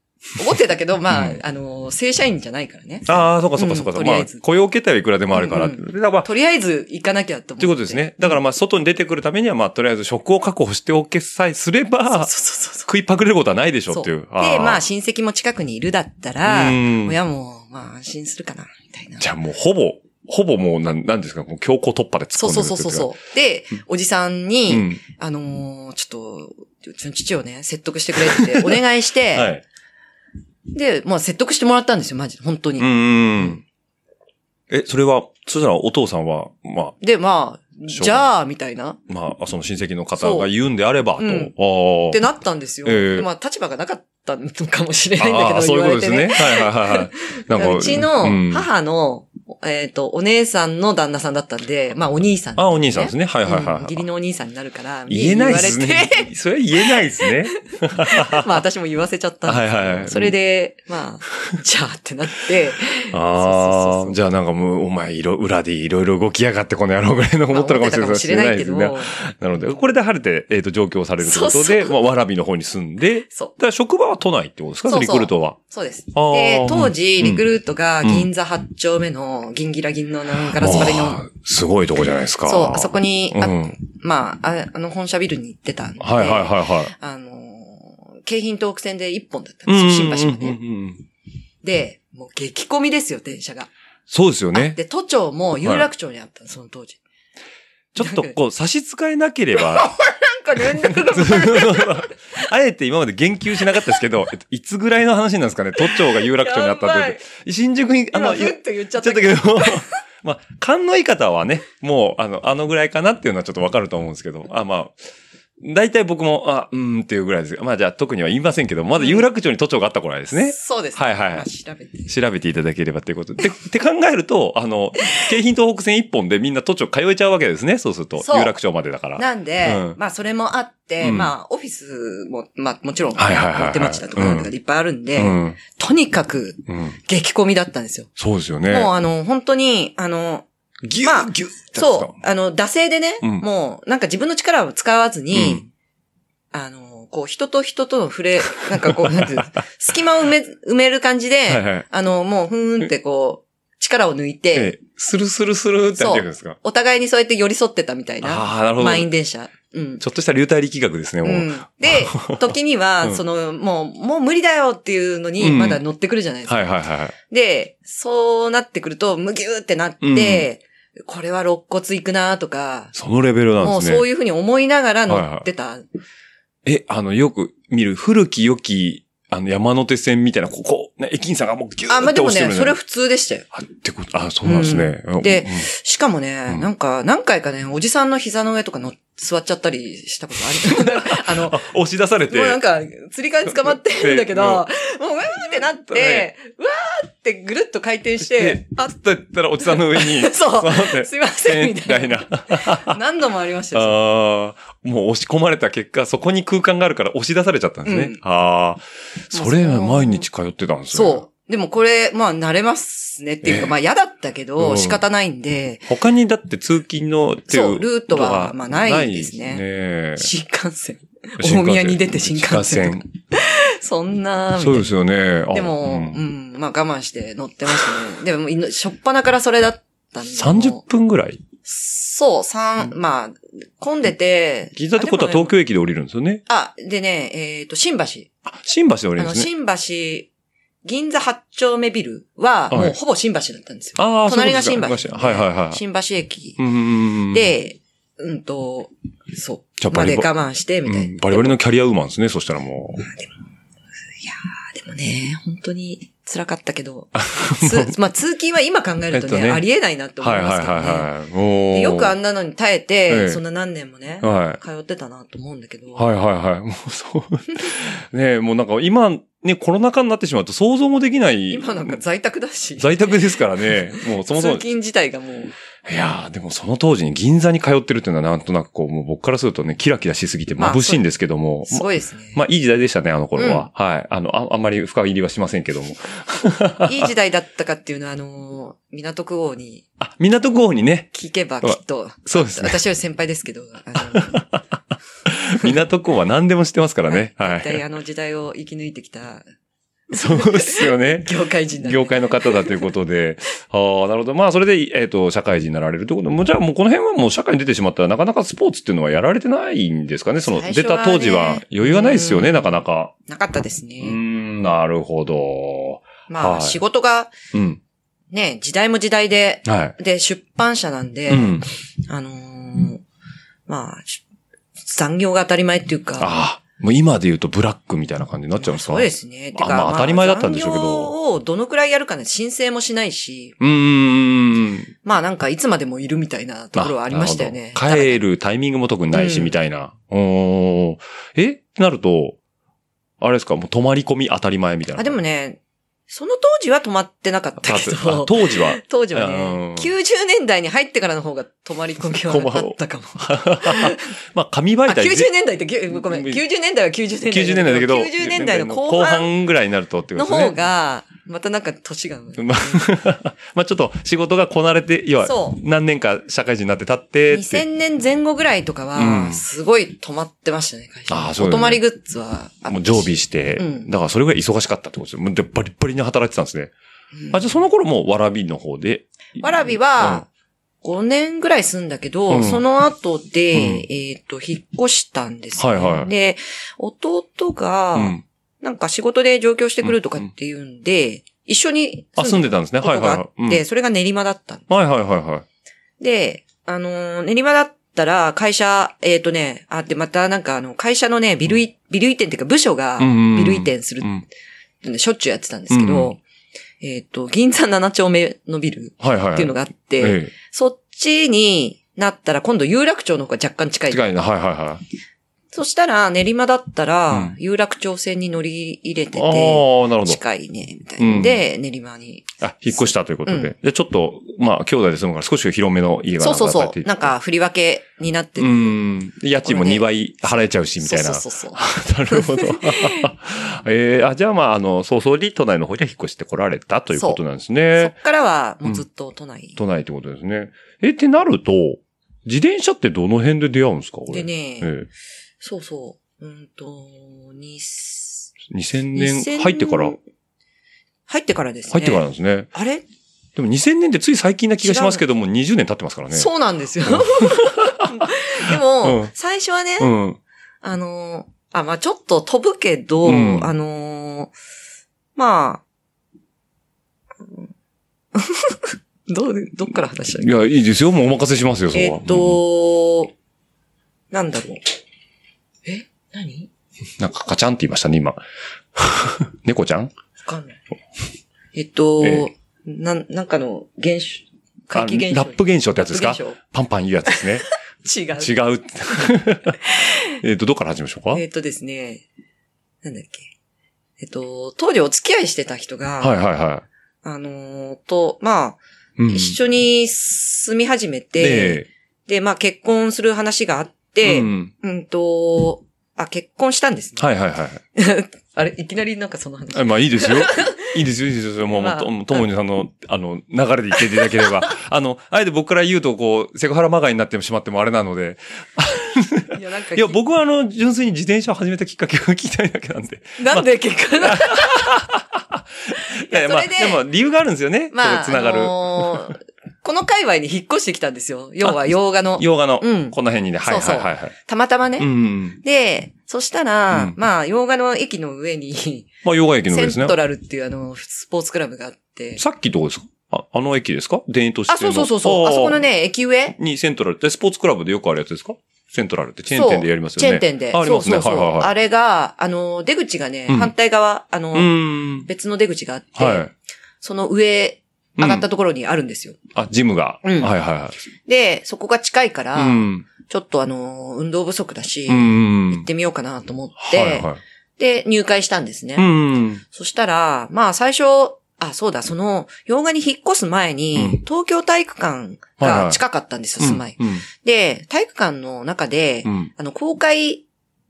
[SPEAKER 1] 大手だけど、まあ、
[SPEAKER 2] うん
[SPEAKER 1] あの、正社員じゃないからね。
[SPEAKER 2] ああ、そうかそうかそうか。
[SPEAKER 1] うんとり
[SPEAKER 2] ま
[SPEAKER 1] あえ
[SPEAKER 2] あ
[SPEAKER 1] ず、
[SPEAKER 2] 雇用形態はいくらでもあるから。
[SPEAKER 1] うんう
[SPEAKER 2] だからまあ、
[SPEAKER 1] とりあえず行かなきゃと思って。
[SPEAKER 2] ということですね。だからまあ、外に出てくるためには、まあ、とりあえず職を確保しておけさえすれ
[SPEAKER 1] そう
[SPEAKER 2] ば、
[SPEAKER 1] そうそうそう。
[SPEAKER 2] 食いパクれることはないでしょっていう。
[SPEAKER 1] そうで、まあ、
[SPEAKER 2] じ
[SPEAKER 1] 親戚も近くにいるだったら、
[SPEAKER 2] うん
[SPEAKER 1] 親も、まあ、安心するかな、みたいな。
[SPEAKER 2] ゃあもうほぼ、ほぼもう、なん、なんですか、もう強行突破で
[SPEAKER 1] そ
[SPEAKER 2] 突っ込
[SPEAKER 1] うん
[SPEAKER 2] で
[SPEAKER 1] そ
[SPEAKER 2] る
[SPEAKER 1] うそうそ
[SPEAKER 2] う
[SPEAKER 1] うそう。で、おじさんに、
[SPEAKER 2] ん。
[SPEAKER 1] あのーちょっと、うちの父をね、説得してくれ ってお願いして、
[SPEAKER 2] はい。
[SPEAKER 1] で、まあ説得してもらったんですよ、マジで、本当に。
[SPEAKER 2] うん。え、それは、そしたらお父さんは、ま
[SPEAKER 1] で、まあ、
[SPEAKER 2] しょうがない
[SPEAKER 1] じゃあ、みたいな、っ
[SPEAKER 2] あ、まあ、その親戚の方が言うんであれば、と。
[SPEAKER 1] そううん
[SPEAKER 2] ああ。
[SPEAKER 1] てなったんですよ。
[SPEAKER 2] ええ
[SPEAKER 1] でまあ、立場がなかったのかもしれないん
[SPEAKER 2] あ
[SPEAKER 1] だけ
[SPEAKER 2] あ、
[SPEAKER 1] ど、
[SPEAKER 2] そう
[SPEAKER 1] 言
[SPEAKER 2] いう
[SPEAKER 1] わ
[SPEAKER 2] こ
[SPEAKER 1] れ
[SPEAKER 2] とで
[SPEAKER 1] て
[SPEAKER 2] す
[SPEAKER 1] ね。
[SPEAKER 2] ね。はいはいはいはい。なんか
[SPEAKER 1] うちの、母の、えっ、と、お姉さんの旦那さんだったんで、まあ、お兄さん、
[SPEAKER 2] あ、お兄さんですね。はいはい
[SPEAKER 1] うん
[SPEAKER 2] は
[SPEAKER 1] 義理
[SPEAKER 2] い。
[SPEAKER 1] のお兄さんになるから、
[SPEAKER 2] 言えないです
[SPEAKER 1] 言われ
[SPEAKER 2] ね
[SPEAKER 1] て。
[SPEAKER 2] それは言えない ですね。
[SPEAKER 1] まあ、私も言わせちゃったんですけど、
[SPEAKER 2] はいはいはい
[SPEAKER 1] それで、まあ、じゃあってなって、そうそう
[SPEAKER 2] あ
[SPEAKER 1] そ
[SPEAKER 2] あ、
[SPEAKER 1] う
[SPEAKER 2] じゃあなんかもう、お前、いろ、裏でいろいろ動きやがってこの野郎ぐらいの 思ったのかもしれない
[SPEAKER 1] まあ思ってたかもしれないけど、
[SPEAKER 2] ですねなので、これで晴れて、えっと、上京されるということで、
[SPEAKER 1] そう
[SPEAKER 2] まあ、わらびの方に住んで、だ
[SPEAKER 1] そう。
[SPEAKER 2] から職場は都内ってことですか
[SPEAKER 1] そうそう
[SPEAKER 2] リクルートは。
[SPEAKER 1] そうです。
[SPEAKER 2] あー
[SPEAKER 1] で、当時、
[SPEAKER 2] うん
[SPEAKER 1] リクルートが銀座8丁目の銀ギラ銀のなんガラス張り
[SPEAKER 2] あ
[SPEAKER 1] の、
[SPEAKER 2] ーすごいとこじゃないですか。
[SPEAKER 1] そう、あそこに、あ
[SPEAKER 2] うん
[SPEAKER 1] まあ、ああの本社ビルに行ってたんで、
[SPEAKER 2] はいはいはいはい。
[SPEAKER 1] あのー、京浜東北線で1本だったんですよ、新橋ま
[SPEAKER 2] うん
[SPEAKER 1] で。
[SPEAKER 2] うんうん
[SPEAKER 1] で、もう激混みですよ、電車が。
[SPEAKER 2] そうですよね。
[SPEAKER 1] で、都庁も有楽町にあったの、その当時。
[SPEAKER 2] ちょっと こう、差し支えなければ、
[SPEAKER 1] なんか連絡が
[SPEAKER 2] あえて今まで言及しなかったですけど、えっといつぐらいの話なんですかね都庁が有楽町にあった
[SPEAKER 1] やば
[SPEAKER 2] っ
[SPEAKER 1] い
[SPEAKER 2] て。新宿に、あ
[SPEAKER 1] 今、
[SPEAKER 2] の、
[SPEAKER 1] ふっと言っちゃっ
[SPEAKER 2] ちょ
[SPEAKER 1] た
[SPEAKER 2] っと
[SPEAKER 1] け
[SPEAKER 2] け
[SPEAKER 1] ど。
[SPEAKER 2] ど、 まあ、勘のいい方はね、もう、あの、あのぐらいかなっていうのはちょっとわかると思うんですけど、あ、まあ、大体僕も、あ、うーんっていうぐらいです。まあ、じゃあ特には言いませんけど、まだ有楽町に都庁があった頃ですね。
[SPEAKER 1] そうです、
[SPEAKER 2] はいはい
[SPEAKER 1] まあ調べて。
[SPEAKER 2] 調べていただければっていうことで。って考えると、あの、京浜東北線一本でみんな都庁通えちゃうわけですね。そうすると、
[SPEAKER 1] そう
[SPEAKER 2] 有楽町までだから。
[SPEAKER 1] なんで、
[SPEAKER 2] うん
[SPEAKER 1] まあそれもあって、
[SPEAKER 2] うん
[SPEAKER 1] まあオフィスも、まあもちろん、
[SPEAKER 2] はいはいはいはい
[SPEAKER 1] 手町だとかなんとかでいっぱいあるんで、
[SPEAKER 2] うん。
[SPEAKER 1] とにかく
[SPEAKER 2] うん。
[SPEAKER 1] 激混みだったんですよ。
[SPEAKER 2] そうですよね。
[SPEAKER 1] もうあの、本当に、あの、
[SPEAKER 2] ぎゅ
[SPEAKER 1] まあ
[SPEAKER 2] ぎゅってやつだ
[SPEAKER 1] そう、あの、惰性でね、
[SPEAKER 2] うん
[SPEAKER 1] もうなんか自分の力を使わずに、あの、こう人と人との触れ、なんかこう、なんていうの隙間を埋め、埋める感じで、
[SPEAKER 2] はいはい
[SPEAKER 1] あの、もうふーんってこう、力を抜いて、
[SPEAKER 2] ええ、スルスルスルってなってるんですか
[SPEAKER 1] お互いにそうやって寄り添ってたみたいな。
[SPEAKER 2] ああ、なるほど。
[SPEAKER 1] 満員
[SPEAKER 2] ち
[SPEAKER 1] 電車。うん。
[SPEAKER 2] ょっとした流体力学ですね、も
[SPEAKER 1] う
[SPEAKER 2] う。
[SPEAKER 1] ん、 で、時に
[SPEAKER 2] う
[SPEAKER 1] は、
[SPEAKER 2] ん
[SPEAKER 1] その、もう、もう無理だよっていうのに、
[SPEAKER 2] うん
[SPEAKER 1] まだ乗ってくるじゃないですか。
[SPEAKER 2] はいはいはいはい。
[SPEAKER 1] で、そうなってくると、むぎゅーってなって、これは肋骨いくなとか、
[SPEAKER 2] そのレベルなん
[SPEAKER 1] も
[SPEAKER 2] で
[SPEAKER 1] う
[SPEAKER 2] すね
[SPEAKER 1] そ。ういうふうに思いながら乗ってた。
[SPEAKER 2] え、あの、よく見る古き良き、あの、山手線みたいな、ここ、ね、駅員さんがもうギュ
[SPEAKER 1] あ、ま
[SPEAKER 2] ー
[SPEAKER 1] あ、
[SPEAKER 2] っ
[SPEAKER 1] で
[SPEAKER 2] て
[SPEAKER 1] も
[SPEAKER 2] 押してる
[SPEAKER 1] ね、
[SPEAKER 2] みた
[SPEAKER 1] そ
[SPEAKER 2] い
[SPEAKER 1] れ
[SPEAKER 2] な。
[SPEAKER 1] 普通でしたよ。
[SPEAKER 2] あ、ってこと、あ、そうなんですね。
[SPEAKER 1] うんでしかもね、
[SPEAKER 2] うん
[SPEAKER 1] なんか、何回かね、おじさんの膝の上とかの座っちゃったり したことある。あの
[SPEAKER 2] うん、あ、押し出されて
[SPEAKER 1] もう、なんか、釣り替え捕まってるんだけど、
[SPEAKER 2] で
[SPEAKER 1] もう、うわーってなって、うわーってぐるっと回転して
[SPEAKER 2] で、
[SPEAKER 1] あ、
[SPEAKER 2] だったらおじさんの上に、
[SPEAKER 1] そう
[SPEAKER 2] 座って
[SPEAKER 1] すいませ ん、み
[SPEAKER 2] み
[SPEAKER 1] た
[SPEAKER 2] た
[SPEAKER 1] い
[SPEAKER 2] い
[SPEAKER 1] な。
[SPEAKER 2] な。
[SPEAKER 1] 何度もありましたよ。
[SPEAKER 2] ああ、もう押し込まれた結果、そこに空間があるから押し出されちゃったんですね。
[SPEAKER 1] うん
[SPEAKER 2] ああ、それは毎日通ってたんですよ。
[SPEAKER 1] そう。でもこれ、まあ、慣れますねっていう
[SPEAKER 2] え
[SPEAKER 1] か、
[SPEAKER 2] え
[SPEAKER 1] まあ、嫌だったけ
[SPEAKER 2] う
[SPEAKER 1] ど、
[SPEAKER 2] ん
[SPEAKER 1] 仕方ないんで、
[SPEAKER 2] 他にだって通勤のってい
[SPEAKER 1] そう
[SPEAKER 2] う。
[SPEAKER 1] ルートはまあないですね
[SPEAKER 2] ないです
[SPEAKER 1] 新幹線。
[SPEAKER 2] ね新幹線
[SPEAKER 1] 大宮に出て新幹線
[SPEAKER 2] 新幹
[SPEAKER 1] そんな、みた
[SPEAKER 2] そ
[SPEAKER 1] いうな
[SPEAKER 2] ですよね。あ
[SPEAKER 1] でも、う。ん、まあ我慢して乗ってましたね。でももういの、しょっぱなからそれだったんで。
[SPEAKER 2] 30
[SPEAKER 1] もう
[SPEAKER 2] 分ぐらい
[SPEAKER 1] そう、三、まあ、混んでて。
[SPEAKER 2] 銀座ってことは東
[SPEAKER 1] 京。
[SPEAKER 2] 京駅で降りるんですよね。
[SPEAKER 1] あ、でね、えっ、と、新橋。
[SPEAKER 2] あ新橋で降りる
[SPEAKER 1] あ
[SPEAKER 2] ん
[SPEAKER 1] の、
[SPEAKER 2] ですね。
[SPEAKER 1] 新橋、銀座八丁目ビル
[SPEAKER 2] は
[SPEAKER 1] は、
[SPEAKER 2] い
[SPEAKER 1] もうほぼ新橋だったんですよ。
[SPEAKER 2] ああ、
[SPEAKER 1] 隣が
[SPEAKER 2] そうい
[SPEAKER 1] 新
[SPEAKER 2] う
[SPEAKER 1] 橋
[SPEAKER 2] こ。とですかはいはいはい。
[SPEAKER 1] 新橋駅
[SPEAKER 2] うんうんうん、
[SPEAKER 1] で、うんと、そ
[SPEAKER 2] じゃあ
[SPEAKER 1] う。
[SPEAKER 2] バ
[SPEAKER 1] ま
[SPEAKER 2] リ
[SPEAKER 1] で
[SPEAKER 2] バ
[SPEAKER 1] 我慢して、みたい
[SPEAKER 2] うん
[SPEAKER 1] な。
[SPEAKER 2] バリバリのキャリアウーマンですね、そしたらもう。
[SPEAKER 1] でもね、本当に辛かった けど、つまあ通勤は今考えると
[SPEAKER 2] えっと
[SPEAKER 1] ね、
[SPEAKER 2] ね
[SPEAKER 1] ありえないなって思
[SPEAKER 2] はいいは
[SPEAKER 1] ま
[SPEAKER 2] い
[SPEAKER 1] すけどね。
[SPEAKER 2] はいはい。も
[SPEAKER 1] で
[SPEAKER 2] う。
[SPEAKER 1] よくあんなのに耐えて、
[SPEAKER 2] ええ
[SPEAKER 1] そんな何年もね、
[SPEAKER 2] はい。
[SPEAKER 1] 通ってたなと思うんだけど、
[SPEAKER 2] はいはいはい。もうそう。ねえ、もうなんか今、ね、コロナ禍になってしまうと想像もできない。
[SPEAKER 1] 今なんか在宅だし、
[SPEAKER 2] 在宅ですからね。もうそもそも。
[SPEAKER 1] 通勤自体がもう、
[SPEAKER 2] いやー、でもその当時に銀座に通ってるっていうのはなんとなくこう、もう僕からするとね、キラキラしすぎて眩しいんですけども。
[SPEAKER 1] すごいですね。
[SPEAKER 2] まあ、いい時代でしたね、あの頃は。はい。あの、ああんまり深入りはしませんけども。
[SPEAKER 1] いい時代だったかっていうのは、あのー、港区王に
[SPEAKER 2] あ、港区王にね。
[SPEAKER 1] 聞けばきっ と、
[SPEAKER 2] そうですね。
[SPEAKER 1] 私より先輩ですけど、あの、
[SPEAKER 2] 港区王は何でも知ってますからね。は
[SPEAKER 1] 絶対
[SPEAKER 2] い。
[SPEAKER 1] あの時代を生き抜いてきた
[SPEAKER 2] そうですよね。
[SPEAKER 1] 業界人だ、ね、
[SPEAKER 2] 業界の方だということで。ああ、なるほど。まあ、それで、えっ、と、社会人になられるということでもう、じゃあもうこの辺はもう社会に出てしまったら、なかなかスポーツっていうのはやられてないんですかね。その、
[SPEAKER 1] 最初
[SPEAKER 2] 出
[SPEAKER 1] はね
[SPEAKER 2] た当時は余裕がないですよね、
[SPEAKER 1] うん
[SPEAKER 2] なかなか。
[SPEAKER 1] なかったです
[SPEAKER 2] うー
[SPEAKER 1] ね。
[SPEAKER 2] ん、なるほど。
[SPEAKER 1] まあ、
[SPEAKER 2] はい
[SPEAKER 1] 仕事が
[SPEAKER 2] うん。
[SPEAKER 1] ね、時代も時代で、
[SPEAKER 2] は
[SPEAKER 1] で、出版社なん
[SPEAKER 2] い。
[SPEAKER 1] で、
[SPEAKER 2] うん。
[SPEAKER 1] あのーまあ、し残業が当たり前っていうか、
[SPEAKER 2] ああ、もう今で言うとブラックみたいな感じになっちゃうんですか
[SPEAKER 1] そうで。すね。てか、
[SPEAKER 2] まあ当たり前だったんでしょうけど
[SPEAKER 1] 残業をどのくらいやるかね、申請もしないし、
[SPEAKER 2] うーん。
[SPEAKER 1] まあなんかいつまでもいるみたいなところはありましたよね。
[SPEAKER 2] なるほど帰るタイミングも特にないし、
[SPEAKER 1] うん
[SPEAKER 2] みたいな。おーえってなると、あれですか、もう泊まり込み当たり前みたいな。
[SPEAKER 1] あ、でもね、その当時は止まってなかった
[SPEAKER 2] あ、
[SPEAKER 1] け
[SPEAKER 2] あ
[SPEAKER 1] ど、
[SPEAKER 2] 当時 は。
[SPEAKER 1] 当時は
[SPEAKER 2] うん
[SPEAKER 1] ね、90年代に入ってからの方が泊まり込みはなかっ たかも。
[SPEAKER 2] まあ、紙
[SPEAKER 1] あ
[SPEAKER 2] 媒体で。
[SPEAKER 1] 90年代ってぎゅ、ごめん、90年代は90年代。
[SPEAKER 2] 90年代だけど、
[SPEAKER 1] 90年代の後半
[SPEAKER 2] ぐらいになるとってこ
[SPEAKER 1] の
[SPEAKER 2] とですね。
[SPEAKER 1] 方が、またなんか年が。
[SPEAKER 2] まあ、 まあちょっと仕事がこなれて、要は
[SPEAKER 1] そう、
[SPEAKER 2] 何年か社会人になって経ってっていう。
[SPEAKER 1] 2000年前後ぐらいとか
[SPEAKER 2] う
[SPEAKER 1] は、
[SPEAKER 2] ん
[SPEAKER 1] すごい止まってましたね、会社。
[SPEAKER 2] あーそうだよね
[SPEAKER 1] お泊まりグッズはあったし
[SPEAKER 2] もう常備して、
[SPEAKER 1] うん
[SPEAKER 2] だからそれぐらい忙しかったってことですよ。もうでバリッバリに働いてたんですね。
[SPEAKER 1] うん
[SPEAKER 2] あ、じゃあその頃もうわらびの方で。
[SPEAKER 1] わらびは、5年ぐらい住んだけど、
[SPEAKER 2] うん
[SPEAKER 1] その後で、
[SPEAKER 2] うん
[SPEAKER 1] えっ、と、引っ越したんですよ、ね
[SPEAKER 2] はいはい
[SPEAKER 1] で、弟が、
[SPEAKER 2] うん、うん。
[SPEAKER 1] なんか仕事で上京してくるとかっていうんで、一緒に
[SPEAKER 2] あ、住ん
[SPEAKER 1] 住んで
[SPEAKER 2] でたんですね。
[SPEAKER 1] たこ
[SPEAKER 2] はい
[SPEAKER 1] と
[SPEAKER 2] は
[SPEAKER 1] が
[SPEAKER 2] い
[SPEAKER 1] あっ
[SPEAKER 2] は
[SPEAKER 1] て、
[SPEAKER 2] い。うん
[SPEAKER 1] それが練馬だったの。
[SPEAKER 2] はいはいはいはい。
[SPEAKER 1] で、あのー練馬だったら、会社、えっ、とね、あって、またなんかあの、会社のね、ビルイ、ビル移転っていうか部署が、ビ
[SPEAKER 2] ビ
[SPEAKER 1] ル移転する
[SPEAKER 2] うん。
[SPEAKER 1] ってねしょっちゅうやってたんですけど、
[SPEAKER 2] う
[SPEAKER 1] えっ、と、銀座7丁目のビル
[SPEAKER 2] はいはい。
[SPEAKER 1] っていうのがあって、
[SPEAKER 2] え
[SPEAKER 1] そっちになったら、今度有楽町の方が若干近
[SPEAKER 2] え。
[SPEAKER 1] い。
[SPEAKER 2] 近いな。はいはいはい。
[SPEAKER 1] そしたら、練馬だったら
[SPEAKER 2] うん、
[SPEAKER 1] 有楽町線に乗り入れて
[SPEAKER 2] ああ
[SPEAKER 1] て、
[SPEAKER 2] ー、なるほど。
[SPEAKER 1] 近いね、みたいなんで、練馬に。
[SPEAKER 2] あ、引っ越したということ
[SPEAKER 1] うん
[SPEAKER 2] で。で、ちょっと、まあ、兄弟で住むから少し広めの家が
[SPEAKER 1] そうそうそ
[SPEAKER 2] っ
[SPEAKER 1] う。
[SPEAKER 2] て
[SPEAKER 1] なん、か、振り分けになって
[SPEAKER 2] う
[SPEAKER 1] る。
[SPEAKER 2] ん。で家賃も2倍払えちゃうし、みたいな。
[SPEAKER 1] そうそうそうそ う。
[SPEAKER 2] なるほど。 ええあ、じゃあまあ、あの、早々に都内の方には引っ越してこられたということなんです
[SPEAKER 1] そ
[SPEAKER 2] ね。
[SPEAKER 1] っからは、もうずっと都内。
[SPEAKER 2] 都内ってことですね。え、ってなると、自転車ってどの辺で出会うんですかこれ。
[SPEAKER 1] でね、
[SPEAKER 2] え
[SPEAKER 1] そうそう。うんと、に、2000
[SPEAKER 2] え、2000年入ってから、
[SPEAKER 1] 入ってからですね。
[SPEAKER 2] 入ってからなんですね。
[SPEAKER 1] あれ
[SPEAKER 2] でも2000年ってつい最近な気がしますけども、20年経ってますからね。
[SPEAKER 1] そうなんですよ。 で
[SPEAKER 2] う
[SPEAKER 1] も
[SPEAKER 2] ん、
[SPEAKER 1] 最初はね、
[SPEAKER 2] うん。
[SPEAKER 1] あのー、あ、まあちょっと飛ぶけど、
[SPEAKER 2] うん
[SPEAKER 1] あのー、まあ、 どう、どっから話したっ
[SPEAKER 2] いや、いいですよ。もうお任せしますよ、そ
[SPEAKER 1] け
[SPEAKER 2] こ
[SPEAKER 1] え
[SPEAKER 2] は。
[SPEAKER 1] っと、なんだろう。え何
[SPEAKER 2] うんなんかカチャンって言いましたね、今。 猫ちゃん
[SPEAKER 1] わかんない。えっと、
[SPEAKER 2] え
[SPEAKER 1] なん、なんかの現象、
[SPEAKER 2] あ
[SPEAKER 1] 怪奇現象。
[SPEAKER 2] ラップ現象ってやつです
[SPEAKER 1] ラ
[SPEAKER 2] か
[SPEAKER 1] ップ
[SPEAKER 2] パンパン言うやつですね。
[SPEAKER 1] 現 象違う。
[SPEAKER 2] 違う。 えっと、どっから始めましょうか
[SPEAKER 1] えっ、とですね、なんだっけ。えっ、と、当時お付き合いしてた人が、
[SPEAKER 2] はいはいは
[SPEAKER 1] あのーと、まあ、
[SPEAKER 2] い。うん
[SPEAKER 1] 一緒に住み始めて、
[SPEAKER 2] で
[SPEAKER 1] で、まあ結婚する話があって、う、
[SPEAKER 2] うんん
[SPEAKER 1] と、あ、結婚したんですね。
[SPEAKER 2] はいはいはい。
[SPEAKER 1] あれ、いきなりなんかその話。
[SPEAKER 2] あまあいい ですよ。いいですよ、いいですよ。もう、
[SPEAKER 1] まあ
[SPEAKER 2] もうともにさんの、あの、流れで言っていただければ。あの、あえて僕から言うと、こう、セクハラまがいになってしまってもあれなので。
[SPEAKER 1] いや、なんか
[SPEAKER 2] いや、僕はあの、純粋に自転車を始めたきっかけを聞きたいだけなんで。
[SPEAKER 1] なんで結婚
[SPEAKER 2] いやいや、まあ、
[SPEAKER 1] それ
[SPEAKER 2] でも
[SPEAKER 1] で
[SPEAKER 2] 理由があるんですよね。
[SPEAKER 1] まあ、
[SPEAKER 2] つながる
[SPEAKER 1] あ。のーこの界隈に引っ越してきたんですよ。要は洋画の。
[SPEAKER 2] 洋画の、
[SPEAKER 1] うん
[SPEAKER 2] この辺にね。はい
[SPEAKER 1] そうそ
[SPEAKER 2] は
[SPEAKER 1] う
[SPEAKER 2] いはいはい。
[SPEAKER 1] たまたまね。
[SPEAKER 2] うんうん。
[SPEAKER 1] で、そしたら、
[SPEAKER 2] うん
[SPEAKER 1] まあ、洋画の駅の上に、
[SPEAKER 2] まあ、洋画駅の上
[SPEAKER 1] セ
[SPEAKER 2] ですね
[SPEAKER 1] ント。ラルっていうあの、スポーツクラブがあって。
[SPEAKER 2] さっきどこですかああの駅ですか田園都市
[SPEAKER 1] あ、
[SPEAKER 2] 線
[SPEAKER 1] そ
[SPEAKER 2] の
[SPEAKER 1] うそうそうそう。あそこの。ね、駅上
[SPEAKER 2] ーにセントラルって、スポーツクラブでよくあるやつですかセントラルってチェーン店でやりますよね。
[SPEAKER 1] チェーン店で。
[SPEAKER 2] あありますね。
[SPEAKER 1] そうそうそう
[SPEAKER 2] はいはいはい。
[SPEAKER 1] あれが、あの、出口がね、
[SPEAKER 2] うん
[SPEAKER 1] 反対側、あの、
[SPEAKER 2] うーん。
[SPEAKER 1] 別の出口があって、
[SPEAKER 2] はい。
[SPEAKER 1] その上、上がっ
[SPEAKER 2] う
[SPEAKER 1] た
[SPEAKER 2] ん
[SPEAKER 1] ところにあるんですよ。
[SPEAKER 2] あ、ジムが。
[SPEAKER 1] うん
[SPEAKER 2] はいはいはい。
[SPEAKER 1] で、そこが近いから、
[SPEAKER 2] うん。
[SPEAKER 1] ちょっとあの、運動不足だし、
[SPEAKER 2] うんうん。
[SPEAKER 1] 行ってみようかなと思って、
[SPEAKER 2] はいはい。
[SPEAKER 1] で、入会したんですね。
[SPEAKER 2] うん。
[SPEAKER 1] そしたら、まあ最初、あ、そうだ、その、洋画に引っ越す前に、
[SPEAKER 2] うん
[SPEAKER 1] 東京体育館
[SPEAKER 2] はいは
[SPEAKER 1] が
[SPEAKER 2] い
[SPEAKER 1] 近かったんですよ、住まい。
[SPEAKER 2] うん。
[SPEAKER 1] で、体育館の中で、
[SPEAKER 2] うん。
[SPEAKER 1] あの、公開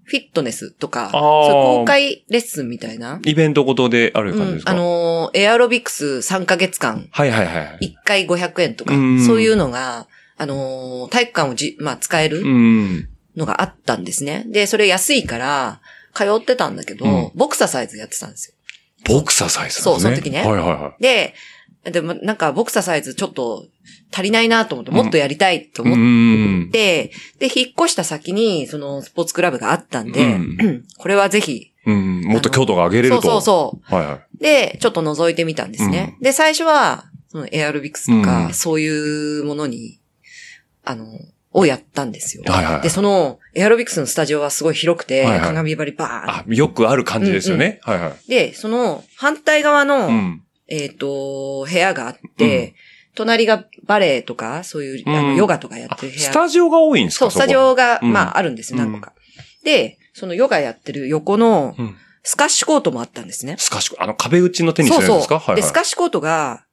[SPEAKER 1] フィットネスとか、
[SPEAKER 2] ー
[SPEAKER 1] そういう公開レッスンみたいな。
[SPEAKER 2] イベントごとである
[SPEAKER 1] う
[SPEAKER 2] 感じで
[SPEAKER 1] ん
[SPEAKER 2] す、か
[SPEAKER 1] あのーエアロビクス3ヶ月間、
[SPEAKER 2] はいはいはい。
[SPEAKER 1] 1回500円とか、
[SPEAKER 2] うん
[SPEAKER 1] そういうのが、あのー体育館をじ、まあ、使え
[SPEAKER 2] う
[SPEAKER 1] る
[SPEAKER 2] ん。
[SPEAKER 1] のがあったんですね。で、それ安いから、通ってたんだけど、
[SPEAKER 2] うん
[SPEAKER 1] ボクササイズやってたんですよ。
[SPEAKER 2] ボクサーサイズなんです
[SPEAKER 1] そうその時ね
[SPEAKER 2] はいはいは
[SPEAKER 1] で、でもなんかボクササイズちょっと足りないなと思って、もっとやりたいと
[SPEAKER 2] い。
[SPEAKER 1] 思っ
[SPEAKER 2] ん。
[SPEAKER 1] て、で、引っ越した先に、そのスポーツクラブがあったんで、
[SPEAKER 2] う
[SPEAKER 1] これはぜひ、
[SPEAKER 2] うん。もっと強度が上げれ
[SPEAKER 1] そ
[SPEAKER 2] る
[SPEAKER 1] うそう
[SPEAKER 2] と。
[SPEAKER 1] そ
[SPEAKER 2] う。
[SPEAKER 1] う、
[SPEAKER 2] はいはい。
[SPEAKER 1] で、ちょっと覗いてみたんですね。で、最初は、そのエアロビクスとか、
[SPEAKER 2] うん
[SPEAKER 1] そういうものに、あの、をやったんですよ。
[SPEAKER 2] はいはい
[SPEAKER 1] で、その、エアロビクスのスタジオはすごい広くて、
[SPEAKER 2] はいはい
[SPEAKER 1] 鏡張りバーン。
[SPEAKER 2] あ、よくある感じですよね。はいはい。
[SPEAKER 1] で、その、反対側の、
[SPEAKER 2] うん。
[SPEAKER 1] えっ、と、部屋があって、隣がバレエとか、そういう、あ
[SPEAKER 2] う
[SPEAKER 1] の、
[SPEAKER 2] ん
[SPEAKER 1] ヨガとかや
[SPEAKER 2] あ
[SPEAKER 1] ってる部屋。
[SPEAKER 2] スタジオが多いんです
[SPEAKER 1] そ
[SPEAKER 2] か
[SPEAKER 1] う、スタジ。オが、
[SPEAKER 2] うん
[SPEAKER 1] まあ、あるんですよ、何個か。で、そのヨガやってる横の
[SPEAKER 2] こ、うん
[SPEAKER 1] スカッシュコートもあったんですね。
[SPEAKER 2] スカッシュ、あの壁打ちのテニスのやつですか
[SPEAKER 1] そうそう。で、スカッシュコートが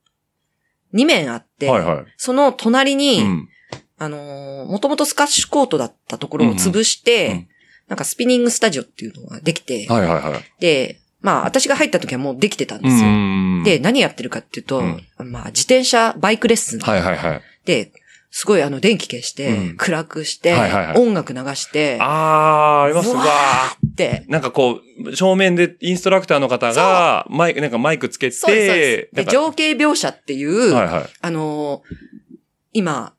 [SPEAKER 1] 2面あって、
[SPEAKER 2] はいは
[SPEAKER 1] その隣
[SPEAKER 2] い。
[SPEAKER 1] に、
[SPEAKER 2] うん。
[SPEAKER 1] あのー、もともとスカッシュコートだったところを潰して、
[SPEAKER 2] うんうんうん
[SPEAKER 1] なんかスピニングスタジオっていうのができて、
[SPEAKER 2] はいはいはい。
[SPEAKER 1] で、まあ私が入った時はもうできてたん
[SPEAKER 2] う
[SPEAKER 1] ですよ。
[SPEAKER 2] ん。
[SPEAKER 1] で、、何やってるかっていうと、
[SPEAKER 2] うん
[SPEAKER 1] まあ自転車、バイクレッスン
[SPEAKER 2] はいはいはい。
[SPEAKER 1] で、すごいあの電気消して、
[SPEAKER 2] うん
[SPEAKER 1] 暗くして、
[SPEAKER 2] はいはいはい
[SPEAKER 1] 音楽流して、
[SPEAKER 2] あー、あります
[SPEAKER 1] う
[SPEAKER 2] わ
[SPEAKER 1] わ
[SPEAKER 2] ー。
[SPEAKER 1] で、
[SPEAKER 2] なんかこう、正面でインストラクターの方が、マイク、なんかマイクつけて、
[SPEAKER 1] そうですそうです。
[SPEAKER 2] な
[SPEAKER 1] で、
[SPEAKER 2] んか
[SPEAKER 1] 情景描写っていう、
[SPEAKER 2] はいはい。
[SPEAKER 1] あのー、今、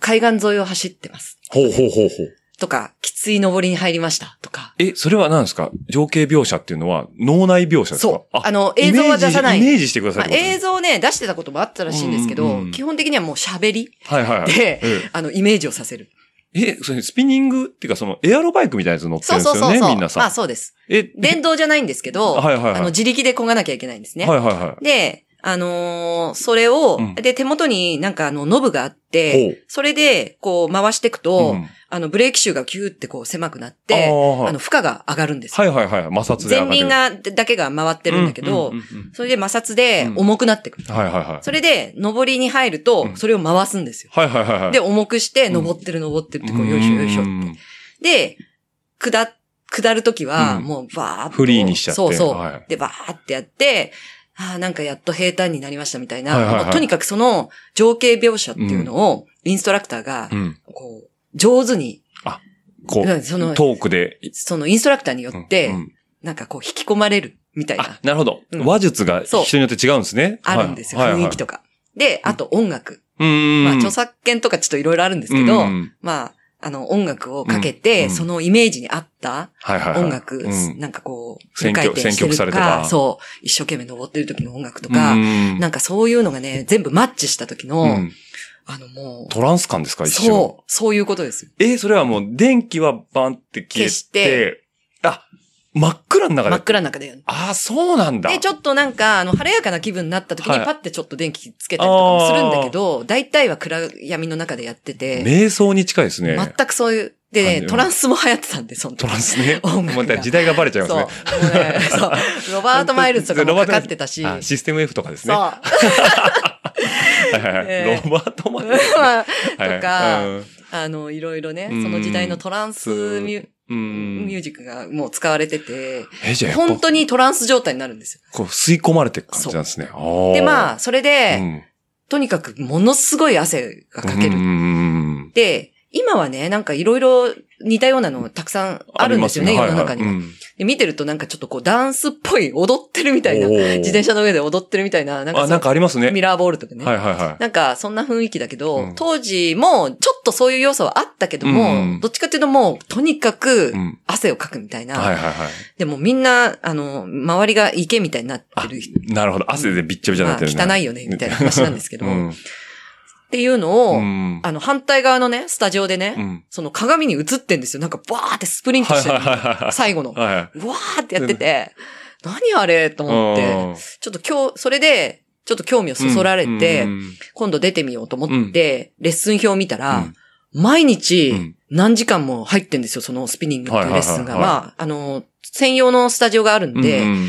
[SPEAKER 1] 海岸沿いを走ってます。
[SPEAKER 2] ほうほうほうほう。
[SPEAKER 1] とか、きつい登りに入りました。とか。
[SPEAKER 2] え、それは何ですか情景描写っていうのは脳内描写ですか
[SPEAKER 1] そう。あの、映像は出さな
[SPEAKER 2] イメージイ
[SPEAKER 1] い。
[SPEAKER 2] メージしてくださ
[SPEAKER 1] ま
[SPEAKER 2] い
[SPEAKER 1] あ
[SPEAKER 2] ってことです
[SPEAKER 1] 映
[SPEAKER 2] ね。
[SPEAKER 1] 像ね、出してたこともあったらしいんですけ
[SPEAKER 2] うんう
[SPEAKER 1] ど
[SPEAKER 2] んう、ん
[SPEAKER 1] 基本的にはもう喋り
[SPEAKER 2] はいはいはい。
[SPEAKER 1] で、
[SPEAKER 2] え
[SPEAKER 1] あの、イメージをさせる。
[SPEAKER 2] え、それスピニングっていうかそのエアロバイクみたいなやつ乗って
[SPEAKER 1] そ
[SPEAKER 2] る
[SPEAKER 1] うん
[SPEAKER 2] ですよ
[SPEAKER 1] そうそう
[SPEAKER 2] ね、
[SPEAKER 1] そう。
[SPEAKER 2] みんな
[SPEAKER 1] ま
[SPEAKER 2] さ
[SPEAKER 1] あ。そうです。
[SPEAKER 2] え、
[SPEAKER 1] 電動じゃないんですけど、
[SPEAKER 2] はいはいはい
[SPEAKER 1] あの、自力でこがなきゃいけないんですね。
[SPEAKER 2] はいはいは
[SPEAKER 1] で、あのーそれを、
[SPEAKER 2] うん
[SPEAKER 1] で、手元になんかあの、ノブがあっ
[SPEAKER 2] い。ほ
[SPEAKER 1] て、それで、こう、回していくと、
[SPEAKER 2] うん
[SPEAKER 1] あの、ブレーキシューがキューってこう、狭くなっ
[SPEAKER 2] あ
[SPEAKER 1] て、
[SPEAKER 2] ー
[SPEAKER 1] あ
[SPEAKER 2] はい
[SPEAKER 1] の、負荷が上がるんですよ。
[SPEAKER 2] はいはいはい。摩擦で上
[SPEAKER 1] 前
[SPEAKER 2] がってる。
[SPEAKER 1] 輪が、だけが回ってるんだけ
[SPEAKER 2] う
[SPEAKER 1] ど、
[SPEAKER 2] んうんうん
[SPEAKER 1] それで摩擦で重くなってくる。
[SPEAKER 2] うんはいはいはい。
[SPEAKER 1] それで、登りに入ると
[SPEAKER 2] う、ん
[SPEAKER 1] それを回すんですよ。
[SPEAKER 2] はいはいはいはい。
[SPEAKER 1] で、重くして、登ってる登ってるって、こう、よいしょよいしょ
[SPEAKER 2] う
[SPEAKER 1] っ
[SPEAKER 2] ん
[SPEAKER 1] て。で、下、下るときは、
[SPEAKER 2] うん
[SPEAKER 1] もう、バーっと。
[SPEAKER 2] フリーにしちゃって
[SPEAKER 1] そうそ。
[SPEAKER 2] はいう
[SPEAKER 1] で、バーってやって、ああ、なんかやっと平坦になりましたみたい
[SPEAKER 2] はいはいは
[SPEAKER 1] な。
[SPEAKER 2] い
[SPEAKER 1] もうとにかくその、情景描写っていうのを、インストラクターが
[SPEAKER 2] う、ん。
[SPEAKER 1] こう、上手に、
[SPEAKER 2] こう、
[SPEAKER 1] その、
[SPEAKER 2] トークで。
[SPEAKER 1] そのインストラクターによって
[SPEAKER 2] うん、
[SPEAKER 1] なんかこう、引き込まれる。みたい
[SPEAKER 2] あ
[SPEAKER 1] な、、
[SPEAKER 2] なるほど。
[SPEAKER 1] うん
[SPEAKER 2] 話術が人によって違うんですね。
[SPEAKER 1] あるんですよ、雰囲気
[SPEAKER 2] と。
[SPEAKER 1] とか。で、あと音楽。
[SPEAKER 2] うん。
[SPEAKER 1] まあ、著作権とかちょっといろいろあるんですけど、
[SPEAKER 2] うんうん
[SPEAKER 1] まあ、あの、音楽をかけ
[SPEAKER 2] うんう
[SPEAKER 1] て、
[SPEAKER 2] ん
[SPEAKER 1] そのイメージに合った
[SPEAKER 2] はいはいはい。
[SPEAKER 1] 音楽、
[SPEAKER 2] うん
[SPEAKER 1] なんかこう、
[SPEAKER 2] 選曲
[SPEAKER 1] フル回転してる
[SPEAKER 2] 選曲されてた
[SPEAKER 1] そう、一生懸命登ってる時の音楽とか、
[SPEAKER 2] うん
[SPEAKER 1] なんかそういうのがね、全部マッチした時の、
[SPEAKER 2] うん
[SPEAKER 1] あのも
[SPEAKER 2] トランス感ですか、
[SPEAKER 1] う、
[SPEAKER 2] 一瞬。
[SPEAKER 1] そう、そういうことですよ。
[SPEAKER 2] え、それはもう電気はバンって消えて、
[SPEAKER 1] 消して
[SPEAKER 2] あ、真っ暗の中
[SPEAKER 1] 真
[SPEAKER 2] で。
[SPEAKER 1] っ暗の中で。
[SPEAKER 2] あ、そうなんだ。
[SPEAKER 1] で、ちょっとなんか、あの、晴れやかな気分になった時に
[SPEAKER 2] はい
[SPEAKER 1] パッてちょっと電気つけたりとかもするんだけど、大体は暗闇の中でやってて、
[SPEAKER 2] 瞑想に近いですね。
[SPEAKER 1] 全くそういう、
[SPEAKER 2] 感じ
[SPEAKER 1] で
[SPEAKER 2] は
[SPEAKER 1] ね、トランスも流行ってたんで、その時
[SPEAKER 2] トランスね。
[SPEAKER 1] 音楽が
[SPEAKER 2] もうだから時代がバレちゃいます
[SPEAKER 1] そう。
[SPEAKER 2] ね
[SPEAKER 1] も。うねそう。 ロバート・マイルズとかもかかってたし。
[SPEAKER 2] あシステム F とかです
[SPEAKER 1] そ
[SPEAKER 2] ね。
[SPEAKER 1] う。
[SPEAKER 2] は
[SPEAKER 1] ま
[SPEAKER 2] いはいはい
[SPEAKER 1] えー
[SPEAKER 2] ロバートマン。
[SPEAKER 1] あ
[SPEAKER 2] はい
[SPEAKER 1] とか
[SPEAKER 2] うん
[SPEAKER 1] あの、いろいろね、
[SPEAKER 2] うん
[SPEAKER 1] その時代のトランスミュ
[SPEAKER 2] う
[SPEAKER 1] ミュー
[SPEAKER 2] ん。
[SPEAKER 1] ジックがもう使われてて、
[SPEAKER 2] え、じゃあやっ
[SPEAKER 1] 本
[SPEAKER 2] ぱ、
[SPEAKER 1] 当にトランス状態になるんです
[SPEAKER 2] こう吸い込まれていく感じなんですね。
[SPEAKER 1] よ。で、ま
[SPEAKER 2] あ
[SPEAKER 1] あ、それで、
[SPEAKER 2] ー、うん
[SPEAKER 1] とにかくものすごい汗がかけ
[SPEAKER 2] うん
[SPEAKER 1] る。
[SPEAKER 2] うん
[SPEAKER 1] で、今はね、なんかいろいろ似たようなのたくさんあるんですよね、
[SPEAKER 2] あり
[SPEAKER 1] 世
[SPEAKER 2] ます
[SPEAKER 1] の中に
[SPEAKER 2] は
[SPEAKER 1] は。
[SPEAKER 2] いはいうん
[SPEAKER 1] で見てるとなんかちょっとこうダンスっぽい踊ってるみたいな、
[SPEAKER 2] お
[SPEAKER 1] 自
[SPEAKER 2] ー
[SPEAKER 1] 転車の上で踊ってるみたいな、なんか
[SPEAKER 2] あ、なんかありますね。
[SPEAKER 1] ミラーボールとかね。
[SPEAKER 2] はいはいはい。
[SPEAKER 1] なんか、そんな雰囲気だけど、
[SPEAKER 2] うん
[SPEAKER 1] 当時も、ちょっとそういう要素はあったけども、
[SPEAKER 2] うん
[SPEAKER 1] どっちかっていうともう、とにかく
[SPEAKER 2] うん、
[SPEAKER 1] 汗をかくみたいな。
[SPEAKER 2] はいはいはい。
[SPEAKER 1] でもみんな、あの、周りが池みたいになってる人。
[SPEAKER 2] なるほど。汗でびっちゃびちゃになってるね。
[SPEAKER 1] まあ汚いよね、みたいな話なんですけ ど、
[SPEAKER 2] うん
[SPEAKER 1] っていうのを、
[SPEAKER 2] うん
[SPEAKER 1] あの、反対側のね、スタジオでね、
[SPEAKER 2] うん
[SPEAKER 1] その鏡に映ってんですよ。なんか、バーってスプリント
[SPEAKER 2] はい
[SPEAKER 1] して
[SPEAKER 2] は
[SPEAKER 1] る
[SPEAKER 2] いはいはい。
[SPEAKER 1] 最後の。うわ
[SPEAKER 2] はいはい。
[SPEAKER 1] ーってやってて、何あれと思って、ちょっと今日、それで、ちょっと興味をそそられて、
[SPEAKER 2] うんうん
[SPEAKER 1] 今度出てみようと思って、レッスン表を見たら、
[SPEAKER 2] うん
[SPEAKER 1] 毎
[SPEAKER 2] う
[SPEAKER 1] 日
[SPEAKER 2] ん
[SPEAKER 1] 何時間も入ってんですよ、そのスピニングっていうレッスンが。
[SPEAKER 2] はいはいはいはい
[SPEAKER 1] まあ、あの、専用のスタジオがあるんで、
[SPEAKER 2] うんうん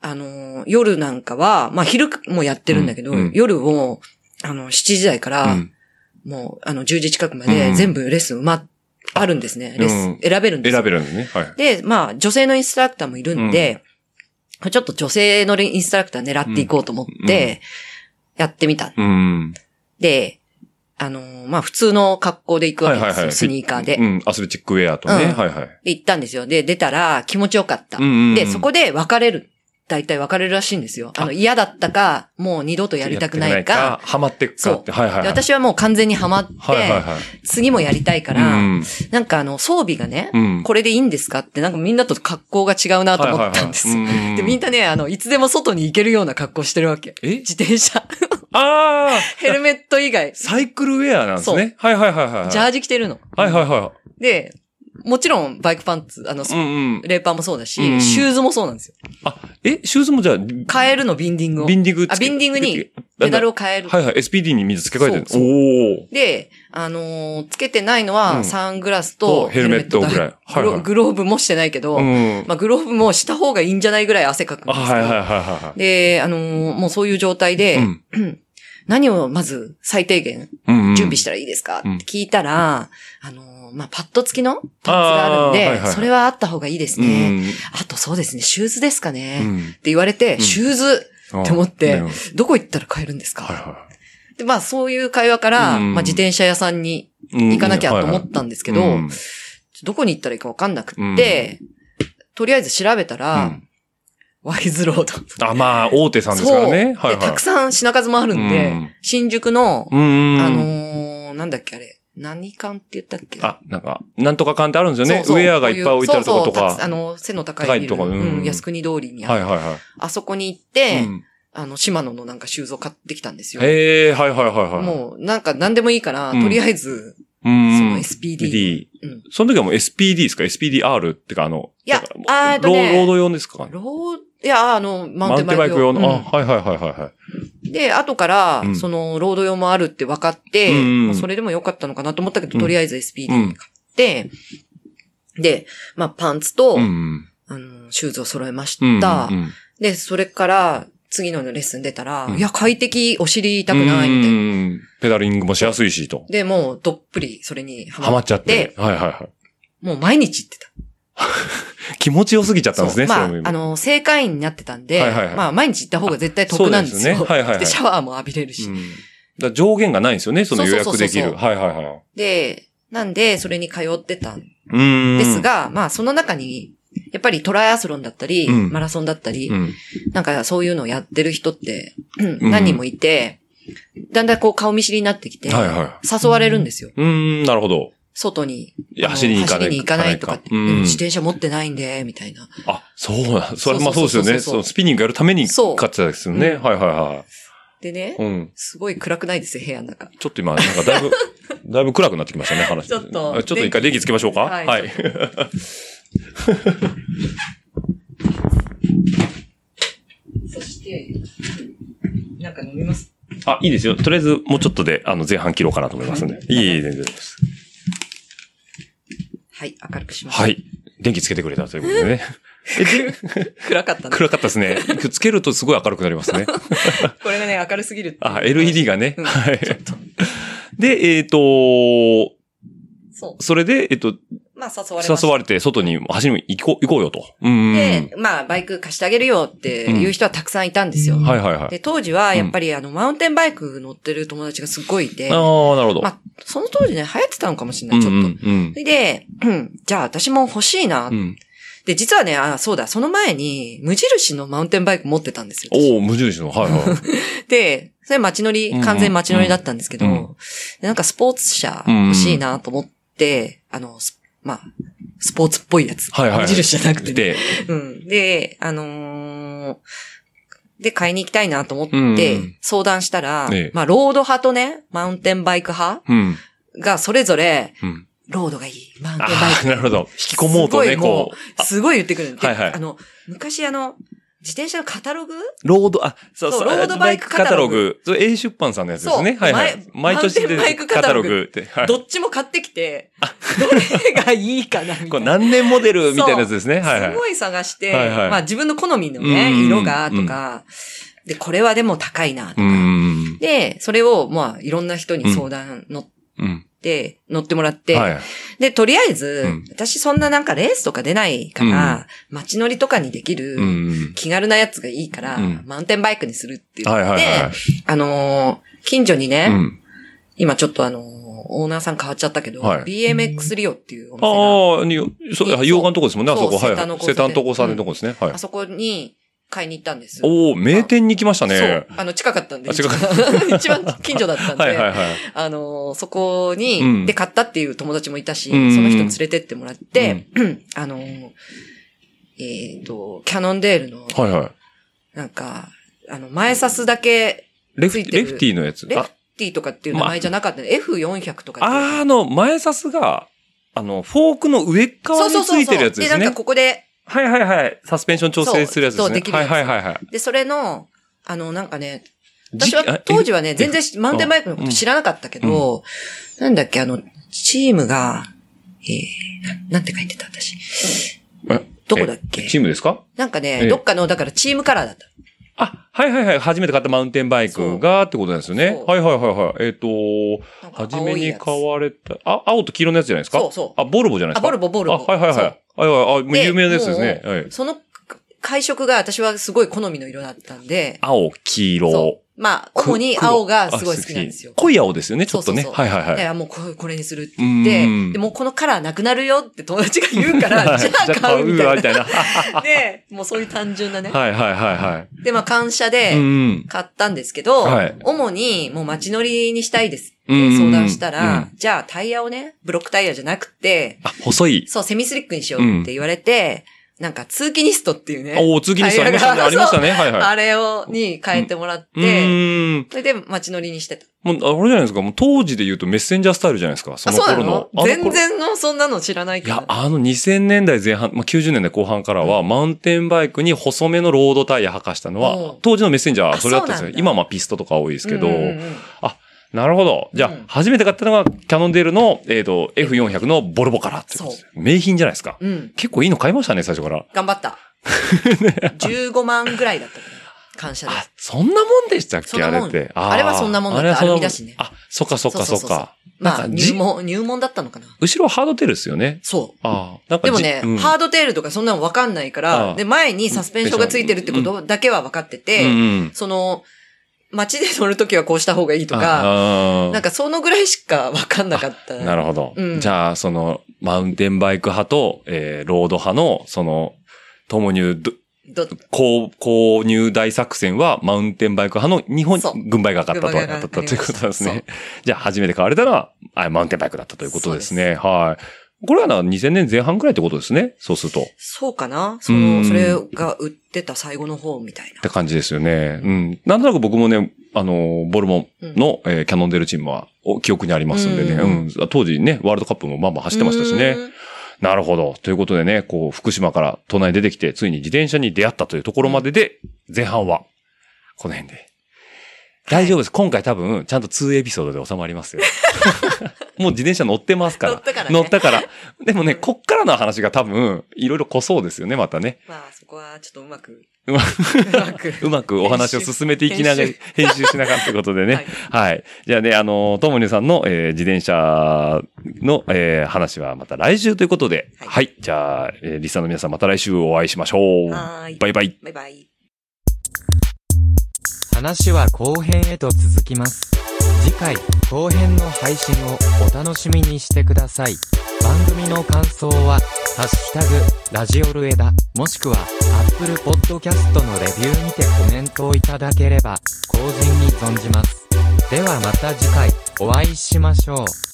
[SPEAKER 1] あの、夜なんかは、まあ昼もやってるんだけど、
[SPEAKER 2] うんうん
[SPEAKER 1] 夜を、あの、7時台から、
[SPEAKER 2] うん
[SPEAKER 1] もう、あの、10時近くま
[SPEAKER 2] うんう
[SPEAKER 1] で
[SPEAKER 2] ん
[SPEAKER 1] 全部レッスン埋まっ、あるんですね。レッスン、選べるんですよ
[SPEAKER 2] 選べるんですね。はい。
[SPEAKER 1] で、まあ、女性のインストラクターもいるんで、ちょっと女性のインストラクター狙っていこうと思って、やってみた
[SPEAKER 2] うん。
[SPEAKER 1] で、あのーまあ、普通の格好で行くわけですよ、スニーカーで。
[SPEAKER 2] う
[SPEAKER 1] で
[SPEAKER 2] ん。アスレチックウェアとね。
[SPEAKER 1] うん
[SPEAKER 2] はいはい。
[SPEAKER 1] 行ったんですよ。で、出たら気持ちよかった。
[SPEAKER 2] うんうんうん
[SPEAKER 1] で、そこで別れる。大体別れるらしいんですよ。あの、嫌だったか、もう二度とやりたくないか。。
[SPEAKER 2] ハマってくかって。はいはいはい。
[SPEAKER 1] で私はもう完全にハマって、
[SPEAKER 2] はいはいはい。
[SPEAKER 1] 次もやりたいから、
[SPEAKER 2] うん
[SPEAKER 1] なんかあの、装備がね、
[SPEAKER 2] うん
[SPEAKER 1] これでいいんですかって、なんかみんなと格好が違うなと思ったんですよ。
[SPEAKER 2] はいはいはいうん
[SPEAKER 1] で、みんなね、あの、いつでも外に行けるような格好してるわけ。
[SPEAKER 2] え
[SPEAKER 1] 自転車。
[SPEAKER 2] ああ
[SPEAKER 1] ヘルメット以 外、ジ
[SPEAKER 2] サイクルウェアなんですね。はいはいはいはい。
[SPEAKER 1] ャー
[SPEAKER 2] あ、
[SPEAKER 1] ジ着てるの。
[SPEAKER 2] はいはいは
[SPEAKER 1] で、もちろんバイクパンツ、あの、
[SPEAKER 2] い。うんうん。
[SPEAKER 1] レーパーもそうだし、
[SPEAKER 2] うん
[SPEAKER 1] シューズもそうなんですよ。
[SPEAKER 2] あ、え、シューズもじゃあ、
[SPEAKER 1] 変えるの、ビンディングを。
[SPEAKER 2] ビンディング
[SPEAKER 1] あ、ビンディングに、ペダルを変える。
[SPEAKER 2] はいはい。SPD に水付け替えてる
[SPEAKER 1] そうそ
[SPEAKER 2] おー。
[SPEAKER 1] で、あのーつけてないの
[SPEAKER 2] う
[SPEAKER 1] は、
[SPEAKER 2] ん
[SPEAKER 1] サングラスと
[SPEAKER 2] とヘルメット
[SPEAKER 1] ヘルメだ
[SPEAKER 2] ぐらいはいはい
[SPEAKER 1] グログローブもしてないけど、
[SPEAKER 2] うん。
[SPEAKER 1] まあ、グローブもした方がいいんじゃないぐらい汗かくん
[SPEAKER 2] あ、
[SPEAKER 1] ですよ
[SPEAKER 2] はいはいはいはいはい。
[SPEAKER 1] で、あのーもうそういう状態で、
[SPEAKER 2] うん
[SPEAKER 1] 何をまず最低限
[SPEAKER 2] うんうん
[SPEAKER 1] 準備したらいいですかって聞いたら、あのーまあ、パッド付きのパンツがあるん
[SPEAKER 2] あ
[SPEAKER 1] で、
[SPEAKER 2] ーはいはいはい
[SPEAKER 1] それはあった方がいいです
[SPEAKER 2] う
[SPEAKER 1] ね。
[SPEAKER 2] ん
[SPEAKER 1] あとそうですね、シューズですかね。
[SPEAKER 2] う
[SPEAKER 1] っ
[SPEAKER 2] ん
[SPEAKER 1] て言われて、
[SPEAKER 2] ん
[SPEAKER 1] シューズ
[SPEAKER 2] っ
[SPEAKER 1] って思って、
[SPEAKER 2] はい
[SPEAKER 1] どこ行ったら買えるんですか、
[SPEAKER 2] は
[SPEAKER 1] で、まあそういう会話から、
[SPEAKER 2] うん
[SPEAKER 1] まあ自転車屋さん
[SPEAKER 2] い。
[SPEAKER 1] に行かなきゃと思
[SPEAKER 2] た
[SPEAKER 1] ったんですけ
[SPEAKER 2] け
[SPEAKER 1] ど、どこに行ったらいいかわかんなく
[SPEAKER 2] うん
[SPEAKER 1] って、とりあえず調べた
[SPEAKER 2] う
[SPEAKER 1] ら、
[SPEAKER 2] ん
[SPEAKER 1] ワイズロード。
[SPEAKER 2] あ、まあ、大手さんです
[SPEAKER 1] そ
[SPEAKER 2] か
[SPEAKER 1] う
[SPEAKER 2] らね。はい
[SPEAKER 1] で、た
[SPEAKER 2] はい
[SPEAKER 1] く。さん品数もあるん
[SPEAKER 2] う
[SPEAKER 1] で、
[SPEAKER 2] ん
[SPEAKER 1] 新宿の、
[SPEAKER 2] うんうんうん。
[SPEAKER 1] あのーなんだっけあれ、何館って言ったっけ
[SPEAKER 2] あ、なんか、なんとか缶ってあるんですよね。
[SPEAKER 1] そうそう
[SPEAKER 2] ウェアがいっぱい置いてあるとこと
[SPEAKER 1] そうそう
[SPEAKER 2] か。
[SPEAKER 1] たくあの、背の高いビ
[SPEAKER 2] 高
[SPEAKER 1] ル。
[SPEAKER 2] いとこうん
[SPEAKER 1] うん、靖国通りにある、
[SPEAKER 2] はいはいは
[SPEAKER 1] あそこに行
[SPEAKER 2] い。
[SPEAKER 1] って、
[SPEAKER 2] うん
[SPEAKER 1] あの、島野のなんかシューズを買ってきたんですよ。
[SPEAKER 2] へえ、はいはいはいはい。
[SPEAKER 1] もう、なんか何でもいいから、
[SPEAKER 2] うん
[SPEAKER 1] とりあえず、
[SPEAKER 2] う
[SPEAKER 1] そ
[SPEAKER 2] ん、
[SPEAKER 1] の SPD。
[SPEAKER 2] D
[SPEAKER 1] うん
[SPEAKER 2] その時はもう SPD ですか ?SPDR ってか、あの、
[SPEAKER 1] いや
[SPEAKER 2] だからもう
[SPEAKER 1] あーえっとね
[SPEAKER 2] ローロード用ですか
[SPEAKER 1] ロー、いや、あの、マ
[SPEAKER 2] マ
[SPEAKER 1] ウン
[SPEAKER 2] ウ
[SPEAKER 1] テ
[SPEAKER 2] ン
[SPEAKER 1] ン
[SPEAKER 2] テ
[SPEAKER 1] バ
[SPEAKER 2] ンバ
[SPEAKER 1] イク
[SPEAKER 2] イク用
[SPEAKER 1] 用。
[SPEAKER 2] の。あ、はいはいはいはいはい。
[SPEAKER 1] うんで、後から、
[SPEAKER 2] うん
[SPEAKER 1] その、ロード用もあるって分かって、
[SPEAKER 2] うんうん
[SPEAKER 1] まあそれでもよかったのかなと思ったけど、
[SPEAKER 2] うん
[SPEAKER 1] とりあえず SPD
[SPEAKER 2] う
[SPEAKER 1] 買
[SPEAKER 2] ん
[SPEAKER 1] って、で、まあ、パンツと、
[SPEAKER 2] うん。
[SPEAKER 1] あの、シューズを揃えまし
[SPEAKER 2] う
[SPEAKER 1] た。
[SPEAKER 2] ん。うん
[SPEAKER 1] で、それから、次のレッスン出たら、
[SPEAKER 2] うん
[SPEAKER 1] いや、快適、お尻痛くない、みたいな。
[SPEAKER 2] うんペダリングもしやすいしと。
[SPEAKER 1] で、もう、どっぷり、それにハ
[SPEAKER 2] ハマっちゃって。はいはいは
[SPEAKER 1] もう毎日行ってた。
[SPEAKER 2] い。気持ちよすぎちゃったんですね、
[SPEAKER 1] まあ
[SPEAKER 2] そういう意、味
[SPEAKER 1] あの、正会員になってたんで、
[SPEAKER 2] はいはいはい
[SPEAKER 1] まあ、毎日行った方が絶対得なんですよ。
[SPEAKER 2] あそうですねはいはいはい
[SPEAKER 1] で、シャワーも浴びれるし。
[SPEAKER 2] うんだから上限がないんですよね、その予約でき
[SPEAKER 1] そうそうそう
[SPEAKER 2] る。
[SPEAKER 1] そう
[SPEAKER 2] はいはいはい。
[SPEAKER 1] で、なんで、それに通ってたん
[SPEAKER 2] うん。
[SPEAKER 1] です、が、まあ、その中に、やっぱりトライアスロンだったり、
[SPEAKER 2] うん
[SPEAKER 1] マラソンだったり、
[SPEAKER 2] うん。
[SPEAKER 1] なんかそういうのをやってる人って、
[SPEAKER 2] うん
[SPEAKER 1] 何人もいて、だんだんこう顔見知りになってきて、
[SPEAKER 2] はいは
[SPEAKER 1] 誘われるんですよ。
[SPEAKER 2] い。うーん、なるほど。
[SPEAKER 1] 外に。
[SPEAKER 2] いや走りに行かない
[SPEAKER 1] 走りに行かないとかって。
[SPEAKER 2] うん
[SPEAKER 1] うん自転車持ってないんで、みたいな。
[SPEAKER 2] あ、そうなん、それ、ま
[SPEAKER 1] そう
[SPEAKER 2] あそで
[SPEAKER 1] そうう
[SPEAKER 2] す
[SPEAKER 1] そ
[SPEAKER 2] よ
[SPEAKER 1] うそう
[SPEAKER 2] ね。そのスピニングやるために買
[SPEAKER 1] そう
[SPEAKER 2] ってたですよね。
[SPEAKER 1] うん
[SPEAKER 2] はいは
[SPEAKER 1] でね
[SPEAKER 2] いは、い。うん。
[SPEAKER 1] すごい暗くないですよ、部屋の中。
[SPEAKER 2] ちょっと今、なんかだいぶ、 だいぶ暗くなってきましたね、話。
[SPEAKER 1] ちょっと
[SPEAKER 2] あちょっと一回電気つけましょうか。は。
[SPEAKER 1] はいいそして、なんか飲みます
[SPEAKER 2] あ、いいですよ。とりあえず、もうちょっとで、あの、前半切ろうかなと思いますんで。いい、いい、全然です。
[SPEAKER 1] はい、明るくします。
[SPEAKER 2] は。い。電気つけてくれたということでね。えで
[SPEAKER 1] 暗かったね。
[SPEAKER 2] 暗かったですね。つけるとすごい明るくなりますね。
[SPEAKER 1] これがね、明るすぎるっていう
[SPEAKER 2] あ、LED。がね。
[SPEAKER 1] うん
[SPEAKER 2] はい
[SPEAKER 1] ちょっと。
[SPEAKER 2] で、えっ、と、
[SPEAKER 1] そ
[SPEAKER 2] それで、えっ、と、
[SPEAKER 1] う。まあ、誘われました
[SPEAKER 2] 誘われて、外に、走りに行こう、行こうよと。うんうんうん。
[SPEAKER 1] で、まあ、バイク貸してあげるよっていう人はたくさんいたんですよ。
[SPEAKER 3] うん
[SPEAKER 2] はいはいはい。
[SPEAKER 1] で、当時は、やっぱり、あの、マウンテンバイク乗ってる友達がすごいいて、
[SPEAKER 2] ああ、なるほど。
[SPEAKER 1] まあ、その当時ね、流行ってたのかもしれな
[SPEAKER 2] う
[SPEAKER 1] い、
[SPEAKER 2] ん
[SPEAKER 1] ち
[SPEAKER 2] う
[SPEAKER 1] ょっと。
[SPEAKER 2] んうん
[SPEAKER 1] そ。れで、うんじゃあ私も欲しいな。
[SPEAKER 2] うん。
[SPEAKER 1] で、実はね、あ、そうだ、その前に、無印のマウンテンバイク持ってたんですよ。
[SPEAKER 2] おお無印の、はいはい。
[SPEAKER 1] で、それ街乗り
[SPEAKER 2] うんうん、
[SPEAKER 1] 完全街乗りだったんですけど、
[SPEAKER 2] うん
[SPEAKER 1] でなんかスポーツ車欲しいなと思って、あの、スまあ、スポーツっぽいやつ。
[SPEAKER 2] はいはい。
[SPEAKER 1] 無印じゃなくて、ね。
[SPEAKER 2] で、
[SPEAKER 1] うん。で、あのーで、買いに行きたいなと思っ
[SPEAKER 2] うんう
[SPEAKER 1] て
[SPEAKER 2] ん、
[SPEAKER 1] 相談したら、
[SPEAKER 2] ええ
[SPEAKER 1] まあ、ロード派とね、マウンテンバイク派
[SPEAKER 2] うん。
[SPEAKER 1] がそれぞれ、
[SPEAKER 2] うん。
[SPEAKER 1] ロードがいい、マウンテン
[SPEAKER 2] あ
[SPEAKER 1] バイ
[SPEAKER 2] あ、
[SPEAKER 1] ク
[SPEAKER 2] なるほど。引き込もうとね、
[SPEAKER 1] すごいも
[SPEAKER 2] こ
[SPEAKER 1] う
[SPEAKER 2] う。
[SPEAKER 1] すごい言ってくるんで、
[SPEAKER 2] はいはい
[SPEAKER 1] あの、昔あの、自転車のカタログ
[SPEAKER 2] ロード、あ、そう
[SPEAKER 1] そう
[SPEAKER 2] そう、
[SPEAKER 1] ロードバイクカタログ。
[SPEAKER 2] それ A 出版さんのやつですね。
[SPEAKER 1] そう
[SPEAKER 2] はいはい。
[SPEAKER 1] マイ
[SPEAKER 2] 毎年出てる
[SPEAKER 1] マウンテンバイクカタログ
[SPEAKER 2] カタって。はい
[SPEAKER 1] どっちも買ってきて、どれがいいかなみ
[SPEAKER 2] こ
[SPEAKER 1] た
[SPEAKER 2] れ
[SPEAKER 1] いな。
[SPEAKER 2] 何年モデルみたいなやつですね。はいは
[SPEAKER 1] す
[SPEAKER 2] い。
[SPEAKER 1] ごい探して、
[SPEAKER 2] はいはい
[SPEAKER 1] まあ自分の好みの
[SPEAKER 2] うんうん
[SPEAKER 1] ね、色がとか、で、これはでも高いなと
[SPEAKER 2] う
[SPEAKER 1] か、
[SPEAKER 2] ん。
[SPEAKER 1] で、それをまあいろんな人に相談乗っ
[SPEAKER 2] うん。
[SPEAKER 1] て、乗ってもらって、
[SPEAKER 2] はい。
[SPEAKER 1] で、とりあえず、
[SPEAKER 2] うん
[SPEAKER 1] 私そんななんかレースとか出ないから、街乗りとかにできる、
[SPEAKER 2] うん。
[SPEAKER 1] 気軽なやつがいいから、
[SPEAKER 2] うん
[SPEAKER 1] マウンテンバイクにするって言って、
[SPEAKER 2] はいはいはい。
[SPEAKER 1] あのー近所にね、
[SPEAKER 2] うん。
[SPEAKER 1] 今ちょっとあのーオーナーさん変わっちゃったけど、
[SPEAKER 2] はい
[SPEAKER 1] BMX リオっていうお店が、
[SPEAKER 2] ああ、に、そう、あ洋画のとこですもんね、あそこ。
[SPEAKER 1] そう
[SPEAKER 2] はい。
[SPEAKER 1] 瀬田の交
[SPEAKER 2] 瀬
[SPEAKER 1] 差点
[SPEAKER 2] 田のとこさんのとこですね。はい
[SPEAKER 1] あ。そこに買いに行ったんです。
[SPEAKER 2] おお名店に来ましたね。
[SPEAKER 1] そう。あの、近かったんで。
[SPEAKER 2] あ近かっ
[SPEAKER 1] 一番 近所だったんで。
[SPEAKER 2] はいはいはい。
[SPEAKER 1] あのーそこに、
[SPEAKER 2] うん
[SPEAKER 1] で、買ったっていう友達もいたし、
[SPEAKER 2] うん
[SPEAKER 1] その人連れてってもらって、 あのーえっ、と、キャノンデールの、
[SPEAKER 2] はいはい。
[SPEAKER 1] なんか、あの、前刺すだけ、
[SPEAKER 2] レフ
[SPEAKER 1] ついて
[SPEAKER 2] レ
[SPEAKER 1] る
[SPEAKER 2] フティーのやつ。
[SPEAKER 1] レ
[SPEAKER 2] あ
[SPEAKER 1] フ、ティとかっていう名前じゃなかったね。F400 とかっていう
[SPEAKER 2] あの、前サスが、あの、フォークの上側
[SPEAKER 1] そうそ
[SPEAKER 2] に
[SPEAKER 1] う
[SPEAKER 2] つ
[SPEAKER 1] そ
[SPEAKER 2] い
[SPEAKER 1] うそう
[SPEAKER 2] てるやつです
[SPEAKER 1] で、な
[SPEAKER 2] ね
[SPEAKER 1] んか。ここで、
[SPEAKER 2] はいはいはい。サスペンション調整するやつです
[SPEAKER 1] そうそうで
[SPEAKER 2] ね。
[SPEAKER 1] きる
[SPEAKER 2] は
[SPEAKER 1] や
[SPEAKER 2] い
[SPEAKER 1] つ
[SPEAKER 2] はいはいはい。
[SPEAKER 1] で、それの、あの、なんかね、
[SPEAKER 2] じ
[SPEAKER 1] 私は当時はね、全然マウンテンバイクのこ
[SPEAKER 2] うん
[SPEAKER 1] と知らなかったけど、なんだっけ、あの、チームが、えー、ななんて書いてた私。
[SPEAKER 2] ええ
[SPEAKER 1] どこだっけ
[SPEAKER 2] えチームですか
[SPEAKER 1] なんか
[SPEAKER 2] ええ
[SPEAKER 1] ね、どっかの、だからチームカラーだった。
[SPEAKER 2] あ、はいはいはい。初めて買ったマウンテンバイクがってことなんですよね
[SPEAKER 1] そ。う
[SPEAKER 2] はいはいはいはい。えっ、と、
[SPEAKER 1] なんか
[SPEAKER 2] 初
[SPEAKER 1] 青
[SPEAKER 2] め
[SPEAKER 1] い
[SPEAKER 2] に
[SPEAKER 1] やつ
[SPEAKER 2] 買われた、あ、青と黄色のやつじゃないですか
[SPEAKER 1] そうそう
[SPEAKER 2] あ、ボルボじゃないです
[SPEAKER 1] あ、
[SPEAKER 2] か
[SPEAKER 1] ボルボ、ボルボ。
[SPEAKER 2] あ、はいはいは
[SPEAKER 1] そ
[SPEAKER 2] い。あ、はいはい、あ、
[SPEAKER 1] う
[SPEAKER 2] 有名なやつですね。
[SPEAKER 1] もう
[SPEAKER 2] はい。
[SPEAKER 1] その会色が私はすごい好みの色だったんで、
[SPEAKER 2] 青、黄色
[SPEAKER 1] そ。うまあ、
[SPEAKER 2] く
[SPEAKER 1] 主に
[SPEAKER 2] 黒
[SPEAKER 1] 青がすごい好きなんですよ
[SPEAKER 2] あ。濃い青ですよね、ちょっとね。
[SPEAKER 1] そうそうそう
[SPEAKER 2] はいはい
[SPEAKER 1] い
[SPEAKER 2] はい。
[SPEAKER 1] や、もうこれこれにするっ
[SPEAKER 2] う
[SPEAKER 1] て言っ
[SPEAKER 2] ーん
[SPEAKER 1] て、でもうこのカラーなくなるよって友達が言うか
[SPEAKER 2] は
[SPEAKER 1] ら、
[SPEAKER 2] い
[SPEAKER 1] じゃあ買うみ
[SPEAKER 2] じゃ
[SPEAKER 1] た
[SPEAKER 2] あ
[SPEAKER 1] い
[SPEAKER 2] みたいな。は
[SPEAKER 1] な。で、もうそういう単純なね。
[SPEAKER 2] いはいはいは
[SPEAKER 1] で、まあ感謝
[SPEAKER 2] い。う
[SPEAKER 1] で
[SPEAKER 2] ん。
[SPEAKER 1] 買ったんですけど
[SPEAKER 2] はい、
[SPEAKER 1] 主にもう街乗りにしたいですっ
[SPEAKER 2] うん
[SPEAKER 1] て相談した
[SPEAKER 2] う
[SPEAKER 1] ら
[SPEAKER 2] ん、
[SPEAKER 1] じゃあタイヤをね、ブロックタイヤじゃなくて、
[SPEAKER 2] あ、細い。
[SPEAKER 1] そう、セミスリックにしようって言われて、なんか通勤ニストっていうね、
[SPEAKER 2] おー、次にしたありましたね。ありましたね。はいはい。
[SPEAKER 1] あれを、に変えてもらっ
[SPEAKER 2] う
[SPEAKER 1] て、
[SPEAKER 2] ーん。
[SPEAKER 1] それで街乗りにしてた。
[SPEAKER 2] もう、あれじゃないですか。もう当時で言うとメッセンジャースタイルじゃないですか。そ
[SPEAKER 1] あ、
[SPEAKER 2] の
[SPEAKER 1] そうな
[SPEAKER 2] 頃
[SPEAKER 1] の
[SPEAKER 2] の。あの頃
[SPEAKER 1] 全然の、そんなの知らない
[SPEAKER 2] い
[SPEAKER 1] か
[SPEAKER 2] や
[SPEAKER 1] ら、。
[SPEAKER 2] あの2000年代前半、まあ、90年代後半からは、マウンテンバイクに細めのロードタイヤ履かしたのは、
[SPEAKER 1] うん
[SPEAKER 2] 当時のメッセンジャーはそれだったんです
[SPEAKER 1] あそうな
[SPEAKER 2] よ。
[SPEAKER 1] んだ
[SPEAKER 2] 今はまあピストとか多いですけど、
[SPEAKER 1] うんうんうん
[SPEAKER 2] なるほど。じゃあ、
[SPEAKER 1] うん
[SPEAKER 2] 初めて買ったのがキャノンデールの、えっ、と、F400 のボルボからってことです名品じゃないですか。
[SPEAKER 1] うん。
[SPEAKER 2] 結構いいの買いましたね、最初から。
[SPEAKER 1] 頑張 った。15万ぐらいだったかな。感謝で
[SPEAKER 2] あ
[SPEAKER 1] す。、
[SPEAKER 2] そんなもんでしたっ
[SPEAKER 1] そ
[SPEAKER 2] け
[SPEAKER 1] んな
[SPEAKER 2] あ
[SPEAKER 1] もん
[SPEAKER 2] れって。あー
[SPEAKER 1] あれはそんなもんだった
[SPEAKER 2] あれはそな
[SPEAKER 1] アルミだしね
[SPEAKER 2] あ、そっかそっかそっ
[SPEAKER 1] そうそうそうそう
[SPEAKER 2] か。なん
[SPEAKER 1] ま
[SPEAKER 2] か
[SPEAKER 1] あ、
[SPEAKER 2] じ
[SPEAKER 1] 入門、入門だったのかな。
[SPEAKER 2] 後ろハードテールですよね。
[SPEAKER 1] そ
[SPEAKER 2] ああ。なん
[SPEAKER 1] う。で
[SPEAKER 2] か
[SPEAKER 1] も
[SPEAKER 2] じ
[SPEAKER 1] ね、
[SPEAKER 2] うん
[SPEAKER 1] ハードテールとかそんなのわかんないか
[SPEAKER 2] ああ
[SPEAKER 1] ら、で、前にサスペンションがついてるってことだけは分かって
[SPEAKER 2] うん
[SPEAKER 1] て、
[SPEAKER 2] うん
[SPEAKER 1] その、街で乗るときはこうした方がいいとか、
[SPEAKER 2] あー
[SPEAKER 1] なんかそのぐらいしか分かんなかった。
[SPEAKER 2] なるほど。
[SPEAKER 1] うん
[SPEAKER 2] じゃあ、その、マウンテンバイク派と、えーロード派の、その、共入ど、
[SPEAKER 1] ど、
[SPEAKER 2] 購購入大作戦はマウンテンバイク派の日本
[SPEAKER 1] そう、
[SPEAKER 2] 軍配が上がった
[SPEAKER 1] 軍
[SPEAKER 2] と、
[SPEAKER 1] 配が
[SPEAKER 2] だ
[SPEAKER 1] 上
[SPEAKER 2] っ
[SPEAKER 1] が
[SPEAKER 2] た
[SPEAKER 1] った
[SPEAKER 2] ということなんです
[SPEAKER 1] そう
[SPEAKER 2] ね。 じゃあ、初めて買われたのは、あマウンテンバイクだったということです
[SPEAKER 1] そう
[SPEAKER 2] ね。はい。これはな、2000年前半くらいってことですね。そうすると。っ
[SPEAKER 1] そうかなそうの、
[SPEAKER 2] ん
[SPEAKER 1] それが売ってた最後の方みたいな
[SPEAKER 2] て。感じですよね。うん。なんとなく僕もね、あの、ボルモンの、えーキャノンデルチームは、お記憶にありますんでね。
[SPEAKER 1] う
[SPEAKER 2] うんん、当時ね、ワールドカップもまあまあ走ってましたしね
[SPEAKER 1] う。ん。
[SPEAKER 2] なるほど。ということでね、こう、福島から都内に出てきて、ついに自転車に出会ったというところまでで、前半は、この辺で。大丈夫です。今回多分、ちゃんと2エピソードで収まります よ。もう自転車乗ってますから。
[SPEAKER 1] 乗ったからね
[SPEAKER 2] 乗ったからでもね、こっからの話が多分、いろいろ濃そうですよね、またね。
[SPEAKER 1] まあ、そこはちょっとうまく。
[SPEAKER 2] うま
[SPEAKER 1] うまく。
[SPEAKER 2] うまくお話を進めていきながら
[SPEAKER 1] 編、
[SPEAKER 2] 編集しながらってことでね。
[SPEAKER 1] はい
[SPEAKER 2] はい。じゃあね、あの、ともにさんの、えー自転車の、えー話はまた来週ということで。
[SPEAKER 1] は
[SPEAKER 2] はいい。じゃあ、えーリスナーの皆さんまた来週お会いしましょう。
[SPEAKER 1] はーい
[SPEAKER 2] バイバイ。
[SPEAKER 1] バイバイ。
[SPEAKER 4] 話は後編へと続きます次回後編の配信をお楽しみにしてください番組の感想は「ハッシュタグラジオルエダ」もしくは Apple Podcast のレビューにてコメントをいただければ後人に存じますではまた次回お会いしましょう